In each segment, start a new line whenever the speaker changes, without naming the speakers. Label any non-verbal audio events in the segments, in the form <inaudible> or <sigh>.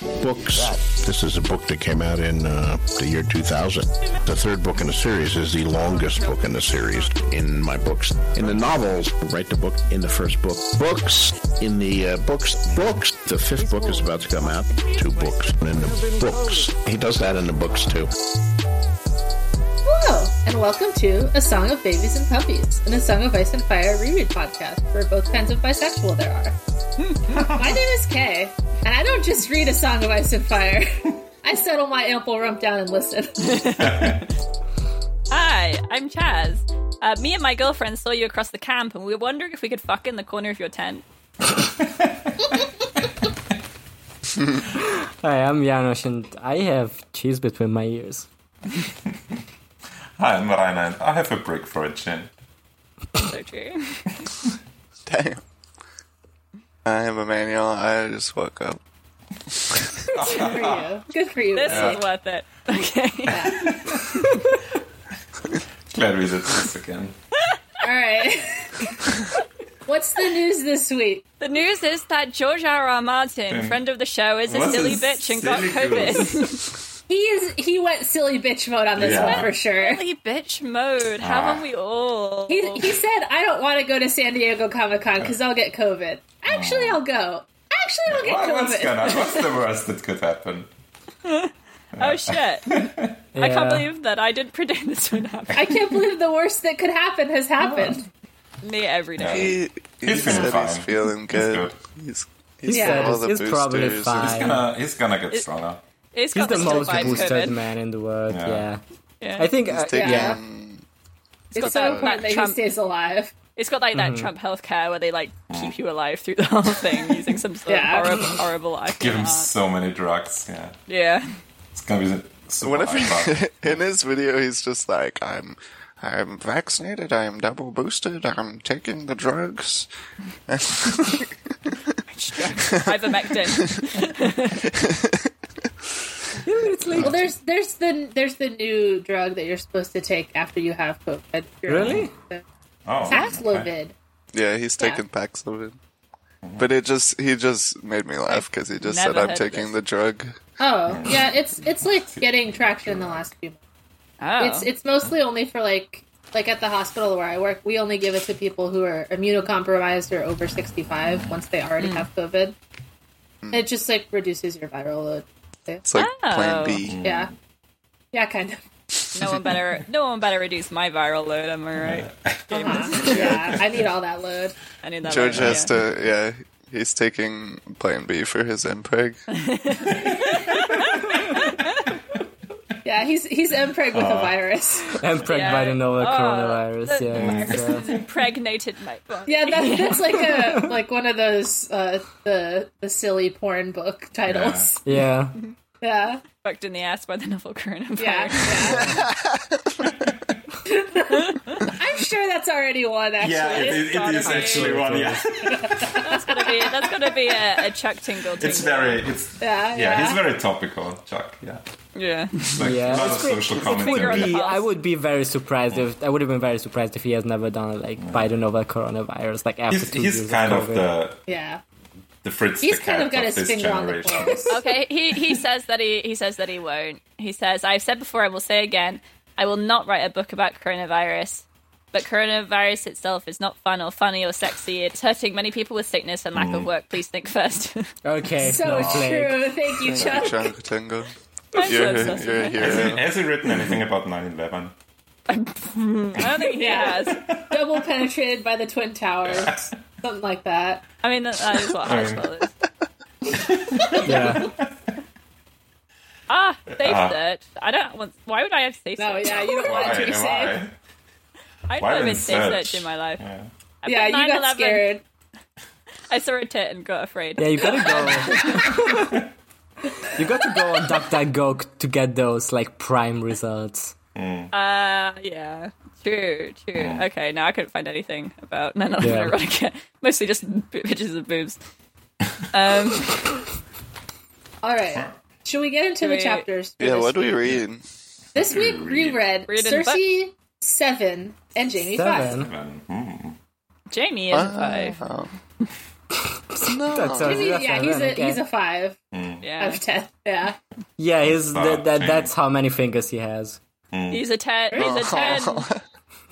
books. This is a book that came out in uh, the year 2000. The third book in the series is the longest book in the series in my books. In the novels, write the book in the first book. Books in the uh, books, books. The fifth book is about to come out. Two books and in the books. He does that in the books too.
Hello, and welcome to A Song of Babies and Puppies and A Song of Ice and Fire reread podcast for both kinds of bisexual there are.
<laughs>
my name is Kay, and I don't just read A Song of Ice and Fire. I settle my ample rump down and listen.
Hi, I'm Chaz. Uh, me and my girlfriend saw you across the camp, and we were wondering if we could fuck in the corner of your tent.
Hi, I'm Janos, and I have cheese between my ears.
Hi, I'm Ryan, and I have a brick for a chin.
So true. <laughs>
Damn. I am Emmanuel. I just woke up.
Good for you. Good for you.
This
Emily.
is worth it. <laughs> Okay.
Glad we did this again.
All right. What's the news this week?
the news is that George R. R. Martin,
Mm.
friend of the show, is a
What
silly
a
bitch and got
silly
COVID.
He is he went silly bitch mode on this
Yeah.
one for sure.
<laughs> silly bitch mode.
Ah.
Haven't we all?
He, he said, "I don't want to go to San Diego Comic Con because I'll get COVID. Actually, I'll go. Actually, I'll <laughs>
Why-
get
what's
COVID."
gonna? What's the worst that could happen?
oh shit! I
Yeah.
can't believe that I didn't <laughs> predict this would happen.
I can't believe the worst that could happen has happened.
Me every day.
He, he
He's feeling
said he's
fine.
feeling good. He's, he's
Yeah.
got all the
He's
boosters.
probably
He's
fine.
gonna, he's gonna get stronger.
It's
He's
got
the
the still
most
vibe
boosted
COVID.
man in the world.
Yeah.
Yeah,
Yeah.
I think. Uh,
Taking,
yeah,
It's
that-
so important that he
Trump-
stays alive.
It's got like that
Mm-hmm.
Trump healthcare where they like keep you alive through the whole thing using some sort
Yeah.
of horrible, horrible life. Uh,
Give him so many drugs. Yeah,
Yeah.
it's gonna be. Super high <laughs>
whenever
bar.
<laughs> in his video, he's just like, "I'm, I'm vaccinated. I'm double boosted. I'm taking the drugs." <laughs>
<laughs> Ivermectin.
Well, there's there's the there's the new drug that you're supposed to take after you have COVID.
Really?
Oh, okay.
Paxlovid.
Yeah, he's
Yeah.
taking Paxlovid. But it just he just made me laugh because he just said
never
I'm
heard of
taking
this.
the drug.
Oh, yeah. It's it's like getting traction in the last few months.
Oh.
It's it's mostly only for like like at the hospital where I work, we only give it to people who are immunocompromised or over sixty five once they already have COVID. It just like reduces your viral load.
It's like
Oh.
Plan B.
Yeah. Yeah, kind of.
no one better. No one better reduce my viral load. Am I right?
Uh-huh. yeah, <laughs> I need all that load.
I need that.
George
load,
has
yeah.
to. Yeah, he's taking Plan B for his impreg.
<laughs> Yeah, he's he's impreg with
Uh.
a virus. <laughs>
I'm pregnant by the
Oh,
novel coronavirus.
the-
Yeah, it's, uh,
impregnated my body.
Yeah, that, that's
<laughs>
like a like one of those uh, the the silly porn book titles.
yeah.
Yeah,
Fucked in the ass by the novel coronavirus.
yeah. yeah. <laughs> I'm sure that's already one. Actually,
Yeah, it, it, it is actually one. <laughs> Yeah,
That's gonna be. That's gonna be a, a Chuck Tingle.
it's
tingle.
very. It's
yeah,
yeah, He's very topical, Chuck. Yeah,
yeah.
It's like
Yeah.
a lot
It's
of
great-
social
finger on
commentary.
the
He-
pulse.
I would be very surprised if I would have been very surprised if he has never done like by the novel coronavirus like after
He's,
two
he's
years
kind
of
of
COVID.
the
yeah.
the Fritz
He's
the
kind
Cat
of got his
this
finger on the
generation.
pulse.
<laughs>
Okay. He he says that he he says that he won't. He says I've said before and will say again. I will not write a book about coronavirus. But coronavirus itself is not fun or funny or sexy. It's hurting many people with sickness and lack of
Mm.
work. Please think first. <laughs>
okay,
So
snowflake.
true. Thank you, Chuck.
Chunk Tango.
I'm so
You're,
obsessed
you're a
with it.
Has he,
hero.
has he written anything about 9/11?
I don't think he
Yeah.
has.
Double penetrated by the twin towers, something like that.
I mean, that, that is what Harshwell is.
Yeah,
Ah, safe search. I don't want. Why would I have safe
No,
search?
yeah, you don't want
Why?
it to be safe.
Why?
I've
why
never been
didn't
safe
search?
search in my life.
Yeah.
I
Yeah,
put
you got
9/11.
scared.
I saw a tit and got afraid.
yeah, you gotta go. you got to go <laughs> on DuckDuckGo to get those like prime results.
Uh, yeah. True, true.
Hmm.
Okay, now I couldn't find anything about 9 11
Yeah.
erotica. <laughs> Mostly just b- pictures of boobs. Um,
All right. Should we get into the
Wait.
chapters? for
Yeah,
this
what do
week? <laughs>
we read?
This week we read
Read in
Cersei seven and Jamie five.
Seven.
Then, hmm.
Um,
Jamie is five.
Oh. No.
That sounds-
I mean,
that's
yeah,
not
he's a
bad, okay.
he's a five
Yeah,
out of ten. Yeah,
Yeah, he's
Wow,
that, that
dang.
that's how many fingers he has.
Hmm.
he's a ten. He's a ten.
<laughs>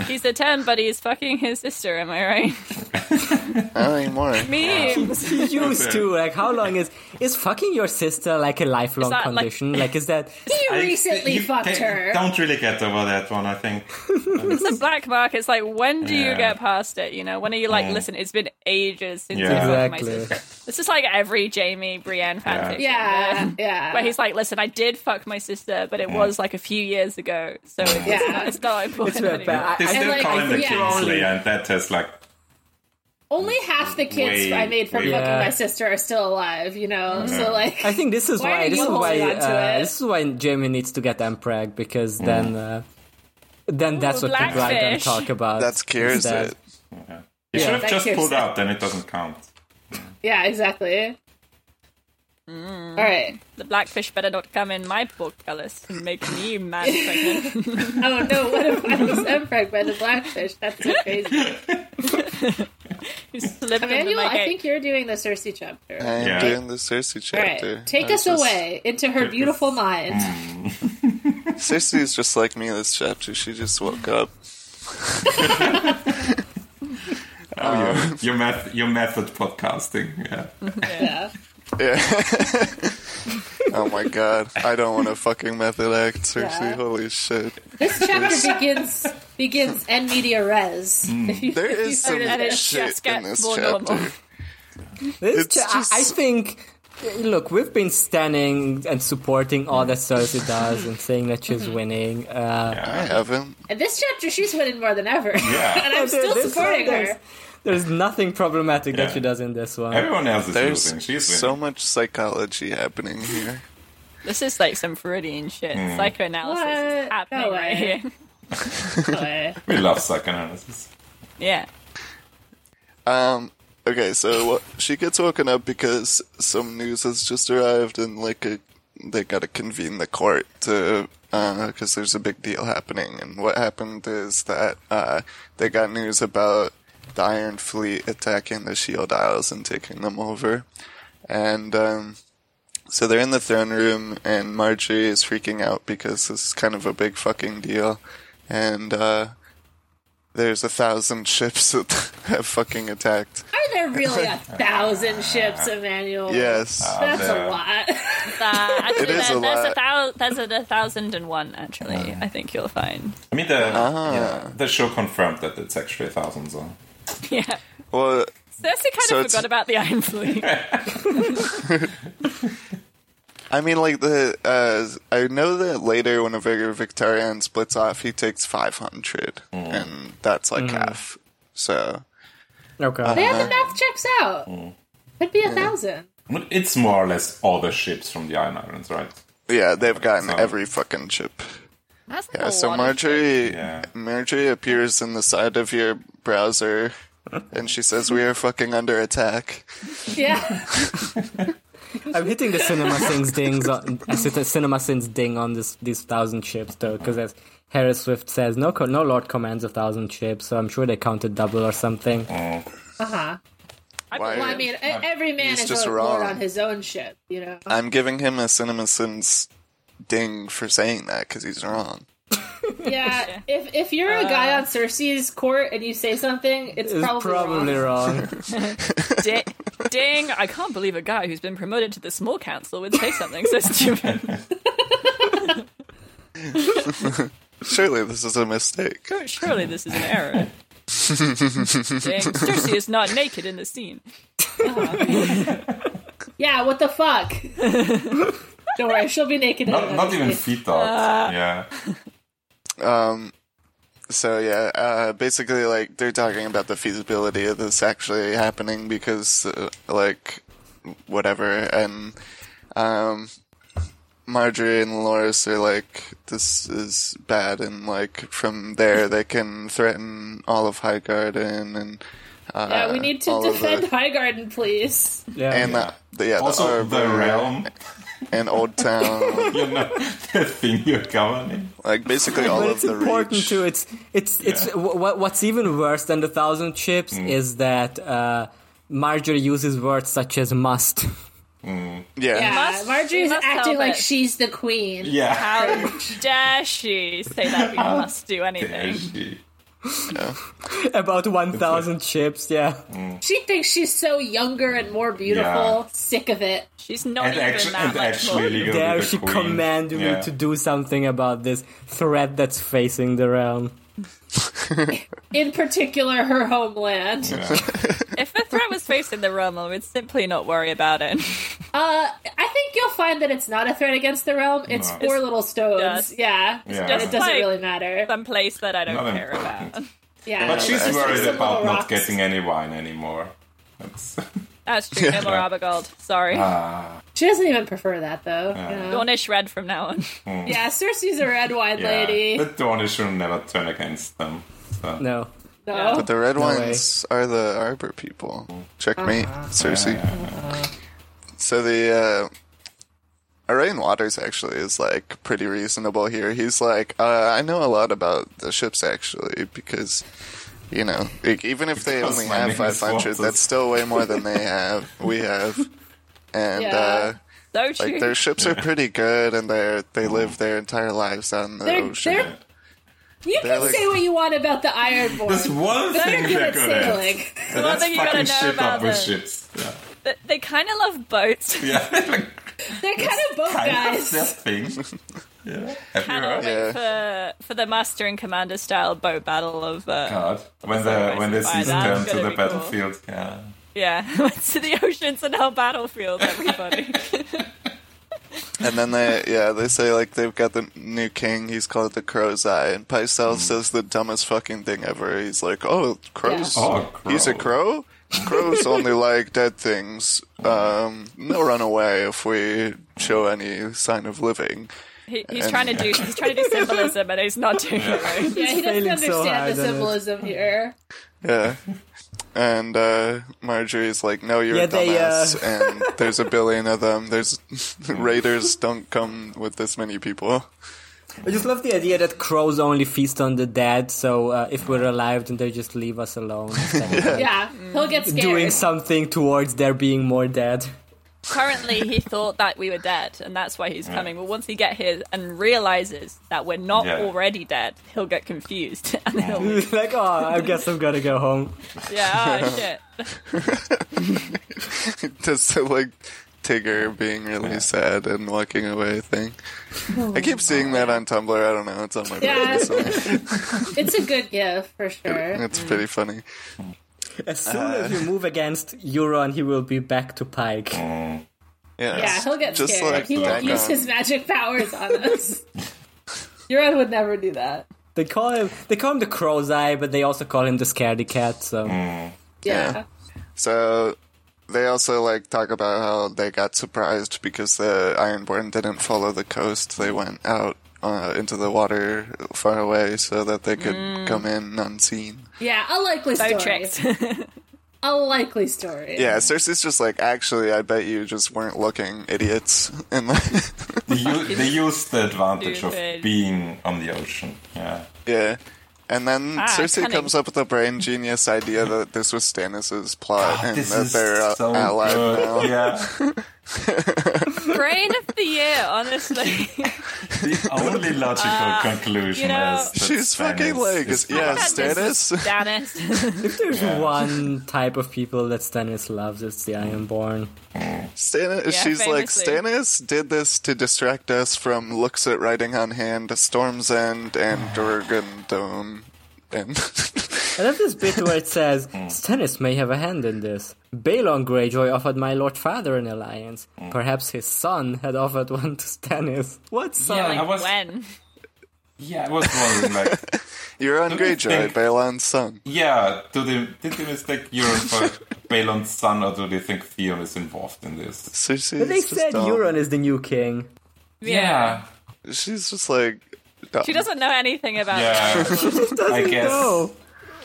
He's a ten, but he's fucking his sister. Am I
<laughs>
right?
Not anymore.
<laughs>
Memes.
<laughs> He used to like how long is is fucking your sister like a lifelong
that, like-
<laughs>
condition? Like, is that
he
I-
recently
you
fucked
can't-
her.
Don't really get over that one, I think.
It's a black mark. It's like when do you
Yeah. Hmm.
get past it? You know, when are you like, listen, it's been ages since you
Yeah.
fucked my
Exactly.
sister. This is like every Jamie Brienne fanfic.
Yeah, yeah.
Where he's like, listen, I did fuck my sister, but it was like a few years ago, so it's,
Yeah.
not, it's not important.
not
anymore.
bad.
They
I-
still
like,
call him the
yeah.
Kingsley, and that has like
Only half the kids
Way,
I made from
way-
fucking
Yeah.
my sister are still alive. You know, so like
I think this is
Why
why,
are
this
you
is why
holding on to
uh,
it?
this is why Jamie needs to get Empreg because then uh, then that's what people are going
Blackfish.
to talk about.
That's cures
instead.
it.
he should have
That
just
gives
pulled
it-
out, then it doesn't count.
yeah, exactly. All right.
The blackfish better not come in my portcullis and make
<laughs>
me man pregnant.
Oh no! What if I was empreg by the blackfish? That's so crazy.
You slip into
Emmanuel,
my
I
gate.
think you're doing the Cersei chapter.
I am
Yeah.
doing the Cersei
All right,
chapter.
take
I
us
just-
away into her beautiful mind.
Cersei is just like me this chapter. She just woke up.
Your meth, your method podcasting. Yeah.
Yeah.
Yeah. <laughs> oh my god. I don't want to fucking method act, Cersei.
Yeah.
Holy shit.
This chapter begins begins en media res. If you-
There
if you
is some
heard of
and it
it.
shit
just
in
gets
this
more
chapter.
normal.
This
It's
cha- I- I
just-
think. Look, we've been standing and supporting all that Cersei does and saying that she's
Mm-hmm.
winning. Uh,
I haven't.
And this chapter, she's winning more than ever.
Yeah.
<laughs> and I'm
There-
still
there's-
supporting
there's-
her.
There's nothing problematic that
Yeah.
she does in this one.
Everyone else is
There's
losing. She's winning.
so much psychology happening here.
This is like some Freudian shit.
Mm.
Psychoanalysis is
What?
happening
No
right
way.
here.
<laughs> Boy.
we love psychoanalysis.
Yeah.
Um. Okay, so wh- she gets woken up because some news has just arrived, and like a, they gotta convene the court to because there's a big deal happening. And what happened is that uh, they got news about the Iron Fleet attacking the Shield E Isles and taking them over, and um, so they're in the throne room, and Marjorie is freaking out because this is kind of a big fucking deal, and uh, there's a thousand <laughs> ships that have fucking attacked.
Are there really a thousand ships, Emmanuel?
Yes.
That's
Yeah.
a lot. <laughs>
<laughs>
Uh, actually,
It is
there-
a
there's, a
lot.
thou- there's a thousand and one, actually, I think you'll find. <laughs>
I mean, the yeah, the show confirmed that it's actually thousands. So.
Yeah.
Well,
Cersei kind
So
of
it's-
forgot about the Iron Fleet.
I mean, like the uh, I know that later when a Vigor Victorian splits off, he takes five hundred,
Mm.
and that's like
Mm.
half. So
Okay.
yeah, the math checks out. Could be a thousand.
But It's more or less all the ships from the Iron Islands, right?
yeah, they've gotten
So-
every fucking chip.
That's
Yeah, so Marjorie,
Yeah.
Marjorie appears in the side of your browser, and she says, "We are fucking under attack."
Yeah.
I'm hitting the cinema sins dings on I said the cinema sins ding on this these thousand ships though, because as Harris Swift says, no co- no Lord commands a thousand ships, so I'm sure they counted double or something.
Mm.
Mm.
Why?
Well, I
<laughs>
mean, e- every man
He's
is
just
a lord
wrong.
on his own ship, you know?
I'm giving him a CinemaSins ding for saying that because he's wrong.
Yeah, if if you're a guy on Cersei's court and you say something, it's,
It's
probably,
probably
wrong.
wrong.
<laughs>
Di- ding! I can't believe a guy who's been promoted to the small council would say something so stupid.
<laughs>
Surely this is a mistake.
Surely this is an error. ding. Cersei is not naked in the scene.
Yeah, what the fuck? Don't worry, she'll be naked.
Not,
anyway.
not even feet out. yeah.
So yeah, uh, basically, like they're talking about the feasibility of this actually happening because, uh, like, whatever, and um, Marjorie and Loris are like, this is bad, and like from there they can threaten all of High Garden and uh,
Yeah, we need to
all of the-
defend Highgarden, please.
Yeah.
<laughs> and uh, the, yeah,
Also,
the,
the
Arbor
realm,
and Old
<laughs>
Town,
you know, the thing you're governing.
like basically all
but
of
it's
the
important
reach.
too. It's it's it's
Yeah.
Mm.
wh- wh- what's even worse than the thousand ships is that uh, Marjorie uses words such as must. <laughs>
Yeah.
Yeah,
must-
Marjorie's
must
acting
help
like
it.
she's the queen.
Yeah.
How dare she say that we must do anything?
Energy.
About 1,000 chips, yeah.
She thinks she's so younger and more beautiful.
Yeah.
Sick of it.
She's not
And
even
actu-
that
and
much
actually
more.
legally
Dare
the
she
queen.
command
Yeah.
me to do something about this threat that's facing the realm?
In particular, her homeland.
If the threat was facing the realm, I would simply not worry about it.
Uh, I think you'll find that it's not a threat against the realm. It's
No.
four little stones.
just-
yeah.
Yeah.
And it doesn't
like-
really matter.
Some place that I don't
Not
care
important.
about.
Yeah.
But she's
that's-
worried
Some
about
little
not
rocks.
getting any wine anymore. That's <laughs>
That's true. No more Abigold. Sorry.
Ah.
She doesn't even prefer that though. you know?
Dornish red from now on.
Yeah, Cersei's a red wine
yeah.
lady.
The Dornish will never turn against them. So.
No.
No.
But the red
way.
ones are the arbor people. Checkmate, Cersei. So the uh, Arrayne Waters actually is like pretty reasonable here. He's like, uh, I know a lot about the ships actually because, you know, like, even if they
Because
only
my
have
name is
five hundred,
Walters.
that's still way more than they have. We have, and
Yeah.
uh,
So true.
like their ships are pretty good, and they they live their entire lives on the
They're-
ocean.
they're- you
they're
can
like-
say what you want about the
That's
Ironborn.
one
They're
thing
good
they're
at
good at.
sailing.
Yeah,
One
that's
thing you gotta
fucking
know
shit
about
up with
them.
ships. Yeah. <laughs>
They, kind of love boats.
Yeah, like,
They're kind of boat
kind of
guys.
<laughs>
their thing. Yeah. Have you
Kind
heard?
of
Yeah.
for, for the master and commander style boat battle of. Uh,
God. When the
Sacrifice
when the
by
seas
that,
turn
it's
to
gonna
the
be cool.
battlefield, yeah.
Yeah, <laughs> went to the oceans and our battlefield, everybody.
And then they, yeah, they say like they've got the new king. He's called the Crow's Eye, and Pycelle says the dumbest fucking thing ever. He's like, "Oh, crows,
Oh, crow.
he's a crow.
<laughs>
Crows only like dead things. Um, they'll run away if we show any sign of living."
he, he's trying to do he's trying to do symbolism and he's not doing it right.
Yeah, he doesn't
failing so
understand
hard
the
on it.
symbolism here.
<laughs>
Yeah. And uh, Marjorie's like, "No, you're
Yeah,
a
they, uh,
dumbass." And there's a billion of them.
<laughs>
There's <laughs> raiders don't come with this many people.
I just love the idea that crows only feast on the dead, so uh, if we're alive, then they just leave us
<laughs>
alone. instead of
Yeah, he'll get scared.
Doing something towards there being more dead. <laughs>
Currently, he thought that we were dead, and that's why he's coming. But once he get here and realizes that we're not
Yeah.
already dead, he'll get confused <laughs> and he'll
like, oh, I guess I'm gonna go home.
yeah, oh, shit.
<laughs> Just the, like Tigger being really sad and walking away thing. I keep seeing that on Tumblr. I don't know. It's on my
Oh Yeah.
yeah. somewhere.
It's a good gift for sure.
It's pretty funny.
As soon as
Uh.
you move against Euron, he will be back to Pike.
Mm.
Yeah,
Yeah, he'll get
just
scared.
Like
he will
Dagon.
use his magic powers on us. Euron would never do that.
They call him they call him the Crow's Eye, but they also call him the Scaredy Cat. So
Mm.
Yeah.
So they also like talk about how they got surprised because the Ironborn didn't follow the coast. They went out uh, into the water far away so that they could
Mm.
come in unseen.
Yeah, a likely
No
story.
tricks.
A likely story.
Yeah, Cersei's just like, actually, I bet you just weren't looking, idiots. And like, <laughs>
They, u-
<laughs>
they use the advantage
Stupid.
of being on the ocean. Yeah.
Yeah. And then
Ah,
Cersei
cunning.
comes up with a brain genius idea that this was Stannis's plot and
Ah, This
that
is
they're uh,
so
allied now.
good.
<laughs>
Yeah.
Brain of the year, honestly. <laughs>
The only logical conclusion
you know-
is that
<laughs> She's fucking
Stannis
like,
is
yeah,
corrupt.
Stannis.
Stannis.
if there's one type of people that Stannis loves, it's the Ironborn.
<laughs> Stannis she's like,
famously.
Stannis did this to distract us from looks at writing on hand, Storm's
<sighs>
End, and Durgan Dome. And <laughs>
I love this bit where it says
Mm.
Stannis may have a hand in this. Balon Greyjoy offered my lord father an alliance.
Mm.
Perhaps his son had offered one to Stannis. What son?
Yeah, I was,
when?
yeah, I was wondering, like,
you're on
Don't you
Greyjoy,
think-
Balon's son.
yeah, do they, did they mistake Euron for Balon's son, or do they think Theon is involved in this?
Cersei's
But they
just
said
dumb.
Euron is the new king.
Yeah.
She's just like, dumb.
She doesn't know anything about it.
<laughs>
Yeah. I guess.
Oh.
No.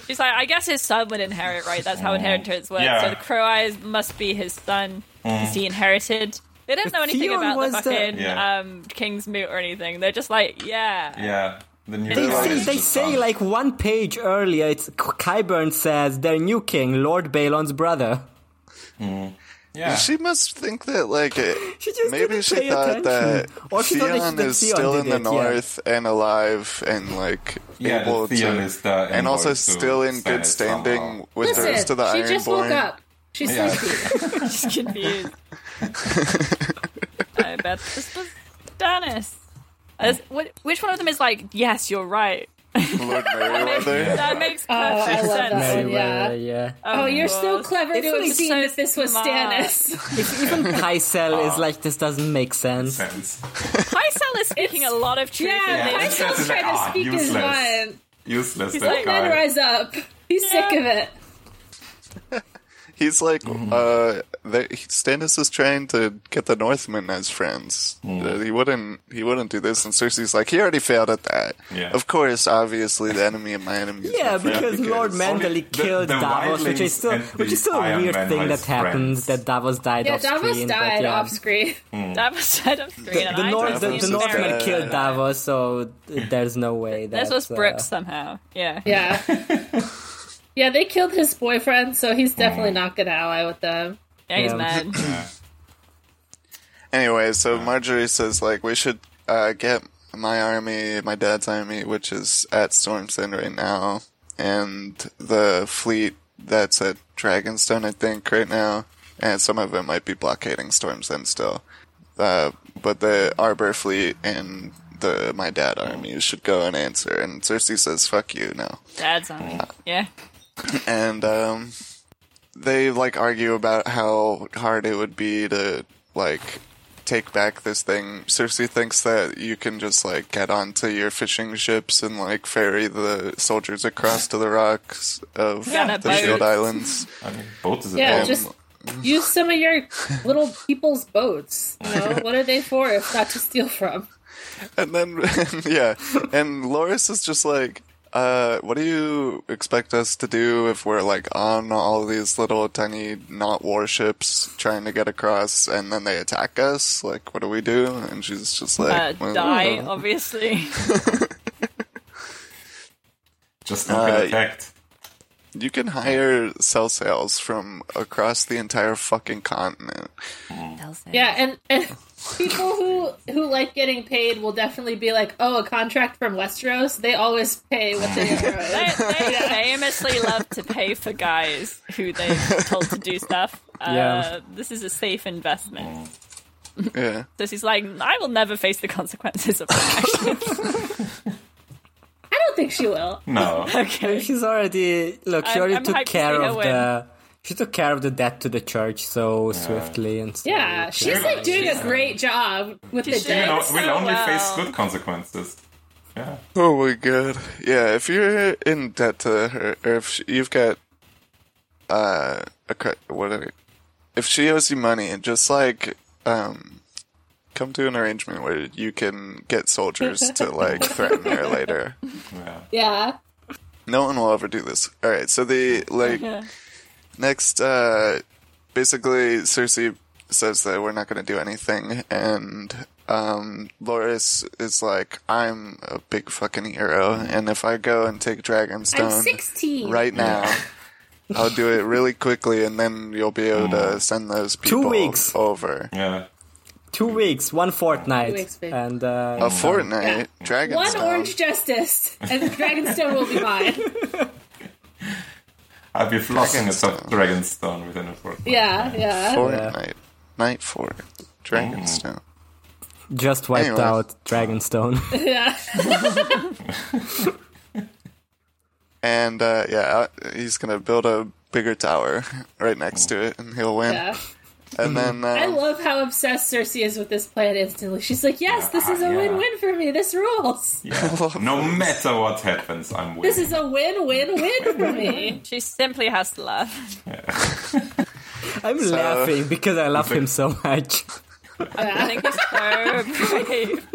She's like, I guess his son would inherit, right? That's how inheritance works.
Yeah.
So the Crow Eyes must be his son. Is he inherited? They don't know anything
Theon
about
was
the
the-
fucking
Yeah.
um, King's Moot or anything. They're just like, yeah.
Yeah. The new
They
Balon
say,
is
they
just
say
son.
like one page earlier, it's Kyburn says their new king, Lord Balon's brother.
Yeah.
She must think that like it,
<laughs>
She just
maybe
didn't
she
pay
thought
attention.
that
<laughs> Or she thought that she-
Theon
that
is
Theon
still
did
in the
it, yeah.
north and alive and like
Yeah,
able
Theon
to,
is the
and also
invoice to
still in good
Stannis somehow.
standing with the rest
Listen,
of the
she just woke
Ironborn.
up. She's
Yeah.
sleepy.
She's <laughs> confused. I bet this was Stannis. As- wh- Which one of them is like, yes, you're right?
Lord
<laughs>
Merryweather.
That makes
Oh, I
perfect
love
sense.
that one. Yeah.
Merryweather, yeah.
Oh, you're
<laughs>
so clever
It's
to have
like
seen
so
that this was
smart.
Stannis.
Even Pycelle is
Ah.
like, this doesn't make sense.
Sense.
Pycelle is speaking
It's-
a lot of truth. in
Yeah,
Yeah,
this.
it's
Pycelle's
just
trying
like,
to
ah,
speak his
useless.
mind.
Useless
He's
that
like,
Let
guy.
men rise up. He's sick of it.
He's like,
Mm-hmm.
uh, they, Stannis was trying to get the Northmen as friends.
Mm.
Uh, he wouldn't, he wouldn't do this. And Cersei's like, he already failed at that.
Yeah.
Of course, obviously, the enemy of my enemy. Is
Yeah,
my friend
because Lord
Only
Manderly
the-
killed
the
Davos, which is
wildlings
still
and
which
the
is still a
Iron
weird
Man are
thing that
his
happens
friends.
that Davos died
Yeah,
off
Davos
screen. but
died
yeah.
off
<laughs>
screen.
Davos said off screen. and
The,
I
Nor-
just
the, the
Davos
assumed
North-
Northmen
Barry-
killed Davos, so there's no way that uh,
This was Brooke somehow. Yeah.
Yeah. <laughs> yeah, they killed his boyfriend, so he's
Mm.
definitely not good ally with them.
Yeah, he's
Yeah.
mad.
Anyway, so Marjorie says like we should uh, get my army, my dad's army, which is at Storm's End right now, and the fleet that's at Dragonstone, I think, right now, and some of it might be blockading Storm's End still. Uh, but the Arbor fleet and the my dad army should go and answer. And Cersei says, "Fuck you now."
Dad's on me. Yeah.
and um, they like argue about how hard it would be to like take back this thing. Cersei thinks that you can just like get onto your fishing ships and like ferry the soldiers across to the rocks of
Yeah,
the
boat.
Shield Islands.
I mean, both is a
Yeah,
Um,
bomb.
just use some of your little people's boats. You
<laughs>
know, what are they for if not to steal from?
And then <laughs> yeah, and Loris is just like. Uh, what do you expect us to do if we're like on all these little tiny not warships trying to get across and then they attack us? Like, what do we do? And she's just like,
Uh,
well,
die,
<laughs>
obviously.
just not get
uh,
attacked.
You can hire cell sales from across the entire fucking continent.
Yeah, and, and people who who like getting paid will definitely be like, oh, a contract from Westeros. They always pay what
<laughs>
they
They,
are.
they famously love to pay for guys who they told to do
<laughs>
stuff. Uh,
Yeah.
This is a safe investment.
Yeah.
So she's like, I will never face the consequences of my actions.
<laughs>
I don't think she will.
No.
okay.
She's already look. She
I'm-
already
I'm hyped
took
to
care
see her
of the. She took care of the debt to the church so swiftly and stuff.
Yeah, she's like doing a great job with the
should.
You know,
dead.
so
we'll only
well.
face good consequences. Yeah.
Oh my god. Yeah, if you're in debt to her, or if sh you've got, uh, a, cre- what are, if she owes you money, just like, um, come to an arrangement where you can get soldiers to like threaten her later.
Yeah.
Yeah,
No one will ever do this. All right, so
<laughs>
the like next, uh, basically Cersei says that we're not going to do anything, and um, Loris is like, "I'm a big fucking hero, and if I go and take
I'm
Dragonstone
16.
right
<laughs>
now." I'll do it really quickly, and then you'll be able to send those people
weeks.
over
Yeah.
Two weeks, one fortnight,
Two weeks, babe.
and uh,
Oh,
a fortnight. Dragonstone.
One orange justice, and Dragonstone will be mine.
I'll be flossing at some Dragonstone within a fortnight.
Yeah, yeah.
Fortnight. Night four. Dragonstone.
just wiped
Anyway.
out Dragonstone.
<laughs>
<laughs>
yeah.
And uh, yeah, uh, he's gonna build a bigger tower <laughs> right next to it, and he'll win.
yeah.
And then
I
um,
love how obsessed Cersei is with this plan instantly. She's like, yes, this is a
Yeah.
win win for me. This rules.
Yeah. No matter what happens, I'm winning.
This is a win win win for
<laughs>
me.
She simply has to
<laughs>
laugh.
I'm laughing because I love him so much.
I think it's so brave.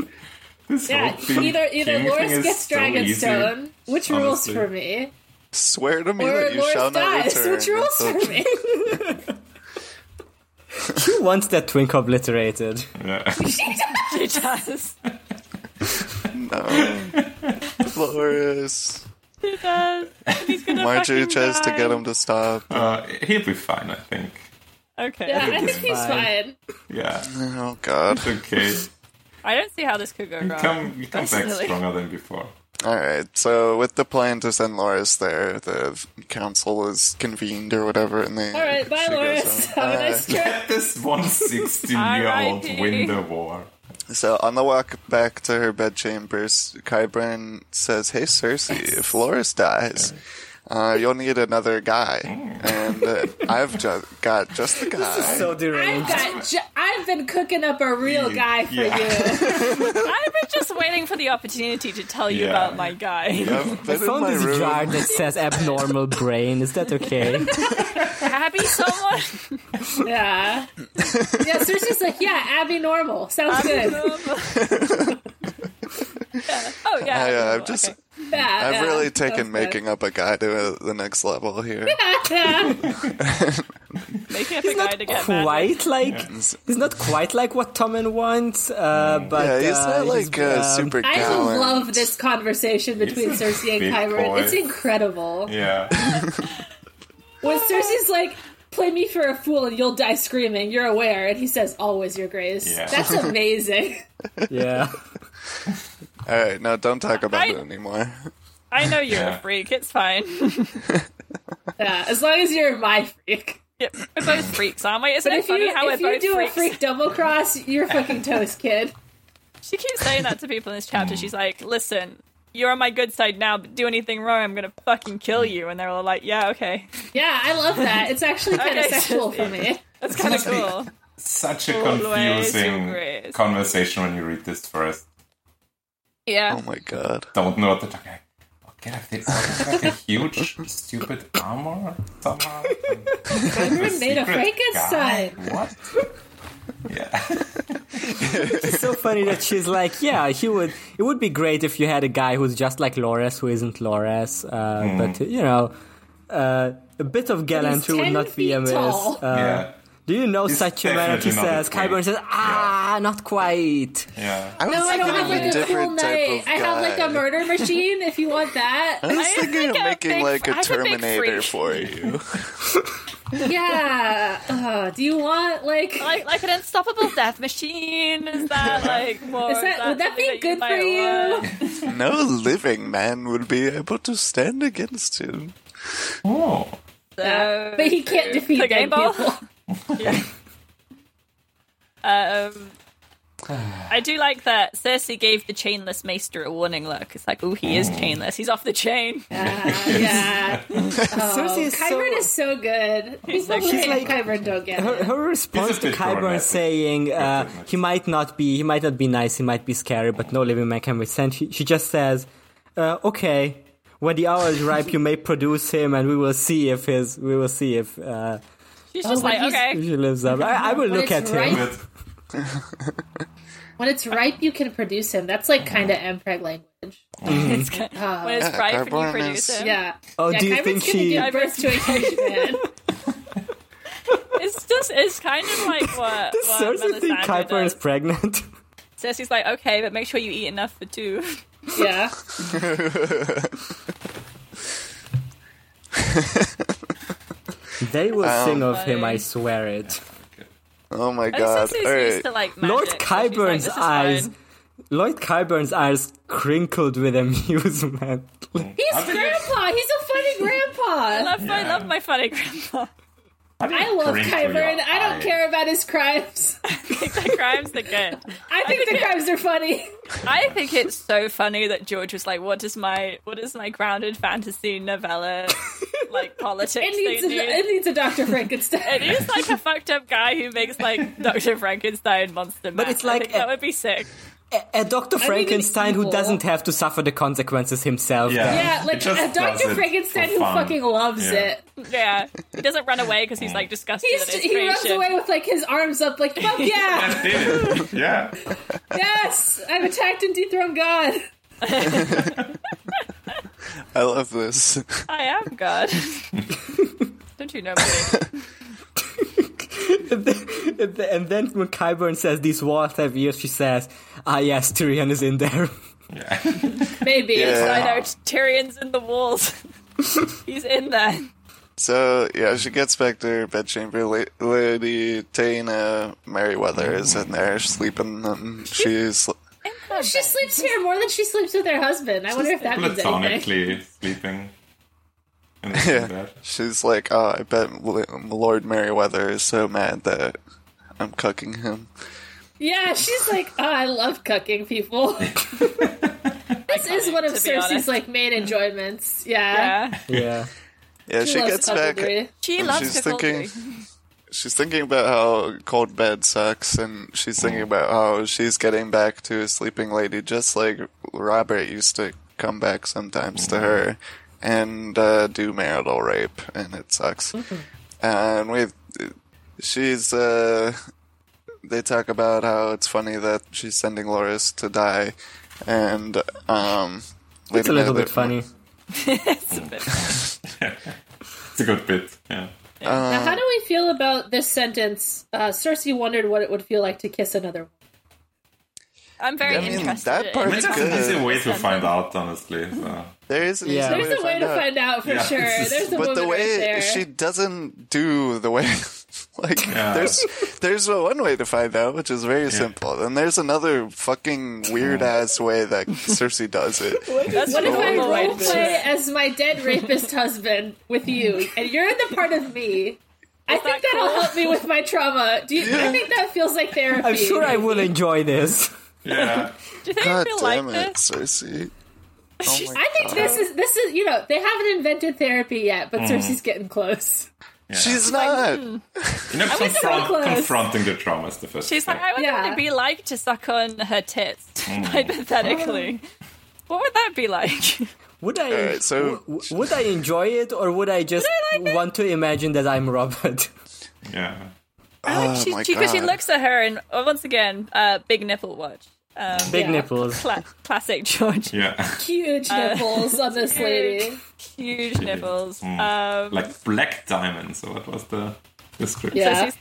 This
Yeah,
whole thing-
<laughs> either either
king thing
Loris
is
gets
so easy.
Dragonstone, which rules
honestly.
for me,
swear to me
or
that you shall
Loris
not
dies,
return.
which rules
until-
for me. <laughs>
Who wants that twink obliterated?
Yeah.
She does.
<laughs>
Loris.
She does.
Marjorie
fucking
tries to
die.
get him to stop.
Uh, he'll be fine, I think.
Okay.
Yeah, I think he's fine.
Yeah.
Oh god.
It's okay.
I don't see how this could go
You
wrong.
come, you come back
Personally.
stronger than before.
All right. So with the plan to send Loris there, the council is convened or whatever, and they.
All right, bye,
she goes
Loris.
on.
Have a nice trip.
<laughs>
Let this one 16 year old
R.I.P..
win the war.
So on the walk back to her bedchambers, Kybran says, "Hey, Cersei, if Loris dies." Uh, you'll need another guy, and uh, I've just got just the guy.
So
I've
deranged.
got. Ju- I've been cooking up a real
You-
guy for
yeah.
you.
I've been just waiting for the opportunity to tell you
Yeah.
about my guy.
I've
I
been in
found
my
this
room.
jar that says abnormal brain. Is that okay?
Abby, someone.
Yeah. Yeah. Cersei's like, yeah, Abby normal. Sounds good. Yeah,
Yeah. Oh yeah. I
I, uh,
know.
I've just,
Okay.
I've
yeah,
really
sounds
taken
good. <laughs>
making up a guy to uh, the next level here.
Yeah.
making up a guy to get mad with.
quite like he's not quite like what Tommen wants, uh, but
yeah, he's
uh,
not like uh,
um,
super
I
gallant.
love this conversation between
It's a
Cersei
big
and Kyron.
boy.
It's incredible. <laughs>
Yeah.
When Cersei's like, play me for a fool and you'll die screaming, you're aware. And he says, always your grace.
Yeah. <laughs>
That's amazing.
Yeah,
All right, no, don't talk about
I-
it anymore. <laughs>
I know you're
Yeah.
a freak. It's fine. <laughs>
yeah, as long as you're my freak.
Yep. We're both freaks, aren't we? Isn't
But
it
if
funny
you,
how
if
we're
you
both
do
freaks?
a freak double cross, you're fucking toast, kid.
She keeps saying that to people in this
Hmm.
chapter. She's like, "Listen, you're on my good side now, but do anything wrong, I'm gonna fucking
Hmm.
kill you." And they're all like, "Yeah, okay."
Yeah, I love that. It's actually kind of
Okay.
sexual for
<laughs>
me.
That's kind of
must be-
cool.
Such a
Always
confusing
agrees.
conversation when you read this first.
Yeah.
Oh my god.
Don't know what the okay. Okay, like they all have like a huge, stupid armor somehow. Everyone
made a Frankenstein.
What? Yeah.
it's so funny that she's like, yeah, he would. It would be great if you had a guy who's just like Loras, who isn't Loras, uh, but you know, uh, a bit of gallantry would
10
not be
feet
amiss.
tall.
yeah.
Do you know
It's
such a man? She
definitely not
says,
his weight.
Kyburn says, ah, not quite.
Yeah.
I was
No, Oh, I don't
thinking
have
of
like a cool
different type
knife.
of
I have like
guy.
a murder machine if you want
I
that.
was
I
thinking
think
of
I'm a
making
big-
like
I'm a
a
big
Terminator
freak.
for you.
Yeah. Uh, do you want like
Oh.
Like, like an unstoppable death machine? Is that like more?
Is that- would that be good
something
for
you? might
you?
want?
no living man would be able to stand against him.
Oh.
So-
<laughs> But he can't defeat
the
dead
game ball. <laughs>
people.
yeah. Um, I do like that Cersei gave the chainless maester a warning look. It's like, oh, he
Mm.
is chainless. He's off the chain.
Yeah, yeah.
Cersei is
Oh, Kyburn
so-
is so good. People
like-
who
she's
hate Kyburn don't get
her,
it.
her response
This is
to
bit
Kyburn
problematic.
saying uh,
pretty much.
he might not be he might not be nice, he might be scary, but no living man can withstand. She, she just says, uh, "Okay, when the hour is ripe, you may produce him, and we will see if his we will see if uh,
She's just
but
like,
Oh, he's-
if
okay.
he lives up. I, I will
When
look at
it's
him." <laughs>
ripe,
But
when it's ripe, you can produce him. That's like kind of
Uh-huh.
Mpreg language.
It's kind of, when it's
Yeah,
right for you
Kyburn
produce
is-
him.
Yeah.
Oh,
yeah,
do you
Kyburn's
think
gonna
she-
give birth to a huge
<laughs>
man?
It's just, it's kind of
<laughs>
like what.
Does
what
Cersei think
Melisandre
Kyburn is
does.
pregnant?
Cersei's like, okay, but make sure you eat enough for two. <laughs>
Yeah.
<laughs> they will
Um,
sing of him, I
Funny.
swear it.
Oh my
And
god.
Cersei's
All
used
right.
to like magic.
Lord
so she's like,
Kyburn's
this is
eyes,
fine.
Lord Kyburn's eyes crinkled with
<laughs>
amusement.
He's
I think it's-
grandpa. He's a funny
I
grandpa.
love, I love my funny <laughs> grandpa.
how do you
I love
drink through
Kyburn.
your
I don't
eye?
care about his crimes.
the crimes are good.
I think the crimes are funny.
I think it's so funny that George was like, "What does my what does my grounded fantasy novella
<laughs>
like politics
It needs,
thing do?"
a, it needs a Dr.
<laughs>
Frankenstein.
And he's like a fucked up guy who makes
<laughs>
like Doctor Frankenstein monster. But
it's like a-
that would be sick.
A, a Dr. Frankenstein who
evil.
doesn't have to suffer the consequences himself.
<laughs>
Yeah.
Yeah,
It
like
just
a
does it
Dr.
for
Frankenstein who
fun.
fucking loves
Yeah.
it.
Yeah, he doesn't run away because he's like disgusted
He's,
at his
he runs
creation.
away with like his arms up, like
<laughs>
fuck yeah,
I did
<laughs>
it. Yeah.
yes, I've attacked and dethroned God.
I love this. <laughs>
I
<laughs>
am God. Don't you know me?
and then <laughs> and then when Kyburn says these walls have ears, she says, "Ah, yes, Tyrion is in there."
Maybe <laughs>
<laughs>
Yeah.
I know Tyrion's in the walls. he's in there.
So yeah, she gets back to her bedchamber. La- Lady Dana Merriweather is in there sleeping, and she's
She sleeps here more than she sleeps with her husband. I wonder if that means anything.
Platonically sleeping in the same bed.
she's like, "Oh, I bet L- Lord Merriweather is so mad that I'm cucking him."
<laughs> Yeah, she's like, oh, I love cucking people.
<laughs>
<laughs> this is one of
to be honest.
Cersei's like main enjoyments. Yeah,
Yeah.
Yeah.
<laughs> Yeah, she,
loves
gets back.
cuckoldry.
She
And
loves
she's
cuckoldry.
<laughs> She's thinking about how cold bed sucks, and she's thinking
Mm.
about how she's getting back to a sleeping lady, just like Robert used to come back sometimes to her
Mm.
and uh, do marital rape, and it sucks.
Mm-hmm.
And we, she's, uh, they talk about how it's funny that she's sending Loris to die, and um,
It's a little bit funny.
It's a bit-
It's a good bit. Yeah. uh,
Now, how do we feel about this sentence? Uh, Cersei wondered what it would feel like to kiss another woman.
I'm very
I mean,
interested.
that
in
part
this
is
It's
good.
an easy way to find out, honestly. So.
There is an
Yeah.
easy
There's
way
a way to
out.
find out for
Yeah.
sure. There's a
but
woman
the
right
way
there.
she doesn't do the way <laughs> like
Yeah.
there's there's one way to find out which is very simple and there's another fucking weird ass way that <laughs> cersei does it
That's
What if
the
I
normal way
role
to do it.
play as my dead rapist husband with you, and you're in the part of me? I think
that
that'll
cool?
help me with my trauma. Do you, I think that feels like therapy.
I'm sure I will enjoy this.
Yeah.
Do <laughs> you think
god
he'll
damn
like
it
this? <laughs>
cersei oh my
I think
God.
this is this is you know they haven't invented therapy yet, but Cersei's getting close.
she's not
hmm,
You know,
was so
confront,
close.
confronting the trauma is the first
She's like,
step.
I wonder what
Yeah.
it'd be like to suck on her tits, <laughs>
Mm.
hypothetically.
Oh.
What would that be like? <laughs>
Would I?
Alright, so-
w- w- would I enjoy it, or would I just
I like it?
want to imagine that I'm Robert?
Yeah.
oh
she,
my
she, 'cause
god
she looks at her and uh, once again, uh, big nipple watch.
Big
Yeah.
nipples.
Cla- classic George,
Yeah.
Huge
Uh,
nipples on
<laughs>
this lady.
huge nipples.
Mm.
Um,
like black diamonds. So what was the description?
Yeah.
Sissy's,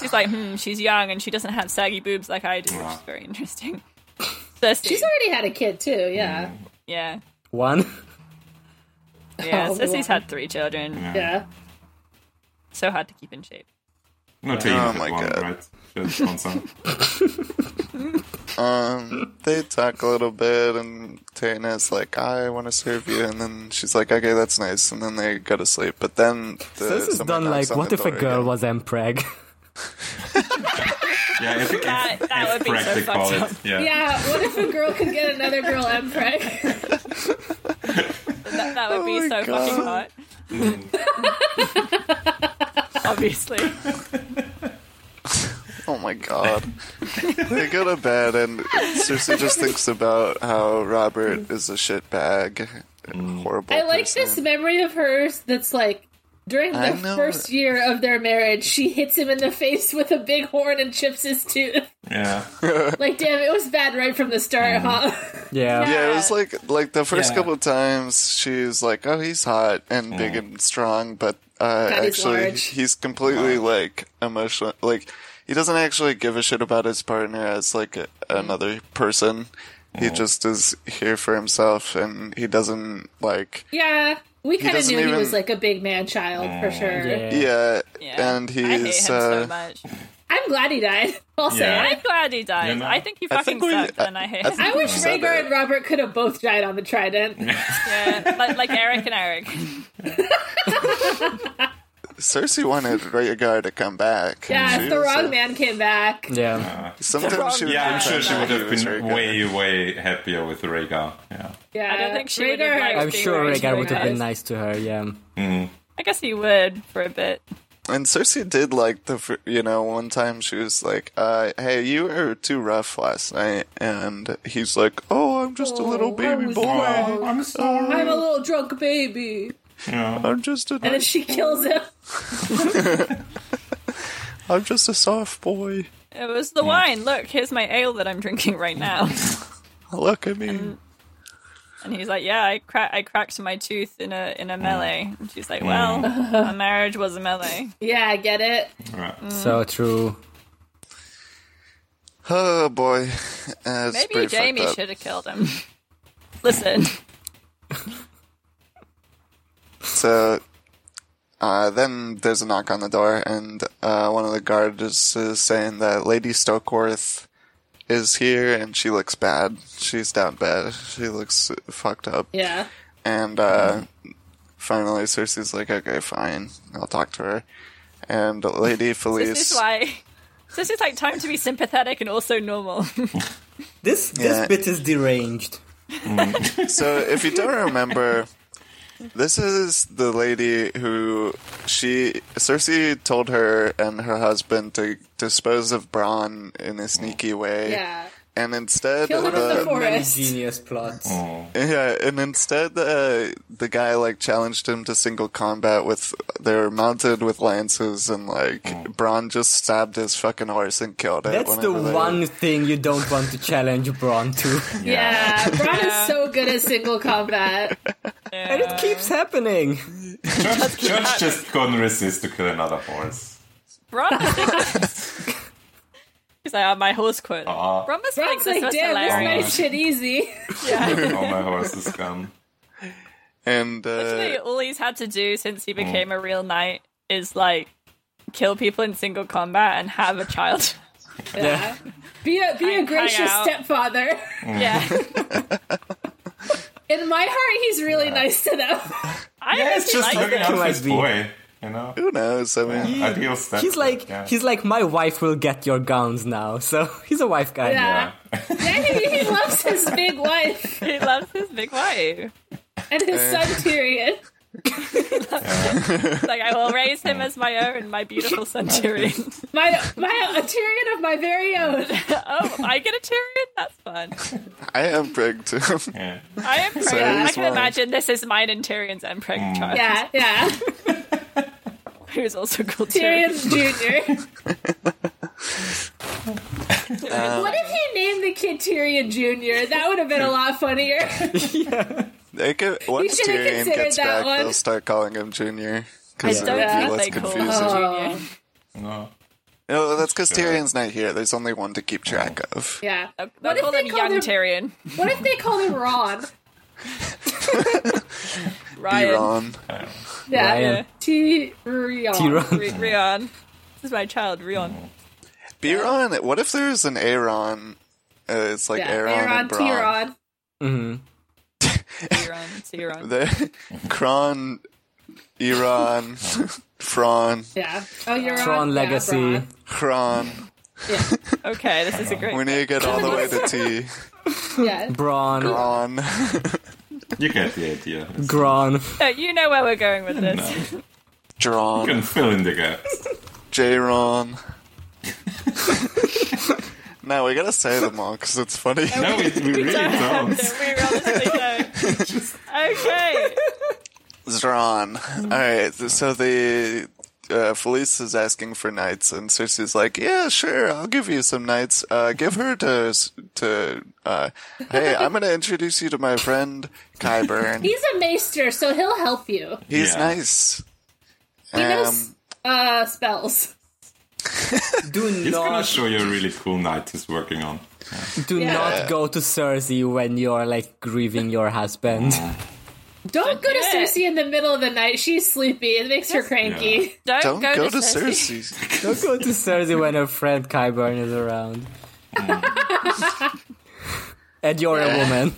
Sissy's like, hmm, she's young and she doesn't have saggy boobs like I do, which is
Wow.
very interesting. <laughs> Sissy,
She's already had a kid too. Yeah, <laughs>
yeah,
One.
yeah.
Oh,
Sissy's
wow.
had three children,
yeah.
so hard to keep in shape.
No, to you
Oh
had
my
one,
God.
right? Just one son.
um they talk a little bit and Tana's like i want to serve you and then she's like okay that's nice and then they go to sleep but then the,
This is
someone
done
knocks
like,
on
what
the
if a
door
girl
again.
was Mpreg?
Yeah,
<laughs>
if,
That-
if,
that
if
would be so
Greg, they
fucked
call
up.
it. Yeah.
Yeah, what if a girl could get another girl M pregnant?
That, that would be
Oh my
so fucking hot. Obviously,
Oh my god. <laughs> they go to bed and Cersei just thinks about how Robert is a shitbag. Horrible.
I like
person.
this memory of hers that's like during
I
the
know.
first year of their marriage, she hits him in the face with a big horn and chips his tooth. <laughs>
Yeah.
<laughs>
Like, damn, it was bad right from the start,
Mm.
huh?
<laughs>
<laughs>
yeah.
Yeah, it was like like the first
Yeah.
couple of times she's like, "Oh, he's hot and big and strong," but uh,
he's
actually
large.
he's completely like emotional. Like he doesn't actually give a shit about his partner as like a, another person. He just is here for himself, and he doesn't like
yeah, we kind of
doesn't
knew he
even-
was like a big man child for
Mm,
sure.
yeah.
yeah.
And
I hate him
he's uh,
so much.
I'm glad he died. <laughs> I'll say
Yeah.
it.
I'm glad he died.
know?
I think he
I
fucking
think we-
sucked, and I hate
I
him.
think-
I wish
said
Rhaegar
it.
and Robert could have both died on the
<laughs>
Trident. Uh,
yeah, like, like Eric and Eric.
Cersei wanted Rhaegar to come back.
Yeah,
She
if the
was
wrong
like-
man came back.
Yeah.
Sometimes she would
Yeah, I'm sure she would have
It was very
been
good.
way, way happier with Rhaegar. Yeah.
Yeah,
I don't think she would have liked
I'm
Being
sure
very
Rhaegar would have been
nice.
nice to her. Yeah.
I guess he would for a bit.
And Cersei did like the, fir- you know, one time she was like, uh, "Hey, you were too rough last night," and he's like, "Oh, I'm just a little
Oh, I
baby
was
boy.
wrong.
I'm sorry.
I'm a little drunk baby.
Yeah.
I'm just a,
And then she kills him. <laughs>
am just a soft boy.
It was the wine. Look, here's my ale that I'm drinking right now.
Look at
Uh,
me."
And he's like, "Yeah, I cra- I cracked my tooth in a in a melee." And she's like, "Well, a marriage was a melee."
Yeah, I get it.
Right.
So true.
Oh boy, <laughs> Uh, it's
Maybe
pretty fucked
Jamie
up.
should have killed him.
<laughs>
Listen,
So, Uh, then there's a knock on the door, and uh, one of the guards is, is saying that Lady Stokeworth is here, and she looks bad. She's down bad. She looks fucked up.
Yeah.
And uh, finally, Cersei's like, "Okay, fine, I'll talk to her." And Lady
This is
Felice,
why. This is like time to be sympathetic and also normal. <laughs>
This
Yeah.
this bit is deranged.
so if you don't remember, this is the lady who she Cersei told her and her husband to dispose of Bronn in a sneaky way.
Yeah.
And instead,
Kill him in the
the-
Many
forest.
genius plots.
Um, <laughs> Yeah, and instead, uh, the guy like challenged him to single combat with. they were mounted with lances, and like Bronn just stabbed his fucking horse and killed it.
Mm. That's the
whenever they-
one thing you don't want to challenge Braun to.
<laughs> Yeah. Bron is so good at single
<laughs>
combat.
And it keeps happening.
Judge, Judge just couldn't resist to kill another horse.
Bron. He's like, oh, my horse quit.
Ah,
Bron must think
Bron's
this
like,
was
damn, this
hilarious.
made shit easy. <laughs>
Yeah.
oh,
<laughs>
my horse is gone.
And
Actually,
uh,
all he's had to do since he became a real knight is like kill people in single combat and have a child. <laughs>
Yeah. Be a be a
Hang- hang
gracious
out.
stepfather. <laughs>
yeah.
In my heart, he's really nice to them.
I
Yeah,
really
it's just
like
looking
it.
out for
might
his
be.
boy, you know?
who knows? I mean,
Yeah, Ideal step.
He's like
yeah.
he's like my wife will get your gowns now. So <laughs> he's a wife guy.
Yeah.
Yeah.
And he, he loves his big wife
He loves his big wife.
and his son Tyrion.
Like I will raise him as my own, my beautiful centurion. <laughs>
My my a Tyrion of my very own.
oh, I get a Tyrion? That's fun.
I am prigged too. <laughs>
yeah.
I am pregnant. I
he's
can
mine.
imagine this is mine and Tyrion's
Mm.
Empreg child,
Yeah, yeah.
who's also called Tyrion.
Tyrion Junior. what if he named the kid Tyrion Junior? That would have been a lot funnier. <laughs>
They could,
<laughs>
once
should've
Tyrion
considered
gets
that
back,
one.
they'll start calling him
I
Junior because
don't
it'll be
Yeah.
less
think they call him
confusing.
Oh.
Tyrion.
No.
No, that's because Tyrion's not here. There's only one to keep track of.
Yeah.
They'll
What if
call
they
him
call
Young
him-
Tyrion.
What if they called him Ron?
Ryan.
Euron.
Yeah.
Ryan.
Tyrion.
R- Rion. This is my child, Rion.
Euron. What if there's an Aeron? Uh, it's like
Yeah.
Aeron
Aaron
and Bronn.
Tyrion.
hmm
Rion. Tyrion.
<laughs> The Kron, Iran, Fron,
Yeah. Oh, you're
Tron
on
Legacy.
Yeah, Bronn.
Kron.
<laughs> Okay, this is a
We
great.
need to get all the
<laughs>
way to T.
Yeah.
Braun.
Kron.
You get the idea. You
Gron.
No, you know where we're going with this. <laughs>
Dron.
can fill in the gaps.
Jaron. <laughs> no, we gotta say them all because it's funny.
No, Oh, we,
<laughs>
we really don't.
we honestly don't. Okay.
<laughs> Zron. Alright, th- so the. Uh, Felice is asking for knights, and Cersei's like, "Yeah, sure, I'll give you some knights. Uh, give her to s- to. Uh, <laughs> hey, I'm gonna introduce you to my friend <laughs> Kyburn.
He's a maester, so he'll help you.
He's
Yeah.
nice.
He
um,
knows uh, spells.
Do
He's gonna
not
show you a really cool knight he's working on.
do
Yeah.
not go to Cersei when you're like grieving your
<laughs>
husband.
Don't go to
Forget it.
Cersei in the middle of the night. She's sleepy. It makes her cranky.
Don't,
Don't go, to
Cersei.
Cersei.
Don't go to Cersei when her friend Kyburn
<laughs>
is around. and you're a woman.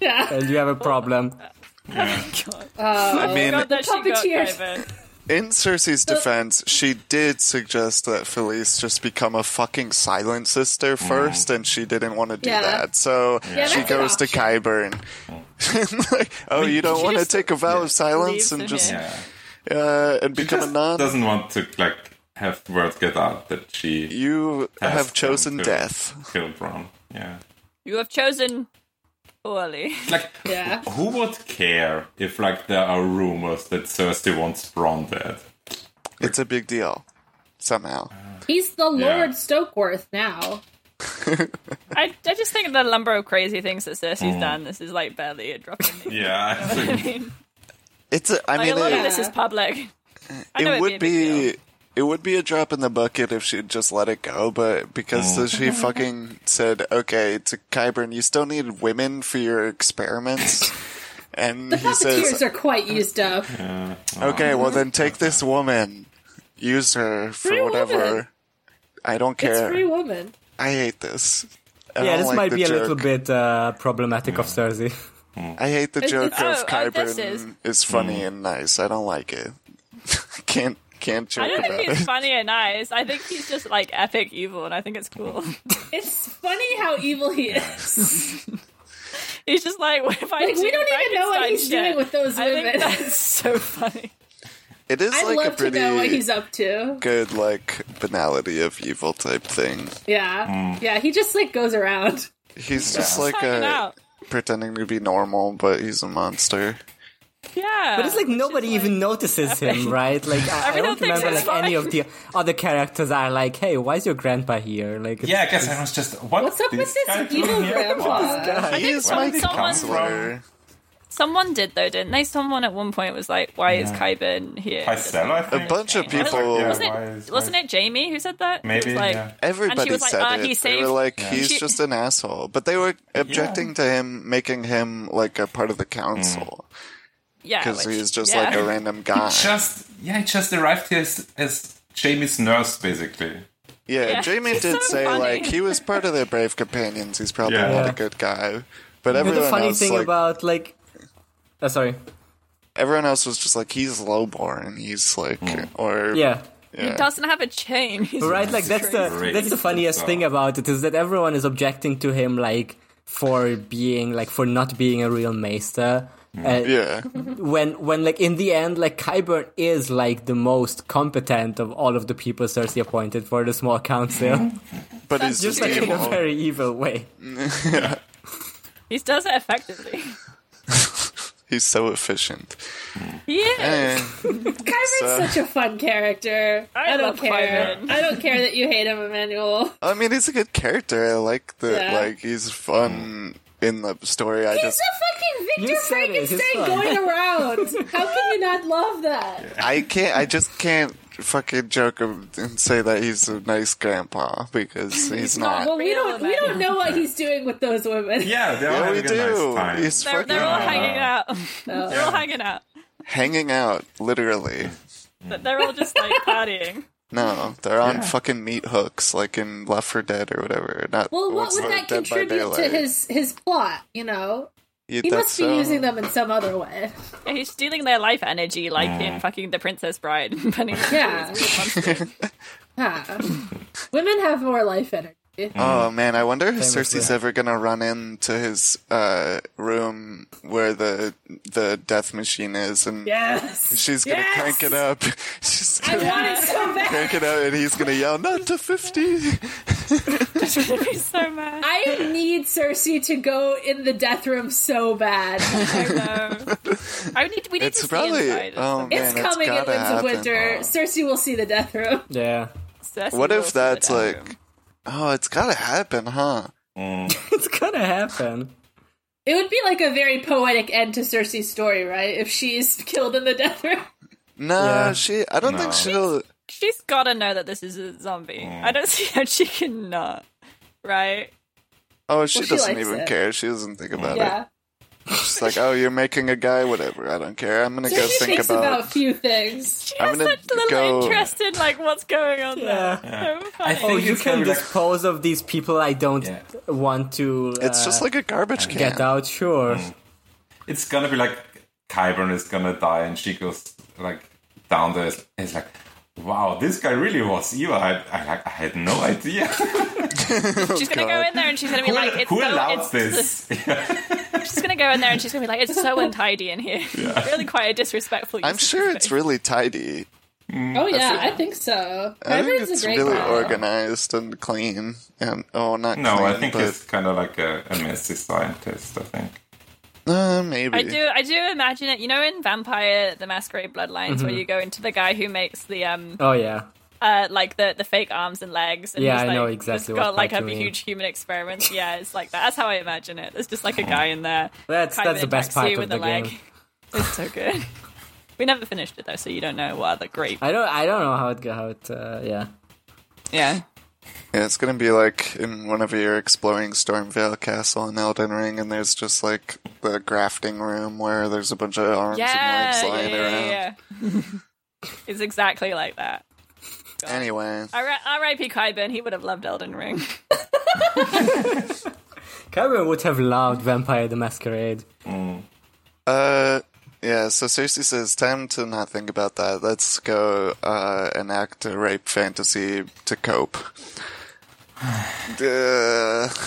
Yeah.
And you have a problem.
<laughs> I mean,
God, that she got
Puppeteers.
Kyburn.
in Cersei's defense, she did suggest that Felice just become a fucking silent sister first, and she didn't want to do
Yeah.
that. So
Mm. Yeah,
she
that's an
goes to Kyburn. <laughs> like, oh, you don't want to
just
take a vow of
leaves
silence and
him
just
here.
Yeah.
uh, and
She
become a
just
nun?
doesn't want to like have word get out that she
You
has
have chosen
to
death.
Kill Bron. Yeah.
You have chosen poorly. <laughs>
Like,
Yeah.
who would care if like there are rumors that Cersei wants Bron dead?
It's a big deal. Somehow.
He's the
Yeah.
Lord Stokeworth now.
I, I just think the number of crazy things that Cersei's
Mm.
done, this is like barely a drop in the <laughs>
Yeah. I
<laughs>
I
think-
mean,
It's. A, I
like,
mean,
a lot
it-
of this is public. I know
it
it'd
would
be. a big
be
deal.
it would be a drop in the bucket if she'd just let it go, but because
Mm.
she
<laughs>
fucking said, "Okay, to Kyburn, you still need women for your experiments." and
The
he
puppeteers
says,
are quite used up.
"Okay, well then take this woman, use her for
Free
whatever."
woman.
I don't
It's
care.
free woman.
I hate this. I
Yeah,
don't
this
like
might
the
be a
joke.
little bit uh, problematic of Cersei.
I hate the joke
oh,
of
oh,
Kyburn
this is-
is funny
Mm.
and nice. I don't like it. <laughs> can't can't
I
joke
don't
about
think he's
<laughs> it.
funny and nice. I think he's just like epic evil, and I think it's cool. <laughs>
It's funny how evil he is.
He's just like, what if I
Like,
do
we don't even know what
Frankenstein
he's doing
shit?
with those
I think
women.
that's <laughs> so funny.
It is
<laughs> I'd
like a
love to
pretty
know what he's up to.
good like banality of evil type thing.
Yeah.
Mm.
Yeah, he just like goes around. <laughs>
He's just like
Hanging
a,
out.
pretending to be normal, but he's a monster.
Yeah,
But it's like nobody
<laughs>
even notices him, right? Like I, I
Everyone
don't
thinks
remember like
it's
any of the other characters are like, "Hey, why is your grandpa here?" Like,
<laughs> Yeah, I guess I was just what
What's up with
guy
this
doing
evil
here?
grandpa?
He is
some-
my
someone-
counselor.
someone did though, didn't they? Someone at one point was like, why is Kyburn here?
Picella, I think.
A bunch of
Yeah,
people-
why
Wasn't
why
it,
is-
wasn't it Jamie who said that?
Maybe,
It was like-
yeah.
And she
Everybody
was like,
said
uh,
it.
he
They
saved-
were like, he's
She-
just an asshole. But they were objecting to him making him like a part of the council
Mm. Yeah,
because
which-
he's just
yeah.
like a random
<laughs>
guy.
Just yeah, he just arrived here as, as Jamie's nurse, basically.
Yeah,
Yeah.
Jamie
It's
did
so
say
funny.
like he was part of their brave companions. He's probably
Yeah.
not
Yeah.
a good guy, but
but
everyone
the funny
else
thing
like
about like, oh, sorry,
everyone else was just like he's lowborn. He's like
Hmm.
or
yeah.
He doesn't have a chain. He's
Right, like that's the
crazy.
that's the funniest thing about it is that everyone is objecting to him like for being like for not being a real maester. Uh,
Mm.
<laughs>
yeah.
when when like in the end like Kyburn is like the most competent of all of the people Cersei appointed for the small
<laughs>
council,
But he's
just
just
like in a
evil.
very evil way.
He does it effectively.
He's so efficient.
He is.
Eh,
Kyron's such a fun character. I,
I
don't
love
care.
Kyron.
I don't care that you hate him, Emmanuel.
I mean, he's a good character. I like the
Yeah.
like he's fun
Hmm.
in the story. I
He's
<laughs> just
a fucking Victor
You said it, he's
Frankenstein
fun.
going around. How can you not love that?
I can't. I just can't fucking joke him and say that he's a nice grandpa
<laughs>
because he's, not.
Uh, Well, we
Real
don't we don't know what he's doing with those women.
Yeah, they're all
Yeah, we
having a nice
do.
time.
He's
They're,
fucking
they're all
Yeah.
hanging
<laughs>
out. They're all hanging out.
hanging out, literally.
But they're all just like partying.
No, they're on fucking meat hooks, like in Left for Dead or whatever.
<laughs>
Not
Well, what
what's
would
the
that
Dead by
contribute to
Daylight?
his his plot? You know,
Yeah,
he
that's um,
must be
so-
using them in some other way.
<laughs> Yeah, he's stealing their life energy, like in fucking The Princess Bride. <laughs> Penny
Yeah.
<laughs>
Huh. Women have more life energy.
Oh man, I wonder if
Famously.
Cersei's ever gonna run into his uh, room where the the death machine is, and <laughs>
Yes.
she's gonna
Yes!
crank it up. <laughs> she's
I
gonna
want it so bad.
crank it up, and he's gonna yell, "Not to 50!
he's so mad.
I
<laughs>
need Cersei to go in the death room so
<laughs>
bad.
I know. I need, we need
It's
to
probably
see inside.
oh man,
It's coming in
gotta
Winds of
happen. Oh.
Winter. Cersei will see the death room.
Yeah,
Cersei
What
will
if
see
that's
the
like?
dining room.
Oh, it's gotta happen, huh?
it's gonna happen.
It would be like a very poetic end to Cersei's story, right? If she's <laughs> killed in the death room.
No,
Yeah.
she. I don't think she'll. oh,
she's gotta know that this is a zombie. I don't <laughs> see how she can not. Right?
Oh, she
Well, she
doesn't
likes
even
it.
care. She doesn't think about it.
Yeah.
She's like, "Oh, you're making a guy. Whatever. I don't care. I'm gonna
Cersei <laughs>
go think
thinks
about."
about few things.
She
I'm
has
gonna
such little
go-
interest in like what's going on there. So funny.
think
Oh,
it's
you can
gonna be like-
dispose of these people. I don't
Yeah.
want to. Uh,
It's just like a garbage can.
get out. Sure.
it's gonna be like Kyburn is gonna die, and she goes like down there. Is, is like, wow, this guy really was evil. I, I like, I had no idea. <laughs>
she's gonna go in there and she's gonna be like, it's
Who
so
allowed
it's, <laughs>
<laughs>
this?
She's gonna go in there and she's gonna be like, it's so untidy in here. <laughs> really quite a disrespectful.
I'm
<laughs>
sure it's really tidy.
Oh yeah, I think so.
Mm, I think
Reverend's
it's
a great
really
guy. organized
organized and clean. And oh, not
no,
clean,
I think
but
it's kind of like a, a messy scientist. I think. <laughs>
uh, maybe.
I do, I do imagine it. You know, in Vampire: The Masquerade Bloodlines,
Mm-hmm.
where you go into the guy who makes the um,
Oh yeah.
uh, like the the fake arms and legs. And
Yeah,
he's,
I
like,
know exactly
Just
what
got like
part
a
you mean.
huge human experiment. Yeah, it's like that. That's how I imagine it. There's just like a guy in there.
Oh. That's-
kind of
that's the best
injects
part
you
of
with
the
a leg.
game.
<laughs> It's so good. We never finished it though, so you don't know what other great.
I don't. I don't know how it. go- How it. Uh, yeah.
Yeah.
Yeah, it's gonna be like in whenever you're exploring Stormvale Castle in Elden Ring, and there's just like the grafting room where there's a bunch of arms
Yeah,
and legs
yeah,
lying
yeah,
around.
yeah, yeah. <laughs> it's exactly like that.
Anyway,
R- R.I.P. Kyburn. He would have loved Elden Ring.
Kyburn would have loved Vampire the Masquerade.
uh, yeah. So Cersei says, "Time to not think about that. Let's go uh, enact a rape fantasy to cope." <sighs> Duh. <laughs>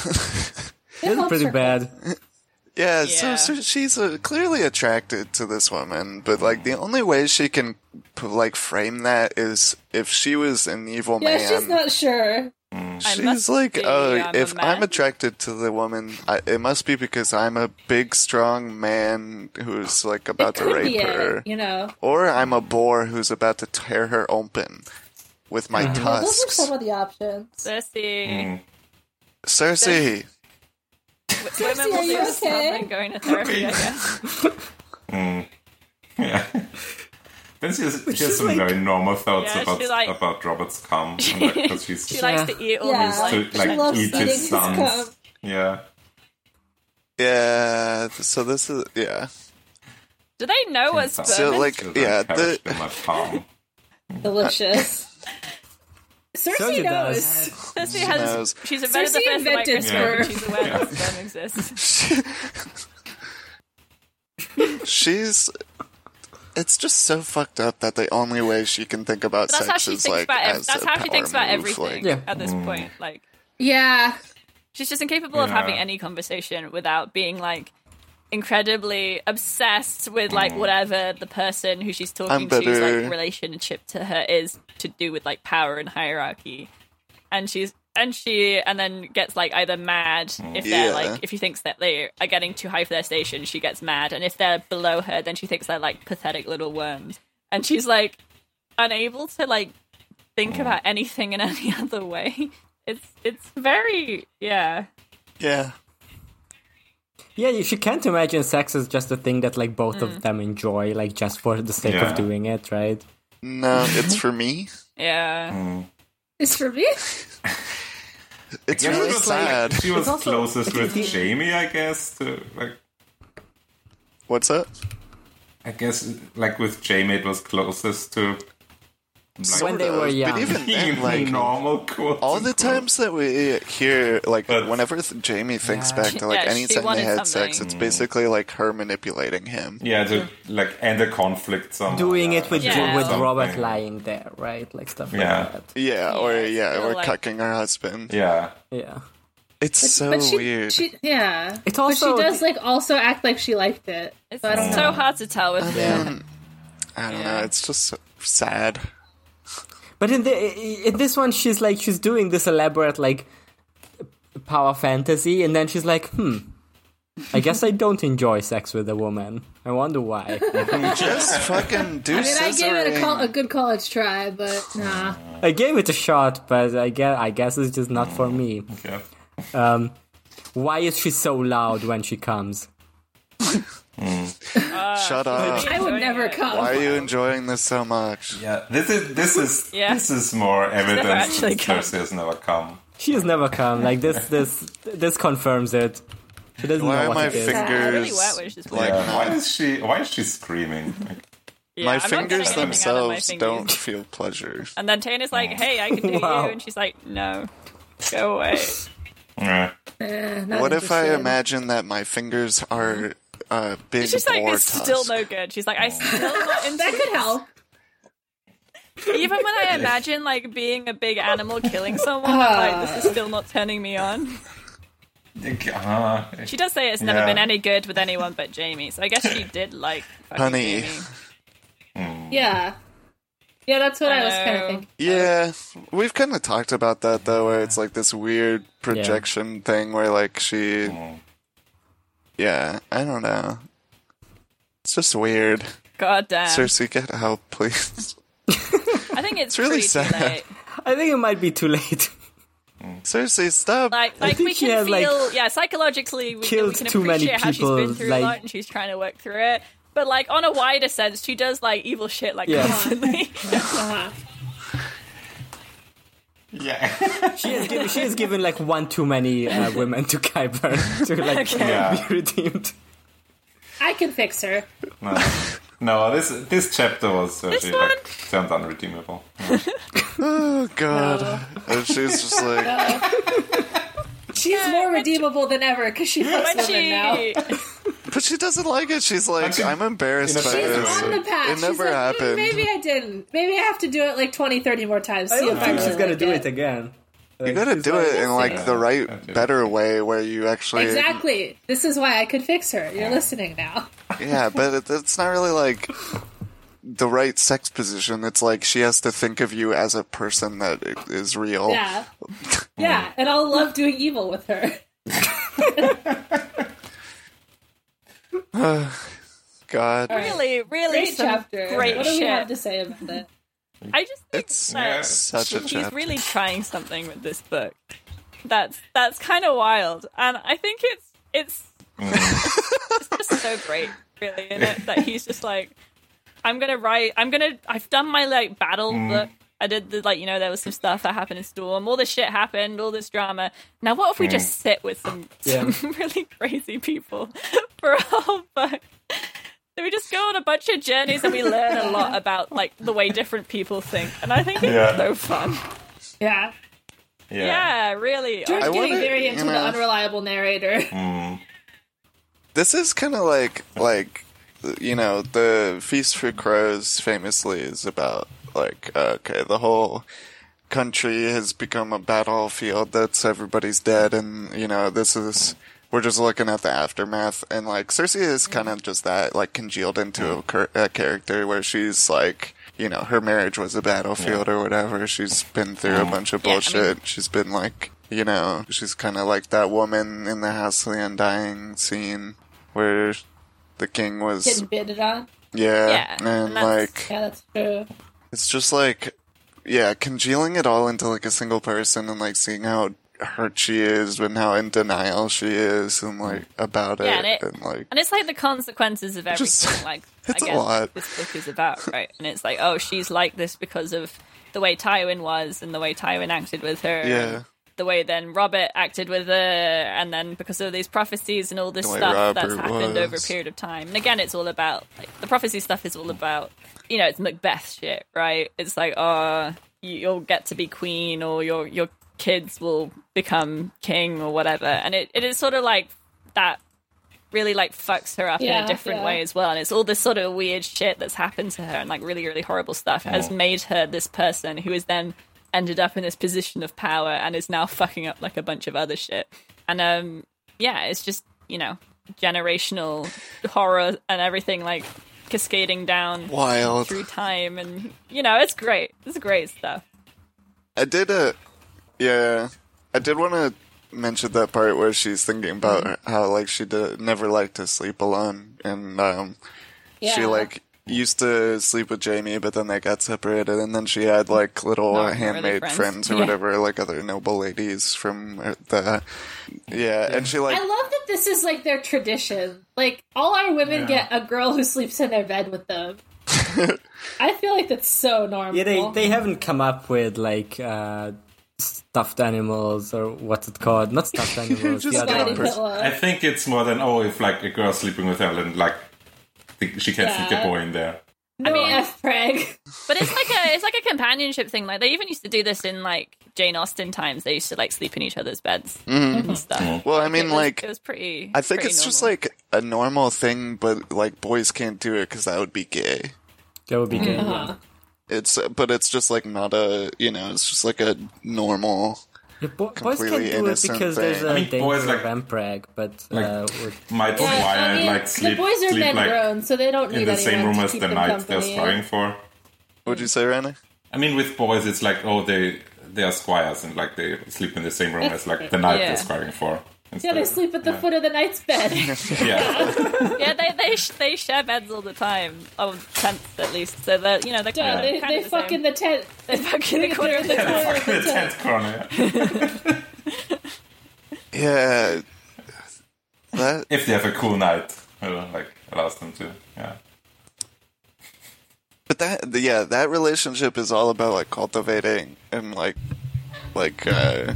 This is pretty bad.
Yeah,
Yeah.
so, so she's uh, clearly attracted to this woman, but like the only way she can p- like frame that is if she was an evil
Yeah,
man.
she's not sure.
I
She's
must
like,
be,
oh,
I'm a
if I'm
man."
attracted to the woman, I, it must be because I'm a big, strong man who's like about to
Could be
<laughs>
rape her,
it, you know.
or I'm a boar who's about to tear her open with my
Those are
tusks.
some of the
<laughs>
options.
Cersei.
Mm.
Cersei,
Women will
are you
do stuff
okay?
and going to therapy, I
<laughs>
guess.
Yeah. Then she has, she has
is
some
like-
very normal thoughts
Yeah,
about
she like-
about Robert's cum. Because she's
She likes to eat all
Yeah.
these,
to,
like,
like,
she loves
eat
eating
his
his
sons.
cum.
yeah.
yeah. So this is yeah.
Do they know what's
So,
So
bourbon?
like
She was
yeah, the,
encouraged in my palm.
Delicious. Cersei
Cersei
knows.
does.
Cersei has.
knows.
She's invented
Cersei
the first
invented
microscope. and
sperm.
She's aware that sperm
<laughs>
exists.
she's it's just so fucked up that the only way she can think about
That's
sex
how she
is
thinks
like
about. ev-
as
That's
a
how she thinks
power
about
move,
everything
like-
Yeah.
at this
Mm.
point. Like
Yeah.
she's just incapable of
Yeah.
having any conversation without being like incredibly obsessed with like whatever the person who she's talking
I'm
to's
better.
like relationship to her is to do with like power and hierarchy and she's and she and then gets like either mad if they're
Yeah.
like if she thinks that they are getting too high for their station she gets mad and if they're below her then she thinks they're like pathetic little worms and she's like unable to like think about anything in <laughs> any other way it's it's very yeah
yeah
Yeah, you, she can't imagine sex is just a thing that like both
Mm.
of them enjoy, like just for the sake
Yeah.
of doing it, right?
no it's for me
yeah
Mm.
It's for me.
<laughs> it's
Yeah, she
really
was, like-
sad
she was
also-
closest with Jamie, I guess. To like,
what's up
I guess like with Jamie, it was closest
<laughs>
to
When they were young.
but even
being
<laughs> then like
normal. quotes
all the
and
times that we hear like
But-
whenever th- jamie thinks back to like
Yeah, she
anytime they
wanted
had sex
something.
it's basically like her manipulating him
Yeah, to like end the conflict somehow.
Doing it with
Yeah.
with
Something.
Robert lying there, right? Like stuff like
Yeah.
that.
yeah, or
it's
yeah
still,
or
like-
cucking her husband
Yeah,
Yeah.
it's so
but she,
weird
she yeah.
It's
but
also-
she does like also act like she liked it. So
It's
I don't
so
know.
hard to tell with her.
i don't know it's just so sad
But in, the, in this one, she's like she's doing this elaborate like power fantasy, and then she's like, hmm. I guess I don't enjoy sex with a woman. I wonder why.
just
<laughs>
fucking
I
do
mean, I gave it a,
scissoring.
col- a good college try, but nah.
I gave it a shot, but I guess I guess it's just not for me.
yeah.
Why is she so loud when she comes?
Uh, <laughs>
shut up
I
Oh,
would never come.
Why are you enjoying this so much?
Yeah, this is this is
Yeah.
this is more evidence
actually
that
come.
Cersei has never come.
She has never come. Like this, this, this confirms it. She doesn't
Why
know
are
what
my
it is.
fingers
I really were, which is
like
weird.
Yeah. Why is she? Why is she screaming? Like,
Yeah,
my
I'm not getting anything out
fingers
of my
themselves
fingers.
don't Mm. feel
<laughs>
pleasure?
And then Tane is like, "Hey, I can do
Wow.
you," and she's like, "No, go
<laughs>
away."
yeah.
Eh, not
What if I
interested.
imagine that my fingers are uh, big
She's like,
boar
"It's
tusks?
still no good." She's like, "I
Mm.
still not
<laughs>
into
That could help.
even when I imagine like being a big animal killing someone, I'm like this is still not turning me on."
Like, ah,
She does say it's never
Yeah.
been any good with anyone but Jamie, so I guess she did like fucking
Honey.
Jamie.
Yeah. Yeah, that's what I, was
Hello.
kind of thinking.
Yeah, we've kind of talked about that though, where it's like this weird projection thing where like she.
Mm-hmm.
Yeah, I don't know. It's just weird.
God damn!
Cersei, get help,
<laughs>
please.
I think it's,
really
really
sad.
late.
I think it might be too late.
Cersei, stop.
Like, like
think
we
she
can
has, like,
feel, yeah, psychologically, we,
killed
we can
too many
appreciate how she's been
people,
through
like-
a lot and she's trying to work through it. But like on a wider sense,
<laughs>
she does like evil shit like
Yeah.
constantly.
Uh-huh.
<laughs> Yeah.
She has given, she has given like one too many uh, women to Kyber <laughs> to like
Yeah.
be redeemed.
I can fix her.
No, no this this chapter was uh,
This
she,
one?
like, turned unredeemable. Yeah.
Oh god. And
<laughs>
she's just like,
She's more redeemable than ever because she fucks
When
women now.
she
but she doesn't like it. She's like,
Actually,
I'm embarrassed
in a
by
sense-
She's
this.
on the path.
It
She's
never
like, "Hmm,
happened.
Maybe I didn't. Maybe I have to do it like 20, 30 more times.
I
See
don't
if I
think
really
she's gonna
like
do it again.
You gotta do it in like the right,
Okay.
better way where you actually.
Exactly. This is why I could fix her. You're listening now.
Yeah, but it, it's not really like the right sex position. It's like she has to think of you as a person that i- is real. <laughs>
Yeah. Yeah, and I'll love doing evil with her.
God.
really, really
Great
some
chapter.
great
what do
shit.
we have to say about it?
I just think
It's
that
such a
he's
chapter.
really trying something with this book. That's that's kind of wild, and I think it's it's <laughs> it's just so great, really, in it that he's just like, I'm gonna write, I'm gonna, I've done my like battle book. I did the like, you know, there was some stuff that happened in Storm. All this shit happened, all this drama. Now, what if we just sit with some,
Yeah.
some <laughs> really crazy people for a whole book? So we just go on a bunch of journeys and we learn a lot about like the way different people think, and I think it's
Yeah.
so fun.
Yeah.
Yeah, really.
George
I
getting
wonder,
very
you
into the
know-
unreliable narrator. <laughs>
Mm.
This is kind of like like you know the feast for crows famously is about like uh, okay the whole country has become a battlefield that's everybody's dead and you know this is we're just looking at the aftermath and like Cersei is kind of just that like congealed into a, cur- a character where she's like you know her marriage was a battlefield or whatever she's been through a bunch of
Yeah, I mean-
bullshit she's been like you know she's kind of like that woman in the house of the undying scene where the king was
Getting bidded on.
yeah,
Yeah,
and
and that's-
like
Yeah, that's true.
it's just like, yeah, congealing it all into like a single person and like seeing how hurt she is and how in denial she is and like about
Yeah,
it,
and it-
and like
And it's like the consequences of everything.
Just- <laughs>
like
it's a
I guess
lot.
this book is about, right? And it's like, oh, she's like this because of the way Tywin was and the way Tywin acted with her. and
yeah,
The way then Robert acted with her, and then because of these prophecies and all this
The way
stuff that's
Robert
happened over a
was.
period of time. And again, it's all about like the prophecy stuff is all about, you know, it's Macbeth shit, right? It's like, oh, you- you'll get to be queen, or your your kids will become king, or whatever. And it, it is sort of like that really like fucks her up in
Yeah,
a different
yeah.
way as well. And it's all this sort of weird shit that's happened to her and like really, really horrible stuff has made her this person who has then ended up in this position of power and is now fucking up like a bunch of other shit. And um yeah, it's just, you know, generational horror and everything like cascading down
wild.
through time and you know, it's great. It's great stuff.
I did a, yeah, I did want to mention that part where she's thinking about
Mm-hmm.
how like she did, never liked to sleep alone and um
Yeah.
she like used to sleep with Jamie, but then they got separated, and then she had like little
Not really
handmade
friends.
friends. or whatever, like other noble ladies from uh, the yeah, and she like
I love that this is like their tradition. Like all our women get a girl who sleeps in their bed with
<laughs>
them. I feel like that's so normal.
Yeah, they they haven't come up with like uh, stuffed animals or what's it called? Not
<laughs>
stuffed animals.
Just
the other
stuffed
Daddy
one.
animals.
pillow.
I think it's more than oh, if like a girl's sleeping with Ellen, like th- she can sneak
Yeah.
a boy in there.
I mean, <laughs> F Preg.
But it's like a it's like a companionship thing. Like they even used to do this in like Jane Austen times. They used to like sleep in each other's beds and stuff.
well, I mean
It was-
Mm-hmm. like.
it was pretty.
I think
pretty
it's just
normal.
like a normal thing, but like boys can't do it because that would be gay.
That would be <laughs> good.
Uh-huh.
It's but it's just like not a you know it's just like a normal
Yeah, bo- boys
Completely
can do it
innocent
because there's
thing.
a
I
mean,
danger
boys, like-
of Empreg, but uh, with-
Might
Yeah,
why
I mean,
like sleep
the boys are
sleep
men
like
grown, so they don't need
in the
anyone
same room
to
as
keep
the
them
knight
company.
they're spying for.
Would you say, Rana?
I mean, with boys, it's like oh, they they are squires and like they sleep in the same room as like the knight
Yeah.
they're squiring for.
Yeah, they sleep at the foot of the knight's
<laughs>
bed. <laughs>
Yeah,
yeah, they they sh- they share beds all the time, oh, tents at least. So they're you know they're
Yeah,
kind
they
of
they fuck in the tent. They
fuck in the corner
corner of
of
the corner of the tent.
<laughs> the tenth corner.
Yeah, that
If they have a cool night, you know, like allows them to. Yeah,
But that, yeah, that relationship is all about like cultivating and like like uh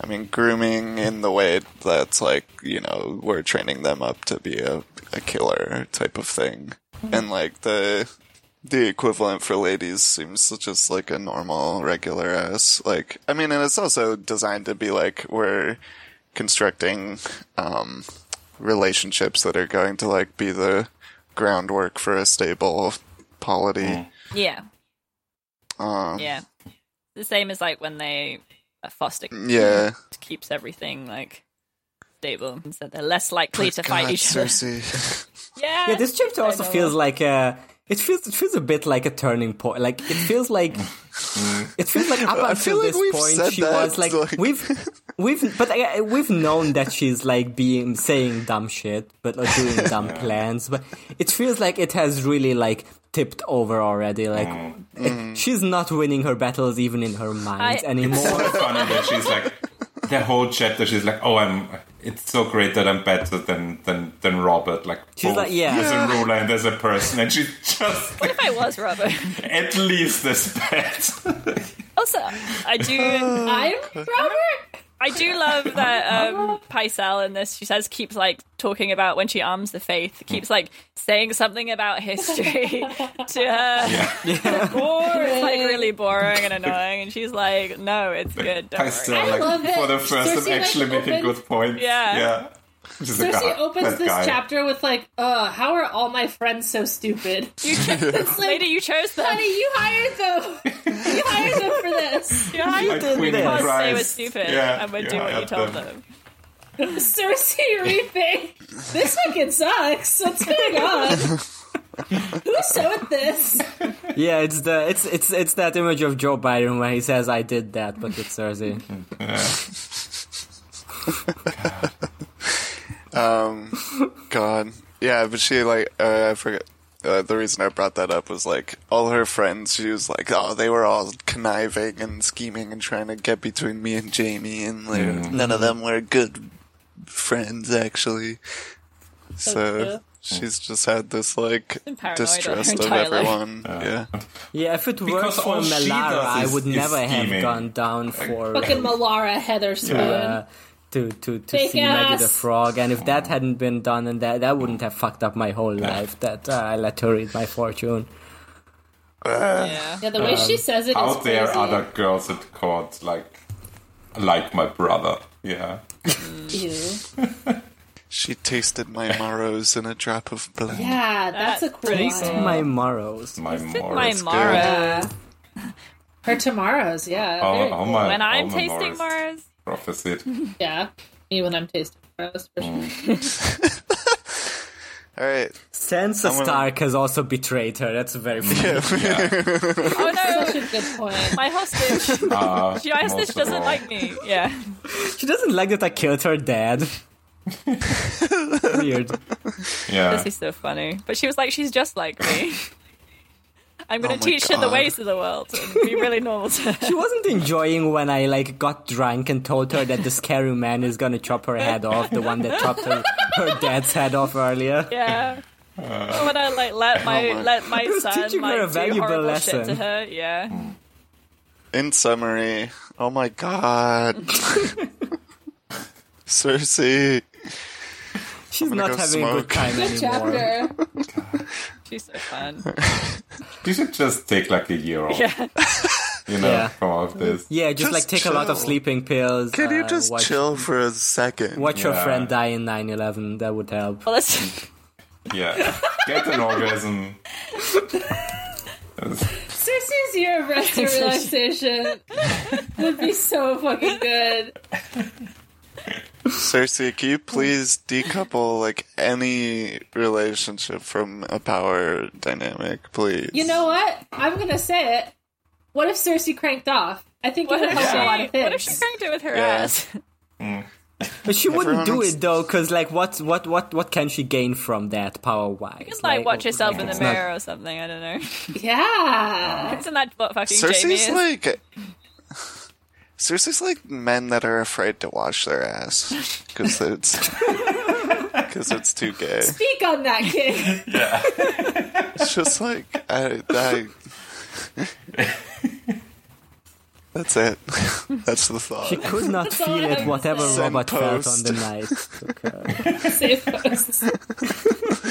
I mean grooming in the way that's like, you know, we're training them up to be a, a killer type of thing. And like the the equivalent for ladies seems just like a normal regular ass like I mean and it's also designed to be like we're constructing um relationships that are going to like be the groundwork for a stable polity.
Yeah,
Um,
yeah. The same as like when they a foster
Yeah.
keeps everything like stable, so they're less likely to fight
God,
each other.
Cersei.
Yeah,
Yeah,
<laughs>
this chapter also
know.
feels like a. It feels it feels a bit like a turning point. Like it feels like it feels like up
I
until
feel like
this
we've
point
said
she
that,
was like,
like-
we've we've but uh, we've known that she's like being saying dumb shit but or
<laughs>
doing dumb plans. But it feels like it has really like tipped over already. Like
Mm.
it- she's not winning her battles even in her mind
I-
anymore.
so funny that she's like the whole chapter. She's like, "Oh, I'm. It's so great that I'm better than than than Robert." Like,
She's
both
like, yeah.
as a ruler and as a person, and she's just
What if I was Robert?
at least as bad. <laughs>
also, I do,
I'm Robert.
I do love that um, Paisel in this. She says keeps like talking about when she arms the faith. Keeps like saying something about history <laughs> to her. Or it's like really boring and annoying, and she's like, "No, it's good. Don't
I
worry."
still
I
like
love it.
for the first
Cersei,
time
like,
actually making
opened-
good points.
Yeah.
yeah. She's like,
Cersei
"Ah,
opens
that
this
guy."
chapter with like, "Uh, how are all my friends so stupid?"
You chose, lady, you chose them.
<laughs> Honey, you <laughs> hired them. You hired them for <laughs> this.
You hired
Like
them
Queen
because they were
Christ.
stupid
Yeah,
and would
you
do what you
hired
told
them.
them.
Cersei reaping. This fucking sucks. What's going <laughs> on? Who sewed this?
yeah, it's the it's it's it's that image of Joe Biden where he says I did that, but it's Cersei.
God. Yeah, but she like uh, I forget. Uh, the reason I brought that up was like all her friends. She was like, "Oh, they were all conniving and scheming and trying to get between me and Jamie, and like, none of them were good friends actually." So
true.
she's just had this like
Been paranoid
distrust
her
of
entire
everyone. Yeah,
Yeah, if it weren't
Because
for
all she
Melara,
does
I
is-
would
is
never have
scheming.
gone down for
Fucking Malara Heather Spoon.
uh, to to to
Big
see Maggie the
ass.
Frog. And if that hadn't been done, and that that wouldn't have fucked up my whole life. That uh, I let her eat my fortune.
Yeah.
Yeah, the way she says it is
Out
crazy.
there, other girls at court like like my brother. Yeah,
Ew.
she tasted <laughs> my marrows in a drop of blood.
Yeah, that's, a cool
pretty
line.
cool.
My morrows.
my
my
Morris.
Mara.
Yeah. Uh, Her tomorrows, yeah.
Oh,
very
oh
cool.
my!
When
oh
I'm
my
tasting
Morris.
Mars, <laughs>
Prophesied.
Yeah, me when I'm tasting tomorrows for sure.
All right,
Sansa
gonna-
Stark has also betrayed her. That's very funny.
oh no,
Such a good point.
my
<laughs>
hostage.
Uh,
Your hostage
most of
doesn't
all.
like me. Yeah.
she doesn't like that I killed her
<laughs>
dad. Weird.
Yeah,
This is so funny. But she was like, she's just like me. I'm going
Oh
to
my
teach her the
God.
ways of the world and be really normal to her.
She wasn't enjoying when I like got drunk and told her that the scary man is gonna chop her head off, the one that chopped her, her dad's head off earlier.
Yeah. Or when I like let my,
Oh my-
let my
was
son
teaching her
like
a
do
valuable
horrible shit to
lesson.
her. Yeah.
In summary, oh my god.
<laughs>
Cersei.
She's
gonna
not
go
having a
smoke.
good time
Good
anymore.
chapter.
She's so fun.
you should just take like a year off.
Yeah.
<laughs> You know,
Yeah.
from all of this.
Yeah, just,
Just
like take a lot of
chill.
sleeping pills.
Can you
uh,
just
watch,
chill for a second?
Watch your
Yeah.
friend die in 9-11, That would help.
Well, that's, <laughs>
Yeah, get an orgasm.
Cersei's
<laughs>
year of rest and relaxation would be so fucking good.
Cersei, can you please decouple like any relationship from a power dynamic, please?
You know what? I'm gonna say it. What if Cersei cranked off? I think it
what,
would
if
help a lot of
she,
things.
what if she cranked it with her
Yeah.
ass? <laughs>
But she wouldn't do
Everyone's-
it though, because like, what, what, what, what can she gain from that power wise?
Just like watch yourself in the
not-
mirror or something. I don't know. <laughs>
yeah.
Isn't that what fucking Jamie
Cersei's
is?
like Cersei's like men that are afraid to wash their ass
<laughs>
because it's <laughs> because it's too gay.
Speak on that,
<laughs>
kid.
<laughs> It's just like I, I That's it. <laughs> That's the thought.
She could not
<laughs> That's all
feel
I
it,
have
whatever
to say.
Robert felt on
Send
the
<laughs>
night. Okay.
Save posts.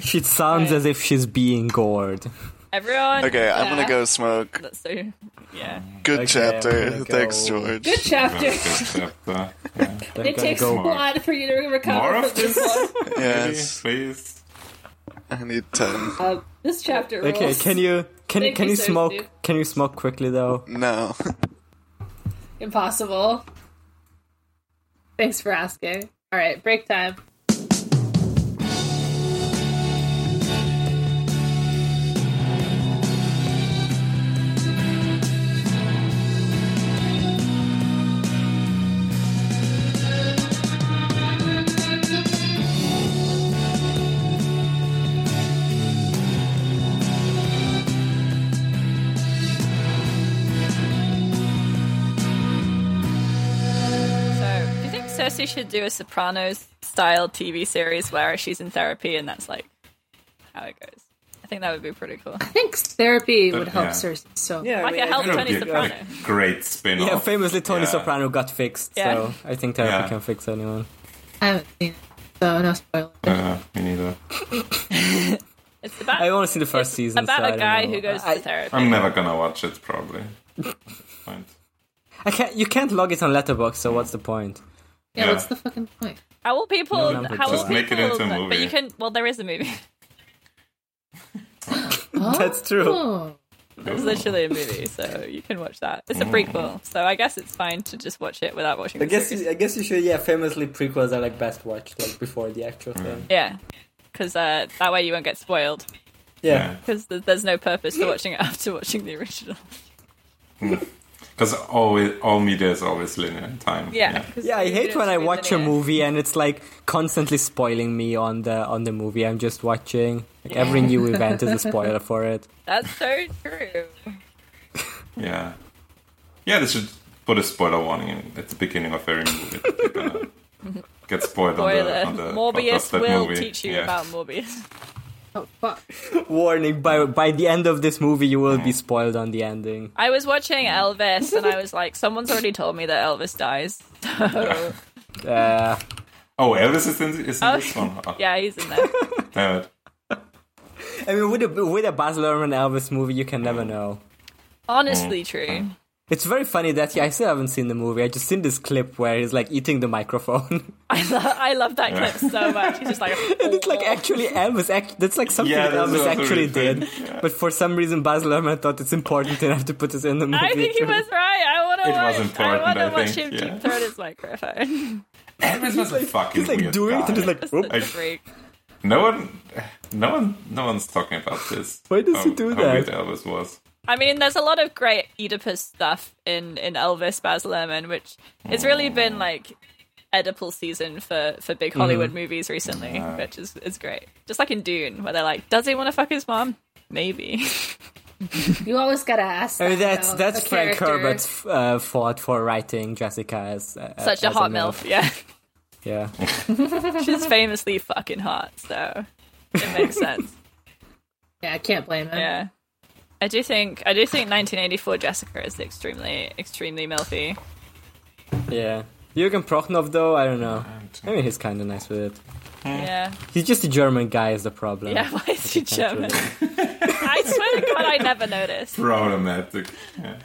She sounds as if she's being gored.
Everyone.
Okay, I'm gonna
Yeah.
go smoke.
That's so. Yeah.
Good
Okay, I'm
chapter.
gonna
Thanks,
go.
George.
Good chapter.
That's good,
<laughs>
chapter. Yeah.
They're
It
gonna
takes a
go-
lot for you to recover
More
from
of
this one.
Yes,
Please.
I need ten.
Um, this chapter rules.
<laughs> Okay, can you can you
Thank
can
you,
you
sir,
smoke
dude.
can you smoke quickly though?
No,
Impossible. Thanks for asking. All right, break time.
So, do you think Cersei should do a Sopranos style TV series where she's in therapy and that's like how it goes? I think that would be pretty cool.
I think therapy would
Yeah.
help Cersei so.
Yeah,
Like a help
That would
Tony
be
Soprano.
a great spin off.
Yeah, famously Tony
Yeah.
Soprano got fixed,
Yeah.
so I think therapy
Yeah.
can fix anyone.
I haven't seen it, so no spoilers.
Uh, me neither.
It's about
I've only seen the first season. so I
about a
don't
guy
know.
who goes
I-
to therapy.
I'm never gonna watch it, probably. Fine.
I can't. You can't log it on Letterbox. So what's the point?
Yeah,
Yeah.
what's the fucking point?
How will people?
number
how will
two.
Just make it
people-
into a
But
movie.
you can. Well, there is a movie.
<laughs> That's true.
Oh,
It's literally a movie, so you can watch that. It's a
Mm.
prequel, so I guess it's fine to just watch it without watching.
I
The
guess.
series.
You, I guess you should. Yeah, famously prequels are like best watched like before the actual thing.
yeah, because uh, that way you won't get spoiled.
Yeah.
Because th- there's no purpose
<laughs>
to watching it after watching the original.
Because always all media is always linear in time.
Yeah. 'cause
Yeah, I
you
hate
don't
when I
do
watch a
linear.
movie and it's like constantly spoiling me on the on the movie I'm just watching. Like every
<laughs>
new event is a spoiler for it.
That's so true.
yeah, yeah. Yeah, They should put a spoiler warning in at the beginning of every movie. that They're gonna
<laughs>
get spoiled on
Spoiler:
the, on the podcast
Morbius
that
will
movie.
teach you
yeah.
about Morbius.
oh fuck.
Warning: by by the end of this movie, you will be spoiled on the ending.
I was watching Elvis, and I was like, someone's already told me that Elvis dies. So
Uh,
Oh, Elvis is in, is in
Oh,
this one. Oh,
<laughs> yeah, he's in there.
<laughs> Damn it.
I mean, with a with a Baz Luhrmann Elvis movie, you can never know.
Honestly, true. <laughs>
It's very funny that yeah, I still haven't seen the movie. I just seen this clip where he's like eating the microphone. <laughs>
I, lo- I love that clip so much. He's
<laughs>
just like,
and it's like actually Elvis. Act- that's like something
Yeah,
that
that's
Elvis
what I
actually
was
did.
thinking. Yeah.
But for some reason, Baz Luhrmann thought it's important and I have to put this in the movie.
I think <laughs> he
too.
was right. I want to
It was
watch. I
important,
want to
I
watch him
think, yeah.
deep throat his microphone. <laughs>
Elvis was a
<laughs>
fucking
He's like
weird
doing
guy.
it and he's like,
Such <laughs>
"Oop."
a freak.
no one, no one, no one's talking about this.
Why does
how,
he do
how
that?
weird Elvis was.
I mean, there's a lot of great Oedipus stuff in in Elvis Baz Luhrmann, which it's really been like Oedipal season for for big Hollywood movies recently, which is is great. Just like in Dune, where they're like, does he want to fuck his mom? Maybe. <laughs>
You always gotta ask.
I mean,
that,
Oh, that's
though.
that's
A
Frank
character.
Herbert's uh, fault for writing Jessica as uh,
Such a
as
hot milf. Yeah, <laughs>
Yeah,
she's famously fucking hot, so it <laughs> makes sense.
Yeah, I can't blame him.
Yeah. I do think I do think 1984 Jessica is extremely extremely milfy.
yeah. Jürgen Prochnov though, I don't know. I mean, he's kind of nice with it.
Yeah.
He's just a German guy is the problem.
Yeah, <laughs> why is she
Can't
German? <laughs>
really-
I swear to god I never noticed.
Problematic. Yeah,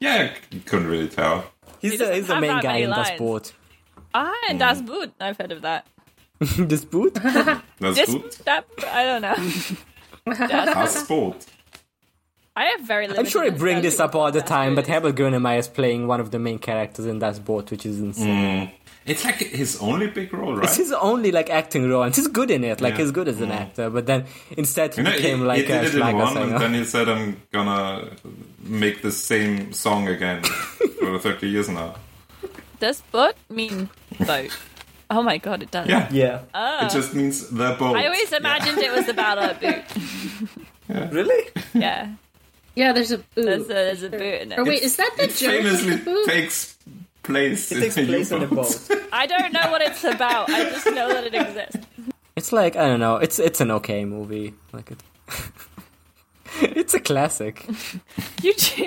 yeah you couldn't really tell.
He's the, he's the
have
main
that
guy
many
in Das
lines.
<laughs> Boot.
Ah, and Das Boot. I've heard of that.
Das Boot?
That's
<laughs> This
good.
that I don't know. <laughs>
That's sport.
I have very little
I'm sure I bring this up all the time, but Herbert Grönemeyer is playing one of the main characters in Das Boot, which is
Mm.
insane.
It's like his only big role,
It's
right?
his only like acting role, and he's good in it. Like
Yeah. Mm.
he's good as an actor, but then instead he
You know, he,
became like
he
a
did it in one, and
Schlagersänger.
then he said, "I'm gonna make the same song
<laughs>
again for 30 years now."
Does boot mean boat? <laughs> Oh my god, it does.
Yeah,
<laughs> Yeah,
it just means the boat.
I always imagined it was about a boot.
<laughs> really?
Yeah.
Yeah, there's a boot.
There's a, there's a boot in
or
it.
wait, is that the
It
joke? with
<laughs>
the <laughs>
famously
boot?
takes
<laughs>
place.
It
<laughs>
takes
in
place on a boat.
I don't know what it's about. I just know that it exists.
<laughs> It's like I don't know. It's it's an okay movie. Like it, it's It's a classic.
You do,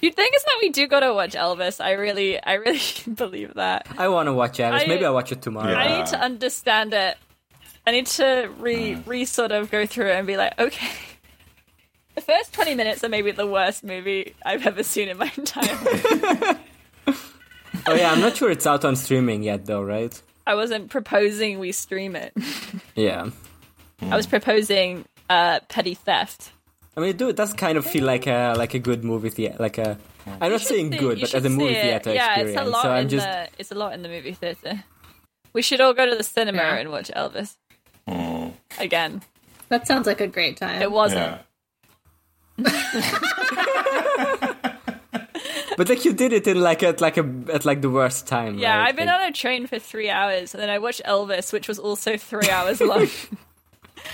you think it's that we do gotta watch Elvis? I really, I really <laughs> believe that.
I want to watch Alice.
I-
Maybe I'll watch it tomorrow.
Yeah.
I need to understand it. I need to re
Hmm.
re sort of go through it and be like, okay. <laughs> The first twenty minutes are maybe the worst movie I've ever seen in my <laughs> entire life.
Oh yeah, I'm not sure it's out on streaming yet though, right?
I wasn't proposing we stream it.
Yeah.
I
Hmm.
was proposing uh, petty theft.
I mean, dude, it does kind of feel like a like a good movie theater, like a. I'm not saying
See,
good,
you
but
should
as a movie
see it.
theater
yeah,
experience.
it's a lot
so I'm
in
just
the it's a lot in the movie theater. We should all go to the cinema
Yeah.
and watch Elvis
Hmm.
again.
That sounds like a great time.
It wasn't.
Yeah.
But like you did it in like at like a at like the worst time.
Yeah,
right?
I've been
Like,
on a train for three hours, and then I watched Elvis, which was also three hours long.
<laughs>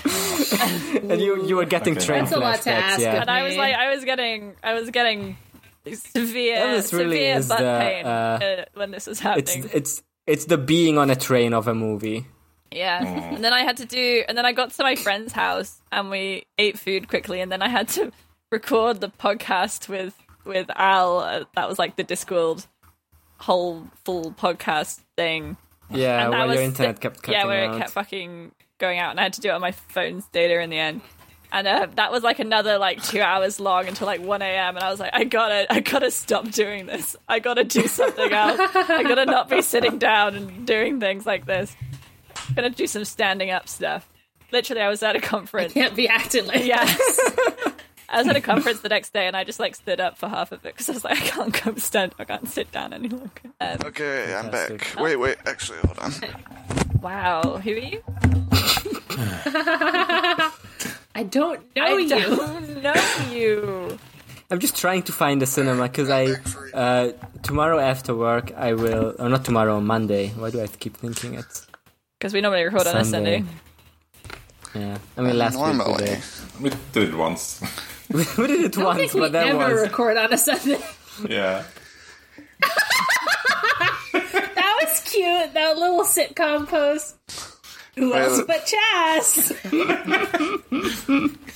And you you were getting
Okay.
train
That's
a lot to
flashbacks,
ask
Yeah.
of
and I was
Me.
like, I was getting, I was getting severe,
Elvis really
severe
is
butt
the,
pain
uh,
uh, when this was
It's
happening.
it's it's the being on a train of a movie.
yeah, and then I had to do, and then I got to my friend's house, and we ate food quickly, and then I had to record the podcast with with Al. Uh, that was like the Discworld whole full podcast thing.
Yeah,
And that
where Uh, your
was
internet
the-
kept cutting
yeah, where
out.
it kept fucking going out, and I had to do it on my phone's data in the end. And uh, that was like another like two hours long until like one a.m. And I was like, I gotta, I gotta stop doing this. I gotta do something else. I gotta not be sitting down and doing things like this. I'm gonna do some standing up stuff. Literally, I was at a conference.
Can't be acting like
Yes. I was at a conference the next day and I just like stood up for half of it because I was like, I can't come stand, I can't sit down any longer. Um,
<laughs> Okay, I'm back.
Fantastic.
Wait, wait. Actually,
<laughs>
hold on.
wow, who are you?
I don't know
I
you. <laughs>
don't know you.
I'm just trying to find a cinema because I uh, tomorrow after work I will or not tomorrow on Monday. Why do I keep thinking it's
Because we normally record on a Sunday.
Yeah, I mean last week we
Normally,
did. <laughs>
We did it
<laughs>
once.
we did it
I
once,
think we
but that
never
was
record on a Sunday. <laughs>
yeah.
That was cute. That little sitcom post. Who else
Well-
but Chaz?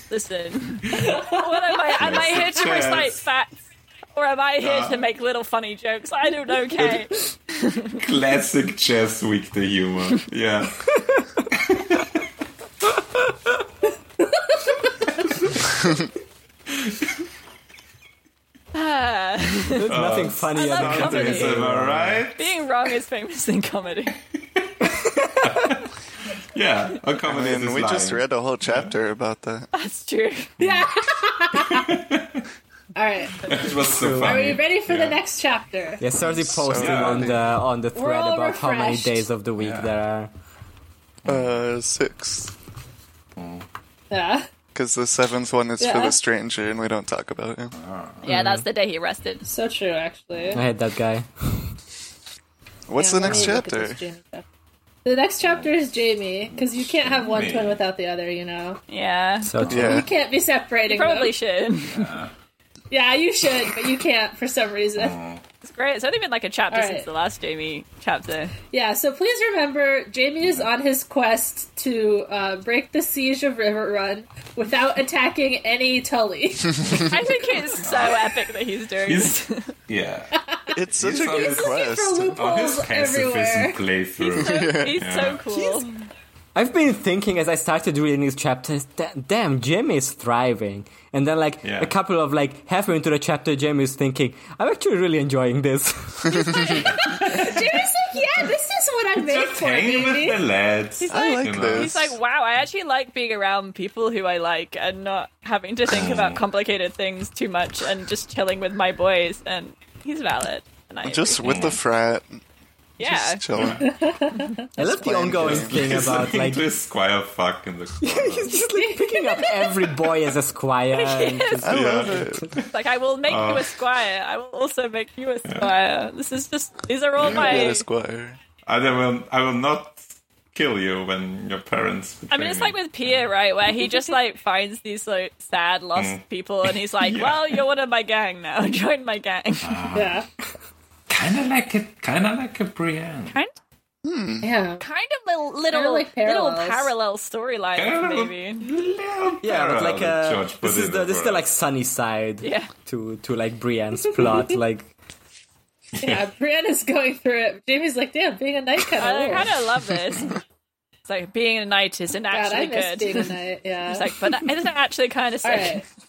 Listen, <laughs> what am I? Am I here to
Yes.
recite facts? Or am I here
Nah.
to make little funny jokes? I don't know, Kay. <laughs>
Classic chess week, the humor.
<laughs>
Yeah.
Ah,
there's nothing funny
love
about
comedy.
Things, am I right?
being wrong is famous in comedy. <laughs>
Yeah. A comedy
and
is
we just
lying.
read a whole chapter about that.
That's true.
Yeah. All right.
It was so
Are
funny.
we ready for
Yeah.
the next chapter?
Yeah, Cersei posting
Yeah, I
on the on the
We're
thread
all
about how many
refreshed.
days of the week
Yeah.
there are.
Uh, six.
Yeah.
Because the seventh one is for
Yeah.
the stranger, and we don't talk about him.
Yeah, that's the day he rested.
So true, actually.
I hate that guy.
Yeah,
What's the
let me
next
look at
chapter?
this Jamie stuff. The next chapter is Jamie, because you can't have one
Me.
twin without the other, you know.
Yeah.
So
Yeah.
You can't be separating.
Probably
them.
should.
Yeah, you should, but you can't for some
Uh-huh.
reason.
It's great. It's only been like a chapter
All right.
since the last Jamie chapter.
Yeah, so please remember Jamie is on his quest to uh, break the siege of River Run without attacking any Tully.
I think it's
<laughs>
so epic that he's doing
He's-
this.
Yeah.
It's such
He's
a
on
good
his-
For
quest.
Oh, his
loopholes everywhere.
<laughs> pacifism playthrough.
He's so cool.
I've been thinking as I started reading these chapters, "Da- damn, Jamie is thriving. And then, like,
Yeah.
a couple of, like, halfway into the chapter, Jamie is thinking, I'm actually really enjoying
<laughs>
this.
Jamie's like, yeah, this is what I made
Just
for,
hang
baby.
with the lads.
I like
know.
this.
He's like, wow, I actually like being around people who I like and not having to think about complicated things too much and just chilling with my boys. And he's valid. And I
Just with the frat.
yeah,
Just chilling.
I love the
playing
ongoing
<laughs>
games.
thing about,
Listening
like,
to Squire
<laughs>
fuck in the corner.
he's just, like, picking up every boy as a squire.
<laughs>
and just-
I love it.
like I will make you a squire. I will also make you a squire. This is just these are all
Yeah,
my.
the squire.
I will. I will not kill you when your parents.
I mean, it's like with Pierre, right? Where he just like finds these like sad, lost people, and he's like,
Yeah.
"Well, you're one of my gang now. <laughs> Join my gang."
Yeah.
kind of like a kind of like a Brienne.
Kind
<laughs>
Yeah.
Kind of a little
like
little
parallels.
parallel storyline,
Kind of a-
maybe.
Yeah, but like uh,
George, put
this is
it
the this is
over
the like sunny side
Yeah.
to to like Brienne's
<laughs>
plot. Like
Yeah, Brianna's going through it. Jamie's like, damn, being a knight kind
I
of
kind of love this. It's like being a knight isn't
Oh. God, I
actually
miss
good.
being
<laughs>
a knight. Yeah.
It's like, but that isn't actually kind of
All
sick.
right. <laughs>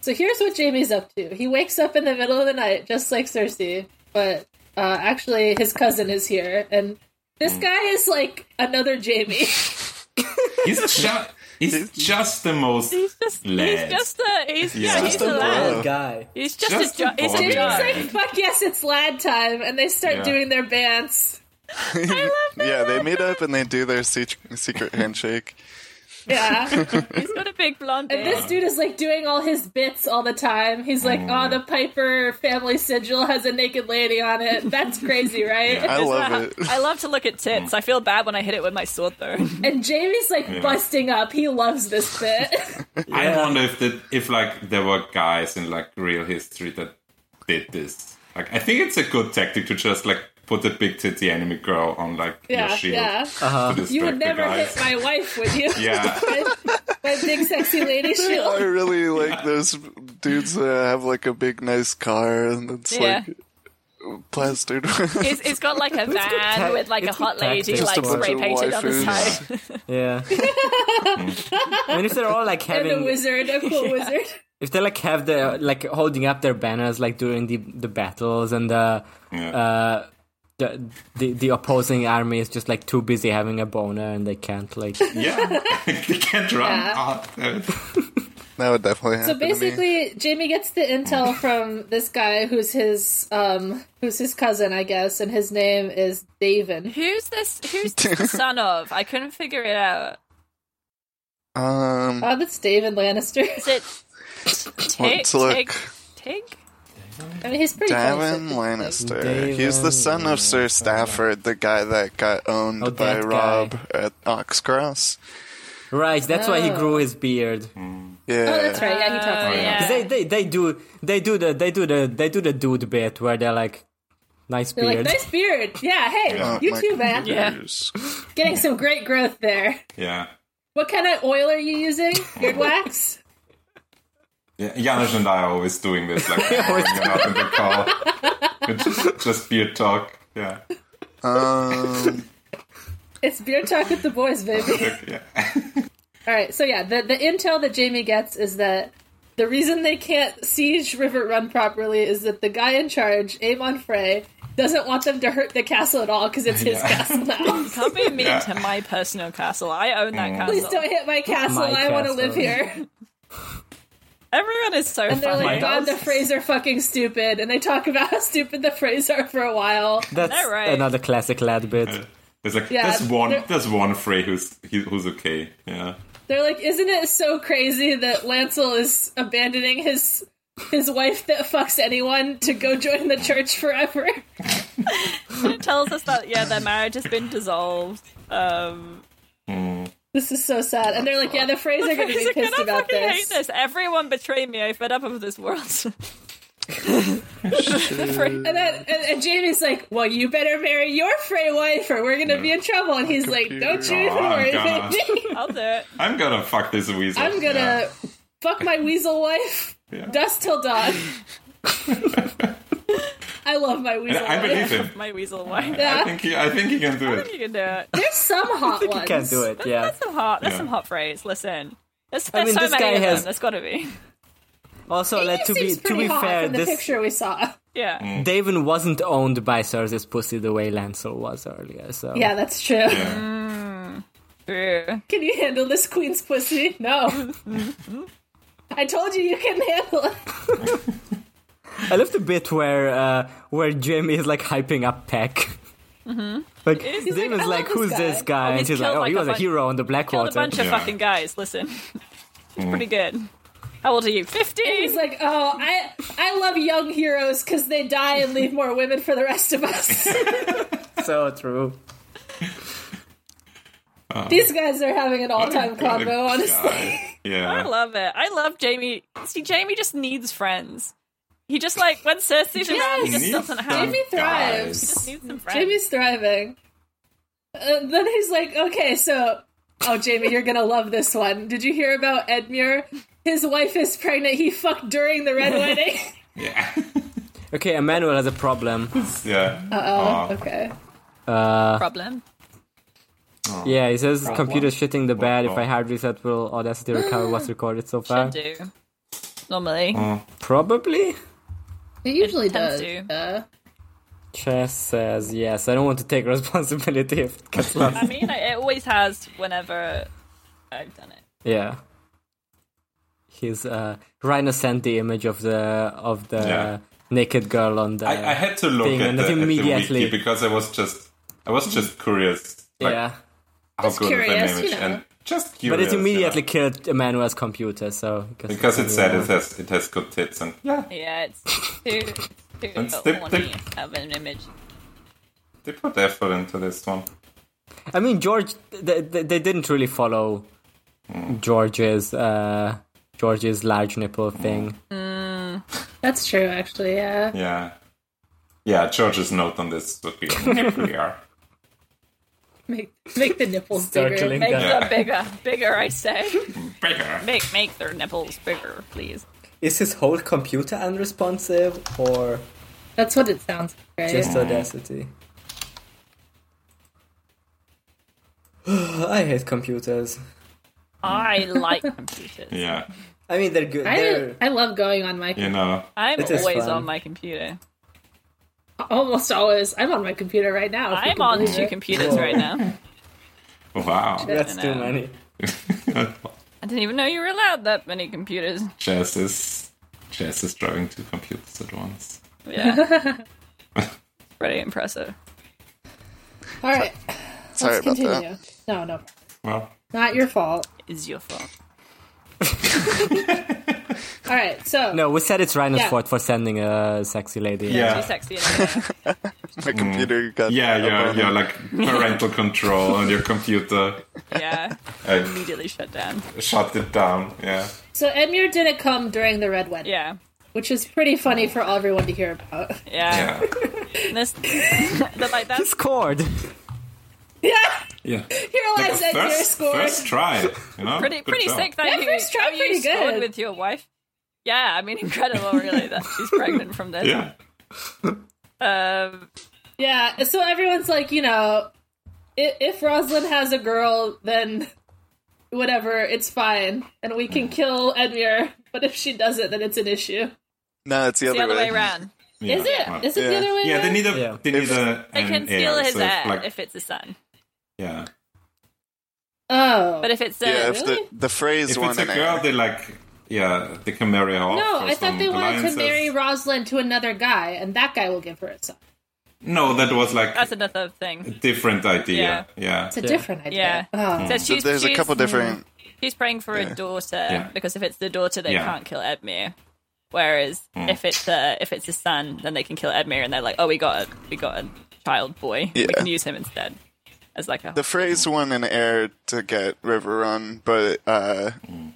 So here's what Jamie's up to. He wakes up in the middle of the night, just like Cersei, but uh, actually his cousin is here, and this
Hmm.
guy is like another Jamie. <laughs>
He's just he's just the
<laughs>
most.
He's just,
Lad.
he's just a, he's yeah,
Yeah.
he's a
Just a
lad.
bro.
that guy.
He's just,
Just
a, jo-
a
he's
boy.
a
Jamie's
job.
like, "Fuck yes, it's lad time," and they start
Yeah.
doing their dance.
yeah, they meet up and they do their se- secret handshake.
<laughs> Yeah.
He's got a big blonde
And
beard.
this dude is like doing all his bits all the time. He's like,
Hmm.
"Oh, the Piper family sigil has a naked lady on it. That's crazy, right?"
<laughs> Yeah.
I
As
love
well.
it. <laughs> Mm.
I love to look at tits. I feel bad when I hit it with my sword, though.
And Jamie's like busting up. He loves this bit. <laughs>
I wonder if that if like there were guys in like real history that did this. Like I think it's a good tactic to just like put a big titty enemy girl on like
Yeah,
your shield.
yeah.
to distract
You would
the
never
guys.
hit my wife, would you? <laughs>
Yeah.
my, my big sexy lady
<laughs> I
shield.
really like those dudes that have like a big nice car and it's
Yeah.
like plastered. <laughs> with-
It's, it's got like a van
tact-
with like a
it's good
hot lady
tactics.
like
Just a bunch
spray
of
painted on the
waifus.
side.
Yeah. I mean, if they're all
<laughs>
like
And a
having,
wizard, a <laughs> cool wizard.
if they like have their like holding up their banners like during the the battles and the
Yeah.
uh the, the the opposing army is just like too busy having a boner and they can't
<laughs>
like
Yeah. <laughs> they can't run. Ah,
that would definitely happen.
So basically, Jamie gets the intel from this guy who's his um who's his cousin, I guess, and his name is Davin.
Who's this? Who's this the
<laughs>
son of? I couldn't figure it out.
to me. um,
Oh, that's Davin Lannister. <laughs>
Is it Tig?
Let's look.
Tig? Tig?
I mean, he's pretty.
Davin
close.
Lannister.
Davin
He's the son of Sir Stafford, the guy that got owned
Oh,
by
that guy.
Rob at Oxcross.
right that's why he grew his beard
Yeah.
Oh, that's right. Yeah, he talks.
Oh,
about
yeah.
yeah.
they, they they do they do the they do the they do the dude bit where they're like nice
They're like,
beard
nice beard. Yeah, hey,
Yeah.
you
my
too, man.
computers.
Getting some great growth there.
yeah. What?
What kind of oil are you using? Beard wax?
Yeah, Janusz and I are always doing this, like hanging out in the car, <laughs> It's just, just beer talk. Yeah,
Um,
It's beer talk with the boys, baby.
yeah.
All right, so yeah, the the intel that Jamie gets is that the reason they can't siege River Run properly is that the guy in charge, Amon Frey, doesn't want them to hurt the castle at all because it's his castle now.
Can't be mean to my personal castle. I own that
Please
castle.
don't hit my castle.
My
I want to
castle.
live here.
Everyone is so
And they're
funny.
like, God, the Freys are fucking stupid. And they talk about how stupid the Freys are for a while.
that's
they're right.
another classic lad bit
There's like
Yeah,
there's one
they're-
there's one Frey who's he, who's okay. Yeah,
They're like, isn't it so crazy that Lancel is abandoning his his wife that fucks anyone to go join the church forever? <laughs>
It tells us that yeah, their marriage has been
<laughs>
dissolved. Um,
This is so sad. And they're like, yeah, the Freys are going to be
Isaac,
pissed
I
about
fucking hate
this.
this. Everyone betrayed me. I fed up of this world. <laughs>
And then and, and Jamie's like, well, you better marry your Frey wife or we're going to be in trouble. And he's like, don't you even
Oh, I'm
worry,
gonna-
baby.
I'll do it.
I'm gonna fuck this
<laughs>
weasel.
I'm going to
Yeah.
fuck my weasel wife.
Yeah.
Dust till
<laughs>
dawn. I love my
And
weasel
I
wife.
believe him.
My weasel wife.
I
Yeah.
think he I think he can
<laughs>
do it.
Mm,
You can do it.
There's some hot
<laughs> you
ones.
can't do
<laughs>
it yeah
That's some hot. That's
Yeah.
some hot phrase. Listen. There's,
I
there's
mean,
so
this
many
guy
of
has-
them. There's got to be.
also
He
like, uh, to be
seems
to
pretty
be
hot
fair
from the
this
picture we saw. <laughs>
Yeah.
Davin wasn't owned by Cersei's pussy the way Lancel was earlier so
Yeah, that's true. <laughs>
Yeah.
True.
Can you handle this queen's pussy? No. I told you you can handle
<laughs>
it.
I love the bit where uh, where Jamie is like hyping up Peck. Like
Mm-hmm. He's
Dave
like, "I
is like,
love
who's
this
this
guy."
guy?
Oh,
and
he's
she's like,
killed,
oh,
like,
he
a
was a
bunch-
hero on the
Killed a
Blackwater.
bunch of
Yeah.
fucking guys. Listen. It's
Mm.
pretty good. How old are you?
He's
15?
like, oh, I I love young heroes because they die and leave more women for the rest of us.
<laughs>
<laughs>
so true.
These guys are having an all time
What a good
convo, honestly. <laughs>
guy. Yeah.
I love it. I love Jamie. See, Jamie just needs friends. He just like when Cersei's around, he just
Needs
doesn't have.
some
He
Jamie thrives.
guys.
just needs some friends.
Jamie's thriving. Uh, then he's like, okay, so. Oh, Jamie, you're gonna love this one. Did you hear about Edmure? His wife is pregnant. He fucked during the
<laughs>
Red Wedding.
Yeah.
Okay, Emmanuel has a problem.
<laughs> yeah.
Oh, okay.
problem.
<laughs> Yeah, he says computer's shitting the bed. If I hard reset, will Audacity recover
<gasps>
what's recorded so far?
Should do. Normally,
Probably.
It usually
tends
does.
to.
uh,
Chess says yes. I don't want to take <laughs> responsibility if it gets
I
lost.
mean, like, it always has. Whenever I've done it,
yeah. He's uh, Reiner sent the image of the of the
Yeah.
naked girl on the.
I, I had to look
Thing
at
and
the,
that
at the
immediately-
wiki because I was just I was just curious. Like,
yeah,
how
Mm. Just
good is that
curious,
image?
you know.
And just curious.
but it
you know.
immediately killed Emmanuel's computer. So I guess
because it
it's
said
everyone.
it has it has good tits and yeah,
yeah, it's too too
It's the-
horny
the-
to have an image.
they put effort into this one.
I mean, George, they, they, they didn't really follow George's uh, George's large nipple thing.
that's true, actually. Yeah.
Yeah, yeah. George's note on this would
<laughs>
be nuclear.
Make make the nipples bigger.
Circling.
Make
Yeah.
them bigger, bigger. I say,
Bigger.
make make their nipples bigger, please.
Is his whole computer unresponsive or
That's what it sounds like. Right?
just audacity? <gasps> I hate computers.
I like computers.
Yeah,
I mean, they're good.
I
They're,
I love going on my
you know.
I'm
It is
always
fun.
on my computer.
almost always. I'm on my computer right now. if you
I'm
can
on
believe
two
it.
computers right now.
Wow,
that's too
I know.
many.
<laughs>
I didn't even know you were allowed that many computers.
Jess is Jess is driving two computers at once.
Yeah. <laughs> Pretty impressive.
All right,
Sorry
let's
about
continue. No, no,
Well,
not your fault.
Is your fault.
All right, so
No, we said it's Rhino's
Yeah.
fault for sending a sexy lady.
Too
yeah,
sexy. Anyway.
that. My computer got
yeah,
a
yeah,
boner.
yeah. Like parental control on your computer.
Yeah.
I
Immediately shut down.
shut it down. Yeah.
so Edmure didn't come during the Red Wedding,
Yeah.
which is pretty funny for everyone to hear about. <laughs>
Yeah.
Yeah.
And This, <laughs> but like
He
that's
scored.
yeah,
<laughs>
<laughs>
Yeah.
here lies Edmure
First,
scored.
first try. You know?
pretty
Good
pretty
job.
sick that
Yeah,
you,
first try
how you
pretty
scored
good.
with your wife. Yeah, I mean incredible really that she's pregnant from this.
Yeah.
Um,
Yeah, so everyone's like, you know, if, if Rosalind has a girl, then whatever, it's fine, and we
Hmm.
can kill Edmure. But if she doesn't, then it's an issue.
No, it's the,
the other way around.
Yeah.
Is it?
Well,
Is it the
Yeah.
other way?
yeah,
around?
they need a.
Yeah.
They need a.
They
an
can steal
heir,
his
so it's
hair
Like,
if it's a son.
yeah.
Oh,
But if it's a
<laughs> Yeah, if
Really?
the the phrase
If
one
it's a
and
girl, they like. Yeah, they can marry her off.
no,
for
I thought
some
they wanted
alliances.
to marry Rosalind to another guy, and that guy will give her a son.
No, that was like
that's another thing.
different idea. Yeah. Hmm.
It's a different
Yeah.
idea. Oh.
So she's,
there's a
she's-
couple different.
She's praying for a daughter
Yeah.
because if it's the daughter, they
Yeah.
can't kill Edmure. Whereas if it's a if it's a son, then they can kill Edmure, and they're like, oh, we got a we got a child boy. We
Yeah.
can use him instead as like a
The phrase one and air to get River Run, but uh,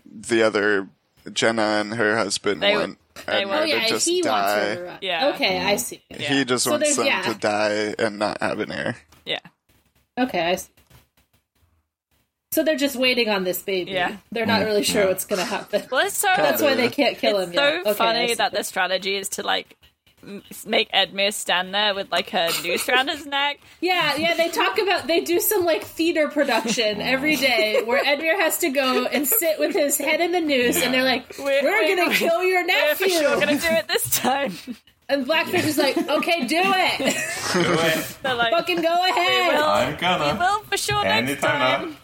the other Jenna and her husband
They-
want
they
Edmure
want-
Oh
Or
yeah,
to just
he
die.
wants her to run.
Yeah.
Okay,
Hmm.
I see.
Yeah.
He just
So there's-
wants them
yeah.
to die and not have an heir.
yeah
Okay, I see. So they're just waiting on this baby.
Yeah.
They're
Hmm.
not really sure what's going to happen.
well it's so
That's why they can't kill him
it's
yet. Okay,
so
I
funny
see.
that the strategy is to like m- make Edmure stand there with like her noose around his neck
Yeah, yeah, they talk about they do some like theater production every day where Edmure has to go and sit with his head in the noose and they're like, We're,
We're- we're-
gonna kill your
we're for
nephew
sure gonna do it this time <laughs>
And Blackfish is like, Okay, do it.
Do it.
they're like
Fucking go ahead.
I'm
well, we
gonna.
will
<laughs>
for sure next
Anytime
time
now.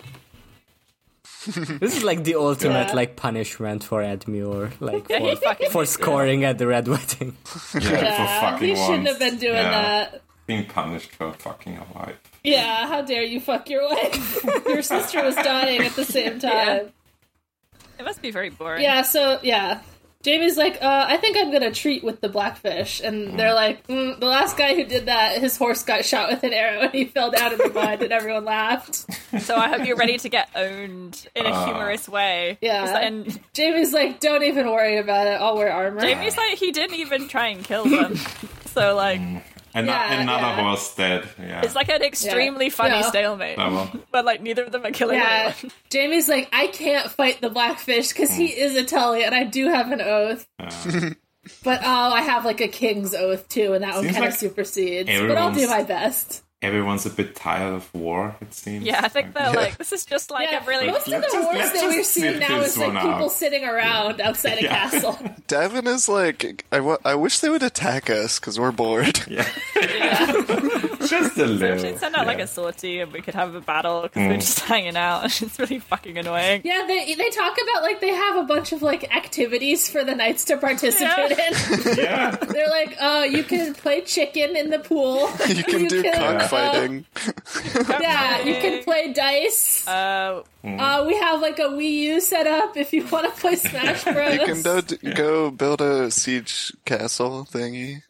This is like the ultimate
Yeah.
like punishment for Edmure, like
Yeah, he
for,
fucking
for scoring at the red wedding. <laughs>
Yeah, <laughs> for
Yeah,
fucking
you shouldn't
once.
have been doing
Yeah.
that.
Being punished for fucking a life.
Yeah, how dare you fuck your wife? <laughs> your sister was dying at the same time.
it must be very boring
Yeah, so yeah. Jamie's like, uh, I think I'm gonna treat with the blackfish, and they're like, mm, the last guy who did that, his horse got shot with an arrow and he <laughs> fell down in the mud, and everyone laughed.
So I hope you're ready to get owned in
Ah.
a humorous way.
Yeah.
It's like- and
Jamie's like, don't even worry about it. I'll wear armor.
Jamie's like, he didn't even try and kill them. So like,
And
Yeah,
another
yeah.
horse dead. Yeah.
it's like an extremely funny
Yeah.
stalemate.
That one.
But like, neither of them are killing
yeah.
<laughs> anyone.
Jamie's like, I can't fight the blackfish because he
Hmm.
is a Tully, and I do have an oath.
<laughs>
but oh, I have like a king's oath too, and that one
Seems
kind of
like
supersedes. But I'll do
everyone's-
my best.
Everyone's a bit tired of war, it seems.
Yeah, I think they're
Yeah.
like, this is just like
Yeah,
a really.
most of
Let's
the
just-
wars
let's
that
just
we're seeing
sit
now
this
is like
one
people
out.
sitting around outside a
<laughs> Yeah.
castle.
Davin is like, I, wa- I wish they would attack us because we're bored.
Just a
We
little.
should send out like
yeah. Mm.
a sortie and we could have a battle because we're just hanging out. <laughs> It's really fucking annoying.
Yeah, they they talk about like they have a bunch of like activities for the knights to participate in. <laughs>
Yeah.
They're like, uh, you can play chicken in the pool.
<laughs> <laughs> you can do
uh,
cockfighting.
yeah, you can play dice.
Uh,
Mm-hmm.
Uh, we have like a Wii U set up if you want to play Smash Bros.
<laughs> you can do, go build a siege castle thingy,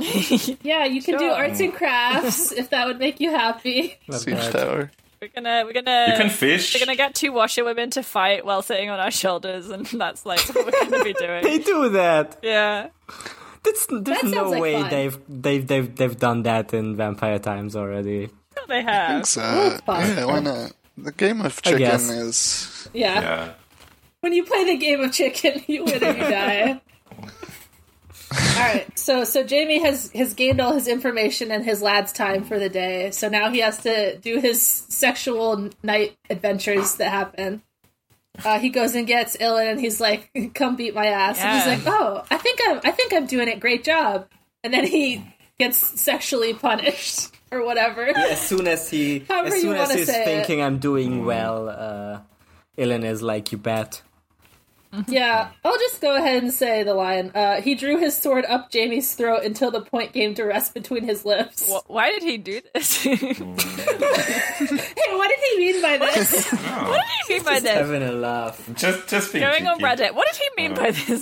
yeah, you can do
Sure.
arts
Mm.
and crafts if that would make you happy. <laughs>
Not
siege
bad.
tower.
we're gonna we're gonna
You can fish.
we're gonna get two washerwomen to fight while sitting on our shoulders, and <laughs> that's like what we're gonna be
<laughs>
They
doing.
do that.
Yeah,
That's, there's
sounds
no
like
way
fun.
they've they've they've they've done that in Vampire Times already.
they have.
So, uh,
fun.
yeah, <laughs> why not? The game of
I
chicken
guess.
is
Yeah.
Yeah.
when you play the game of chicken, <laughs> you win or you die. all right, so so Jamie has has gained all his information and his lad's time for the day. So now he has to do his sexual night adventures that happen. Uh, he goes and gets Ilan, and he's like, "Come beat my ass."
Yeah.
And he's like, "Oh, I think I'm I think I'm doing it. Great job." And then he gets sexually punished <laughs> or whatever.
As soon as he,
However
as
you
soon as
wanna
he's
say it.
thinking I'm doing well, uh, Ilan is like, "You bet."
Yeah, I'll just go ahead and say the line. Uh, he drew his sword up Jamie's throat until the point came to rest between his lips.
Wh- Why did he do this? <laughs> what did he
<laughs> Hey, what did he mean by <laughs> this?
mean by this?
Having a laugh.
Just, just being
Going on
cheeky.
Reddit. What did he mean by this?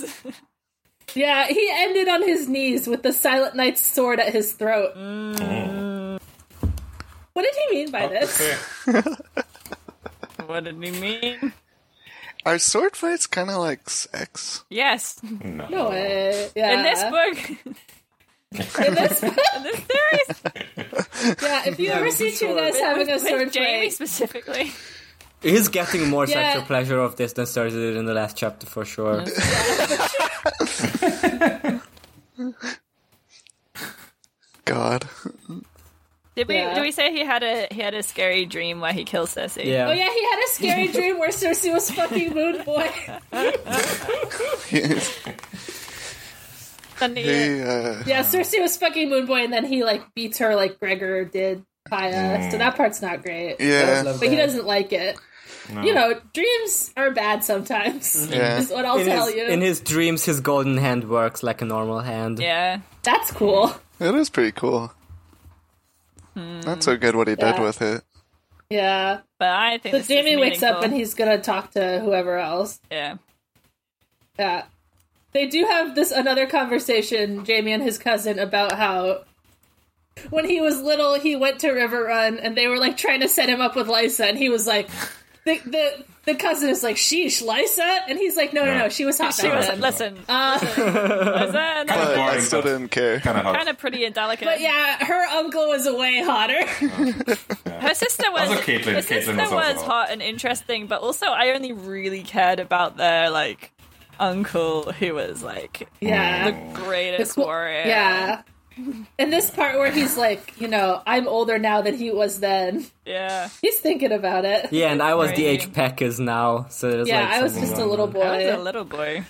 <laughs>
yeah, he ended on his knees with the Silent Knight's sword at his throat. Mm. What did he mean by this?
Okay.
what did he mean?
our sword fights kind of like sex.
Yes,
No.
No way. Yeah.
in this book,
In this book,
in this
<laughs>
series,
yeah, <laughs> if you ever see two guys having a
with
sword
Jamie
fight,
specifically.
He's getting more
Yeah.
sexual pleasure of this than Cersei did in the last chapter for sure.
God, <laughs>
Did we?
Yeah.
Did we say he had a he had a scary dream where he kills Cersei?
Yeah.
oh yeah, he had a scary dream where Cersei was fucking Moon <laughs> Boy.
Then he-
he, uh,
Yeah, Cersei was fucking Moon Boy, and then he like beats her like Gregor did Kaya. So that part's not great.
yeah,
but he doesn't like it. You know, dreams are bad sometimes.
Yeah.
Is what I'll
In
tell
his,
you.
in his dreams, his golden hand works like a normal hand.
yeah.
That's cool.
that is pretty cool. Not so good what he did
Hmm. Yeah.
with it.
Yeah.
But I think
But
this
Jamie
is
wakes up
meaningful.
and he's gonna talk to whoever else.
yeah.
Yeah. They do have this another conversation, Jamie and his cousin, about how when he was little he went to River Run and they were like trying to set him up with Lysa and he was like the the, the cousin is like, Sheesh, Lysa and he's like, No no no, she was hot
She
back
was
then."
listen.
Ah.
listen,
Kinda
But I
boring,
still
but
didn't care.
Kind of hot.
kind of pretty and delicate.
But yeah, her uncle was way hotter. <laughs>
her sister was
Also Caitlyn.
her
Caitlyn
sister
was
was,
also hot.
hot and interesting, but also I only really cared about their like uncle who was like
Yeah.
the greatest
Cool-
warrior.
Yeah. And this part where he's like, you know, I'm older now than he was then. <laughs>
yeah.
He's thinking about it.
Yeah, and I was the
Right.
age packers now, so there's
Yeah,
like
I was
something
just a
wrong.
little
I was a
boy.
little boy.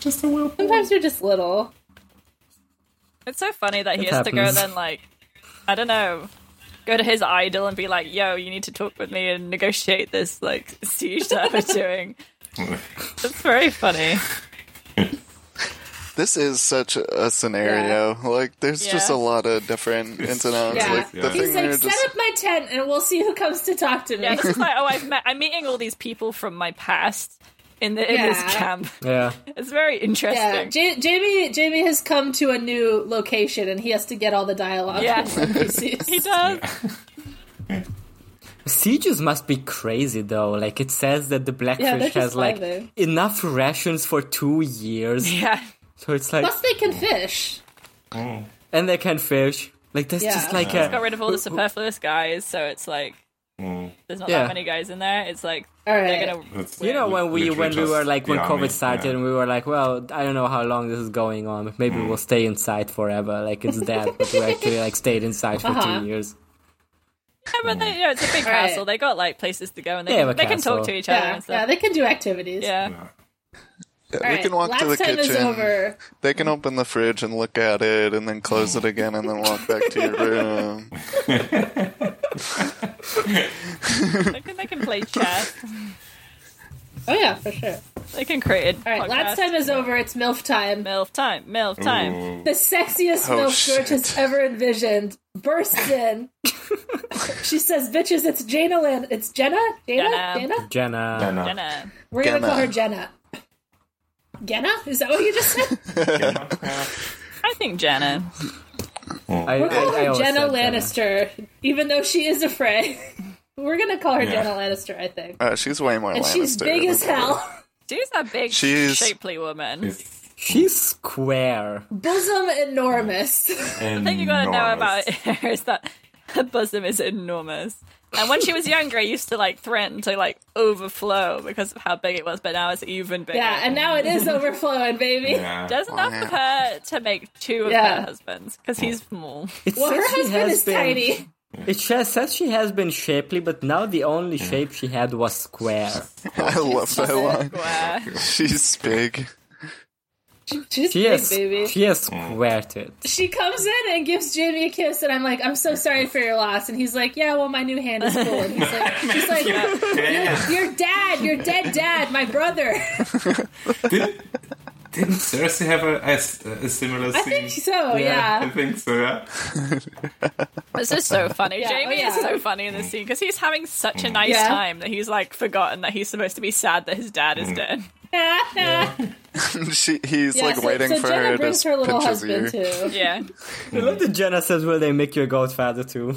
Just a little.
Sometimes you're just little.
It's so funny that he
It
has to go
happens.
then like I don't know. Go to his idol and be like, "Yo, you need to talk with me and negotiate this like siege
<laughs>
that we're doing." <laughs> It's very funny.
This is such a scenario. Like, there's just a
Yeah.
lot of different ins and outs.
Yeah.
Like, the
Yeah.
thing
He's like,
we're
set
just
up my tent and we'll see who comes to talk to me. <laughs>
Yeah, this is like, oh, I've met, I'm meeting all these people from my past in the in this
Yeah.
camp.
Yeah.
It's very
Yeah,
interesting.
J- Jamie. Jamie has come to a new location, and he has to get all the dialogue. <laughs>
Yeah.
from
<laughs>
NPCs.
he does.
Sieges must be crazy though. Like it says that the
Yeah, they're
blackfish
just
has like
starving.
enough rations for two years.
Yeah.
So it's like,
Plus, they can fish.
and they can fish. Like there's
Yeah.
just like a
Got rid of all the superfluous guys, so it's like there's not
Yeah.
that many guys in there. It's like
All
they're
right.
gonna
It's-
You know
Li-
when we
literally
when we
just
were like
the
when COVID
army,
started
yeah.
and we were like, well, I don't know how long this is going on. but
Mm.
Maybe we'll stay inside forever. Like it's that, but we actually like stayed inside for
Uh-huh.
two years.
Yeah, but they, you know, it's a big
All right.
castle. They got like places to go, and
They
they,
have a
can, they can
castle.
talk to each other
Yeah,
and
yeah,
stuff.
they can do activities.
Yeah,
Yeah.
Yeah,
All
they
right,
can walk
Last
to the
time
kitchen.
is over.
They can open the fridge and look at it, and then close it again, and then walk back to your
<laughs>
room.
they can they can play chess.
Oh yeah, for sure.
They can create. A
All right, last time is over. It's milf time.
Milf time, milf time.
Ooh.
The sexiest
Oh,
milf George has
shit.
ever envisioned bursts in. she says, "Bitches, it's Jana Lynn. It's Jenna. Jana.
Jenna.
Jana.
Jenna,
Jenna.
Jenna.
We're gonna
Jenna.
call her Jenna. Jenna? Is that what you just said?
I think Jenna.
I,
We're
I-
calling
I
her
always
Jenna
said
Lannister, even though she is a Frey. <laughs> We're gonna call her
Yeah.
Jenna Lannister, I think.
Uh, she's way more.
And
Lannister
she's big
than
as
her.
hell.
She's a big,
She's-
shapely woman.
It's
She's square.
<laughs> Bosom
<laughs>
enormous.
The thing you gotta know about <laughs> her is that her bosom is enormous. And when she was younger, it used to like threaten to like overflow because of how big it was, but now it's even bigger.
yeah, and now it is overflowing, baby.
Yeah.
does enough of her to make two of
Yeah.
her husbands because he's small.
It
Well, her
says she
husband
has
is
been- <laughs>
tiny.
It sha- says she has been shapely, but now the only
Mm.
shape she had was square.
I love that line.
Square.
She's big. <laughs>
She's
She
big,
has
baby.
she has
Mm.
square tits.
she comes in and gives Jamie a kiss, and I'm like, I'm so sorry for your loss. And he's like, Yeah, well, my new hand is cool. And he's like, She's like,
Yeah.
Your dad, your dead dad, my brother. <laughs>
Didn't, didn't Cersei have a, a s- a similar
I
scene?
think so,
I
yeah.
think
<laughs>
so, yeah.
This is so funny.
Yeah,
Jamie
oh, yeah.
is so funny in this scene because he's having such a nice
Yeah.
time that he's like forgotten that he's supposed to be sad that his dad
Mm.
is dead.
she, he's
Yeah,
like
so,
waiting
so
for
Jenna
her to
brings her little
pinch his
husband
ear.
too.
Yeah,
I love that Jenna says, "Will they make you a godfather too?"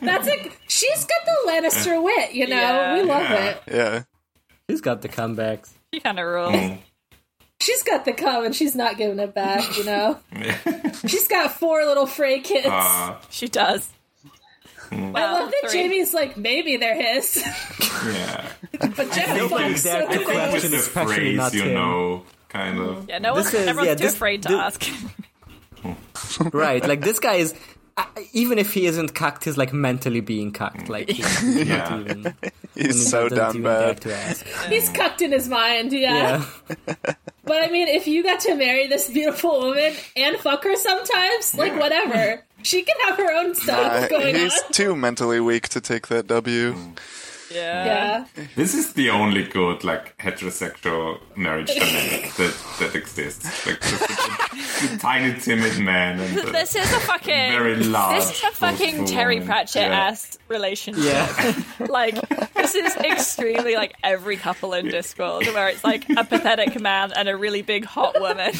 That's like she's got the Lannister wit, you know.
Yeah.
we love
Yeah.
it.
Yeah.
She's got the comebacks.
she kind of rules.
Mm.
She's got the cum and she's not giving it back, you know. she's got four little Frey kids.
Uh,
She does.
Mm.
I love that Jamie's like maybe they're his, <laughs>
yeah.
but Jenna fucks so
that the
quick.
question
It's
is
a
actually
phrase,
not
you
him.
know, kind of.
Yeah, no
This
one's,
is-
everyone's
yeah,
too
this-
afraid to
thi-
ask. <laughs>
Right, like this guy is, uh, even if he isn't cucked, he's like mentally being cucked. Like he's
Mm. <laughs> Yeah.
even, he
He's so
doesn't
down
even
bad.
dare to ask.
He's cucked in his mind, yeah.
Yeah,
But I mean, if you got to marry this beautiful woman and fuck her sometimes, like whatever, she can have her own stuff
Uh,
going on.
he's too mentally weak to take that W.
Yeah.
yeah,
This is the only good, like, heterosexual marriage
<laughs>
dynamic that, that exists. Like, just the, the tiny, timid man and the,
This is a fucking
Very large
This is a fucking
for- for
Terry
women.
Pratchett ass relationship.
yeah.
Like this
<laughs>
is extremely like every couple in Discord where it's like a pathetic man and a really big
<laughs>
hot woman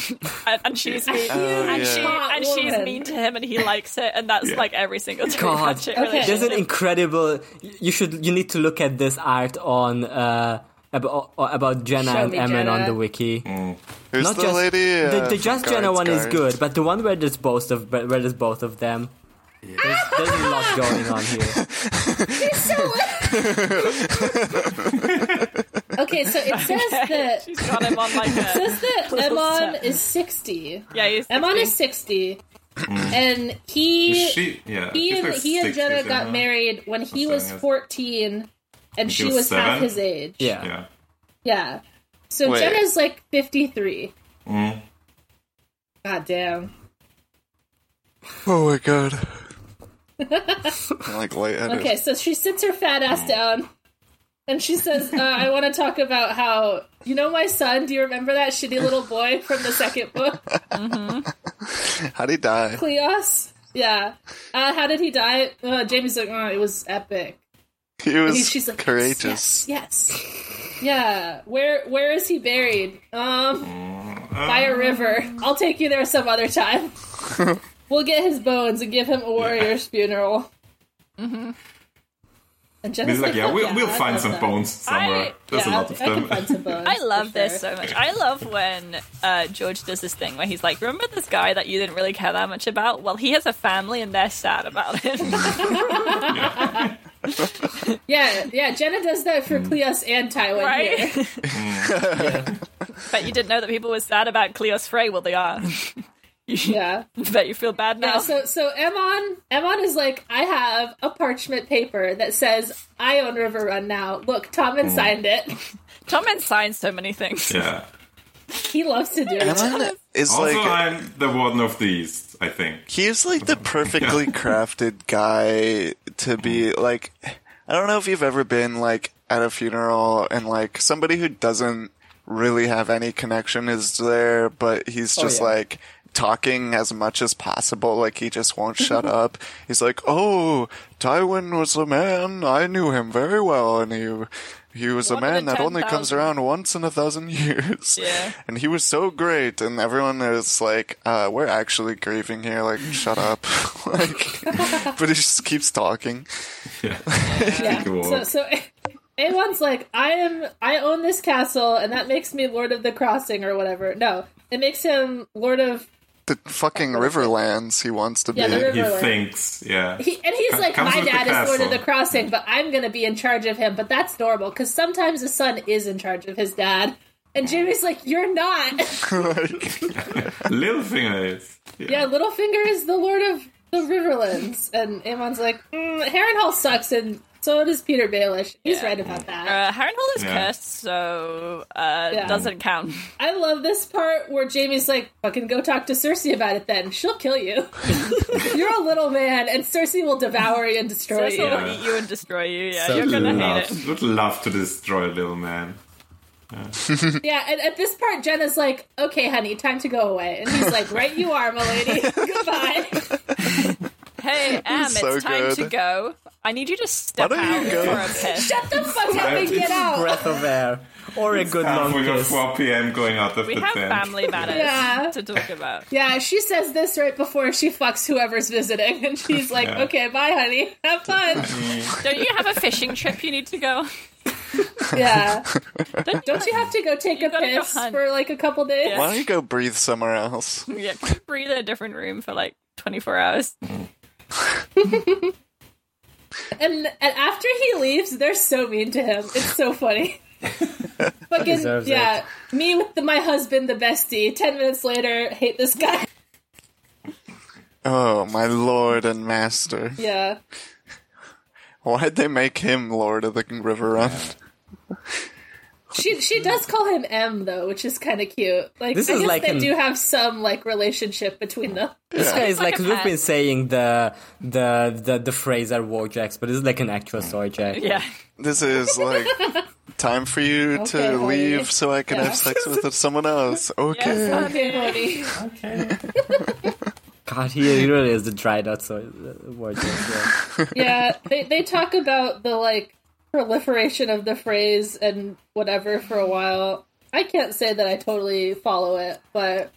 and, and she's mean and
yeah.
she
Hot
and she's
woman.
mean to him and he likes it and that's
Yeah.
like every single <laughs> Terry
God,
Pratchett
Okay.
<laughs> there's an
relationship.
incredible. You should. You need to look at this art on uh about about Jenna
Show
and
me
Emma on
Jenna.
the wiki.
Who's
Not
the
just
lady?
the,
uh,
the
from
just Jenna
Guards
one is
Guard?
good, but the one where there's both of where there's both of them. There's, there's a lot going on here.
okay, so it
<laughs>
says that
She's got him on like a
says that Emon is sixty.
yeah. He's
Emon is sixty, and he
Mm. She, yeah.
he
she's
and
like
he and
60,
Jenna
so,
got
uh,
married when he
That's
was
right, yes.
fourteen, and she
was
was half
seven?
his age.
Yeah.
Yeah.
Yeah. So
Wait.
Jenna's like fifty three.
Mm.
God damn.
Oh my god.
<laughs>
I'm, like lightheaded.
Okay, so she sits her fat ass down and she says, uh, I want to talk about how, you know, my son, do you remember that shitty little boy from the second book,
How'd he die?
Cleos? Yeah. Uh, how did he die? Uh, Jamie's like, oh, it was epic.
He
And
was
he's- she's like,
courageous.
Yes, yes, yes. Yeah. Where where is he buried? Um by a river. I'll take you there some other
<laughs>
time. we'll get his bones and give him a warrior's funeral. Mm-hmm. And Jenna's
He's like, yeah,
"Fuck
we'll, we'll
I
find
love
some
that.
bones somewhere.
I-
There's
Yeah,
a lot of
I can find
them.
some bones.
<laughs> I love
for
this
sure.
so much. I love when uh, George does this thing where he's like, "Remember this guy that you didn't really care that much about? Well, he has a family, and they're sad about it."
<laughs> Yeah, yeah. Jenna does that for Cleos and Tywin
Right? <laughs>
here.
Bet you didn't know that people were sad about Cleos Frey. Well,
<laughs>
they are.
Yeah.
Bet you feel bad now.
Yeah, so so Emon Emon is like, I have a parchment paper that says I own River Run now. Look,
Mm.
Tommen signed it.
Tommen signs so many things.
<laughs> yeah.
He loves to do it.
Alan is
Also,
like
I'm the warden of the east, I think.
He's like the perfectly crafted guy to be like. I don't know if you've ever been like at a funeral and like somebody who doesn't really have any connection is there, but he's just
yeah.
like talking as much as possible. Like he just won't shut up. He's like, "Oh, Tywin was a man. I knew him very well, and he." He was
One
a
in
man that only comes
10,000.
around once in a thousand <laughs> years.
Yeah.
And he was so great, and everyone is like, uh, we're actually grieving here, like, shut up. <laughs> like, but he just keeps talking.
Yeah.
Cool.
So so <laughs> Amon's like, I am I own this castle and that makes me Lord of the Crossing or whatever. No. It makes him Lord of
The fucking Riverlands he wants to
Yeah,
be.
the
He
Riverlands.
thinks, yeah. <laughs>
He, and he's
Com-
like,
comes
my
with the
dad is Lord of
castle."
the Crossing, but I'm going to be in charge of him. But that's normal because sometimes the son is in charge of his dad. And Jimmy's like, you're not. <laughs>
Littlefinger is.
yeah, Littlefinger is the Lord of the Riverlands. And Amon's like, mm, Harrenhal sucks, and so does Peter Baelish. He's right about that.
Uh, Harrenhal is
Yeah.
cursed, so uh,
Yeah.
doesn't count.
I love this part where Jamie's like, fucking go talk to Cersei about it then. She'll kill you. <laughs> you're a little man, and Cersei will devour you and destroy
Cersei
you.
will eat you and destroy you. Yeah,
So
you're gonna hate it.
Love, would love to destroy little man.
Yeah, and at this part, Jenna's like, "Okay, honey, time to go away," and he's like, "Right, you are, my
<laughs>
lady. Goodbye."
<laughs>
Hey, Em, it's
so
time to
good.
go. I need you to step
don't you
out
go?
for a piss.
Shut the fuck up and get out.
breath of air or a good long
And we got
kiss.
4 p.m. going out of
We
the
have
tent.
family matters
Yeah.
to talk about.
Yeah, she says this right before she fucks whoever's visiting, and she's like,
Yeah.
"Okay, bye, honey. Have fun."
Don't you have a fishing trip you need to go?
Yeah. Don't you have to go take a
gotta go
piss
hunt.
for like a couple days?
Yeah.
Why don't you go breathe somewhere
<laughs>
else?
Yeah, breathe in a different room for like 24 hours.
And and after he leaves, they're so mean to him. It's so funny. Fucking
deserves
yeah. Me with the, my husband, the bestie. Ten minutes later, hate this guy. <laughs>
Oh, my lord and master.
Yeah.
Why'd they make him lord of the river run?
She she does call him M though, which is kind of cute. Like
This
I
is
guess
like
they
an-
do have some like relationship between them.
This guy is like
a
we've
pet.
been saying the the the, the phrase at Warjacks, but this is like an actual Soyjack.
Yeah.
This is like time for you
Okay,
to
honey.
leave so I can have sex with someone else. Okay.
Yes,
Okay, buddy.
God, he really is the dried out so Warjack. uh, Yeah. <laughs>
Yeah, they they talk about the like proliferation of the phrase and whatever for a while. I can't say that I totally follow it, but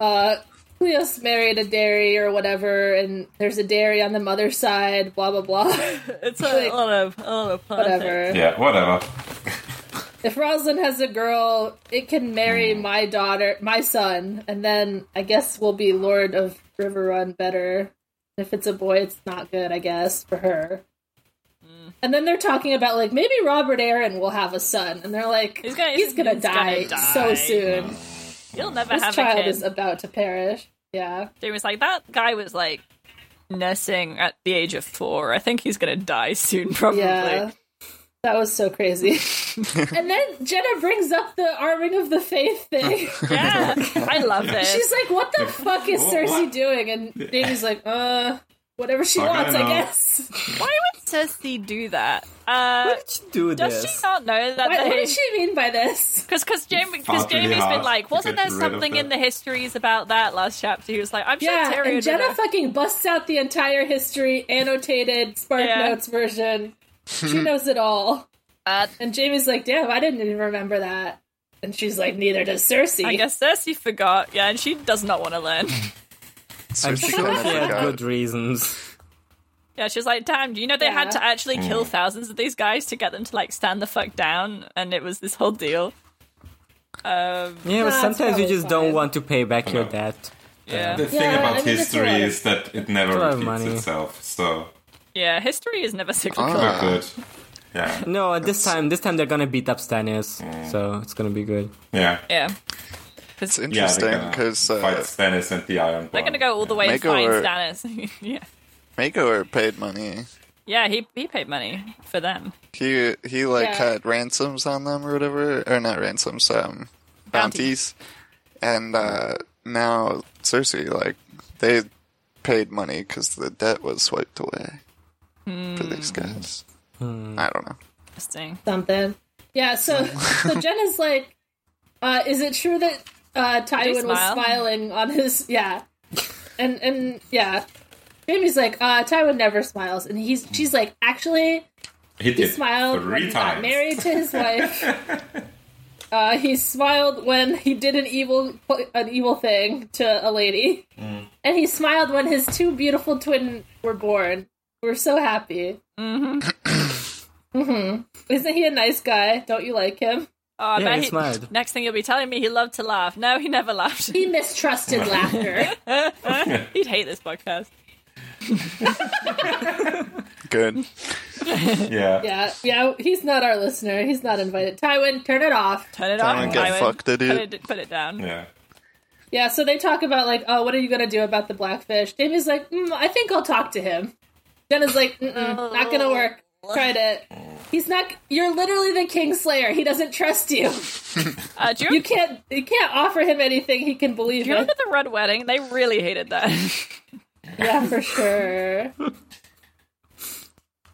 uh Cleos married a dairy or whatever, and there's a dairy on the mother's side, blah blah blah, <laughs>
It's a lot of, a lot of politics.
whatever.
Yeah, whatever.
if Rosalind has a girl, it can marry
Mm.
my daughter, my son, and then I guess we'll be Lord of River Run better. If it's a boy, it's not good, I guess, for her.
Mm.
And then they're talking about like maybe Robert Aaron will have a son, and they're like he's
gonna-
gonna,
he's
die,
gonna die.
so soon.
You'll never
This
have a
child
kid.
is about to perish. Yeah,
Jamie was like, that guy was like nursing at the age of four. I think he's gonna die soon, probably.
yeah, that was so
<laughs>
crazy. and then Jenna brings up the arming of the faith
<laughs>
thing.
Yeah. I
<laughs>
love this.
She's like, "What the fuck is
What-
Cersei
what?
doing?" And Daisy's like, "Uh, whatever she
Fuck, I
wants, I,
know.
guess."
<laughs> Why would Cersei do that? Uh,
Why did you do
does
this?
she not know that
Why,
they?
what did she mean by this?
Because because Jamie
Far
because
too
Jamie's
hard
been like,
to
wasn't
get
there
rid of
something in
that."
the histories about that last chapter? He was like, I'm sure
Yeah,
Tyrion.
and Jenna
would know.
fucking busts out the entire history, annotated, spark
Yeah.
notes version.
<laughs>
She knows it all.
Uh,
And Jamie's like, damn, I didn't even remember that. And she's like, neither does Cersei.
I guess Cersei forgot. Yeah, and she does not want to
<laughs>
learn.
I'm
Cersei
sure
kinda
she had
forgot.
good reasons.
Yeah, she was like, damn, do you know they had
Yeah.
to actually kill
Mm.
thousands of these guys to get them to like stand the fuck down? And it was this whole deal. Um,
Yeah, but
That's
sometimes you
probably
just
fine.
don't want to pay back your debt.
yeah.
The
yeah.
thing
Yeah, I
about
mean, that's a
history
lot of-
is that it never
a lot of
repeats
money.
itself, so
history is never cyclical.
we're good. Yeah,
No, at this time, this time they're gonna beat up Stannis, so it's gonna be good.
yeah.
Yeah.
It's
Yeah, they're
interesting
gonna
because
fight
uh,
Stannis and the Iron
They're
Bond.
going to go all the way and
Make
find
over-
Stannis. <laughs> yeah.
Magor paid money.
Yeah, he, he paid money for them.
He he like
Yeah.
had ransoms on them or whatever, or not ransoms, um, bounties. And uh, now Cersei like they paid money because the debt was swiped away for
Hmm.
these guys. I don't know.
Interesting.
something. Yeah, so <laughs> so Jen is like, uh, is it true that uh, Tywin was
smile?
smiling on his yeah, and and yeah, Jamie's like, uh, Tywin never smiles, and he's she's like, actually,
He
he
did
smiled when
three
he got
times.
married to his wife.
<laughs>
Uh, he smiled when he did an evil an evil thing to a lady,
Mm-hmm.
and he smiled when his two beautiful twin were born. We're so happy. Mm-hmm. Isn't he a nice guy? Don't you like him?
Oh, I
Yeah,
bet
he
he-
smiled.
Next thing you'll be telling me, he loved to laugh. No, he never laughed. <laughs>
He mistrusted
<laughs>
laughter.
He'd hate this podcast.
<laughs>
Good. <laughs>
Yeah.
Yeah, yeah. He's not our listener. He's not invited. Tywin, turn it off.
Turn it
Tywin
off.
get
Tywin.
fucked,
put
idiot.
it, put it down.
yeah.
Yeah, so they talk about like, oh, what are you gonna do about the blackfish? Jamie's like, mm, I think I'll talk to him. Jenna's like, Mm-mm, not gonna work. Tried it. He's not. You're literally the Kingslayer. He doesn't trust you. <laughs>
Uh, do you,
You can't. You can't offer him anything he can believe
do you
in.
remember the Red Wedding? They really hated that. <laughs>
Yeah, for sure.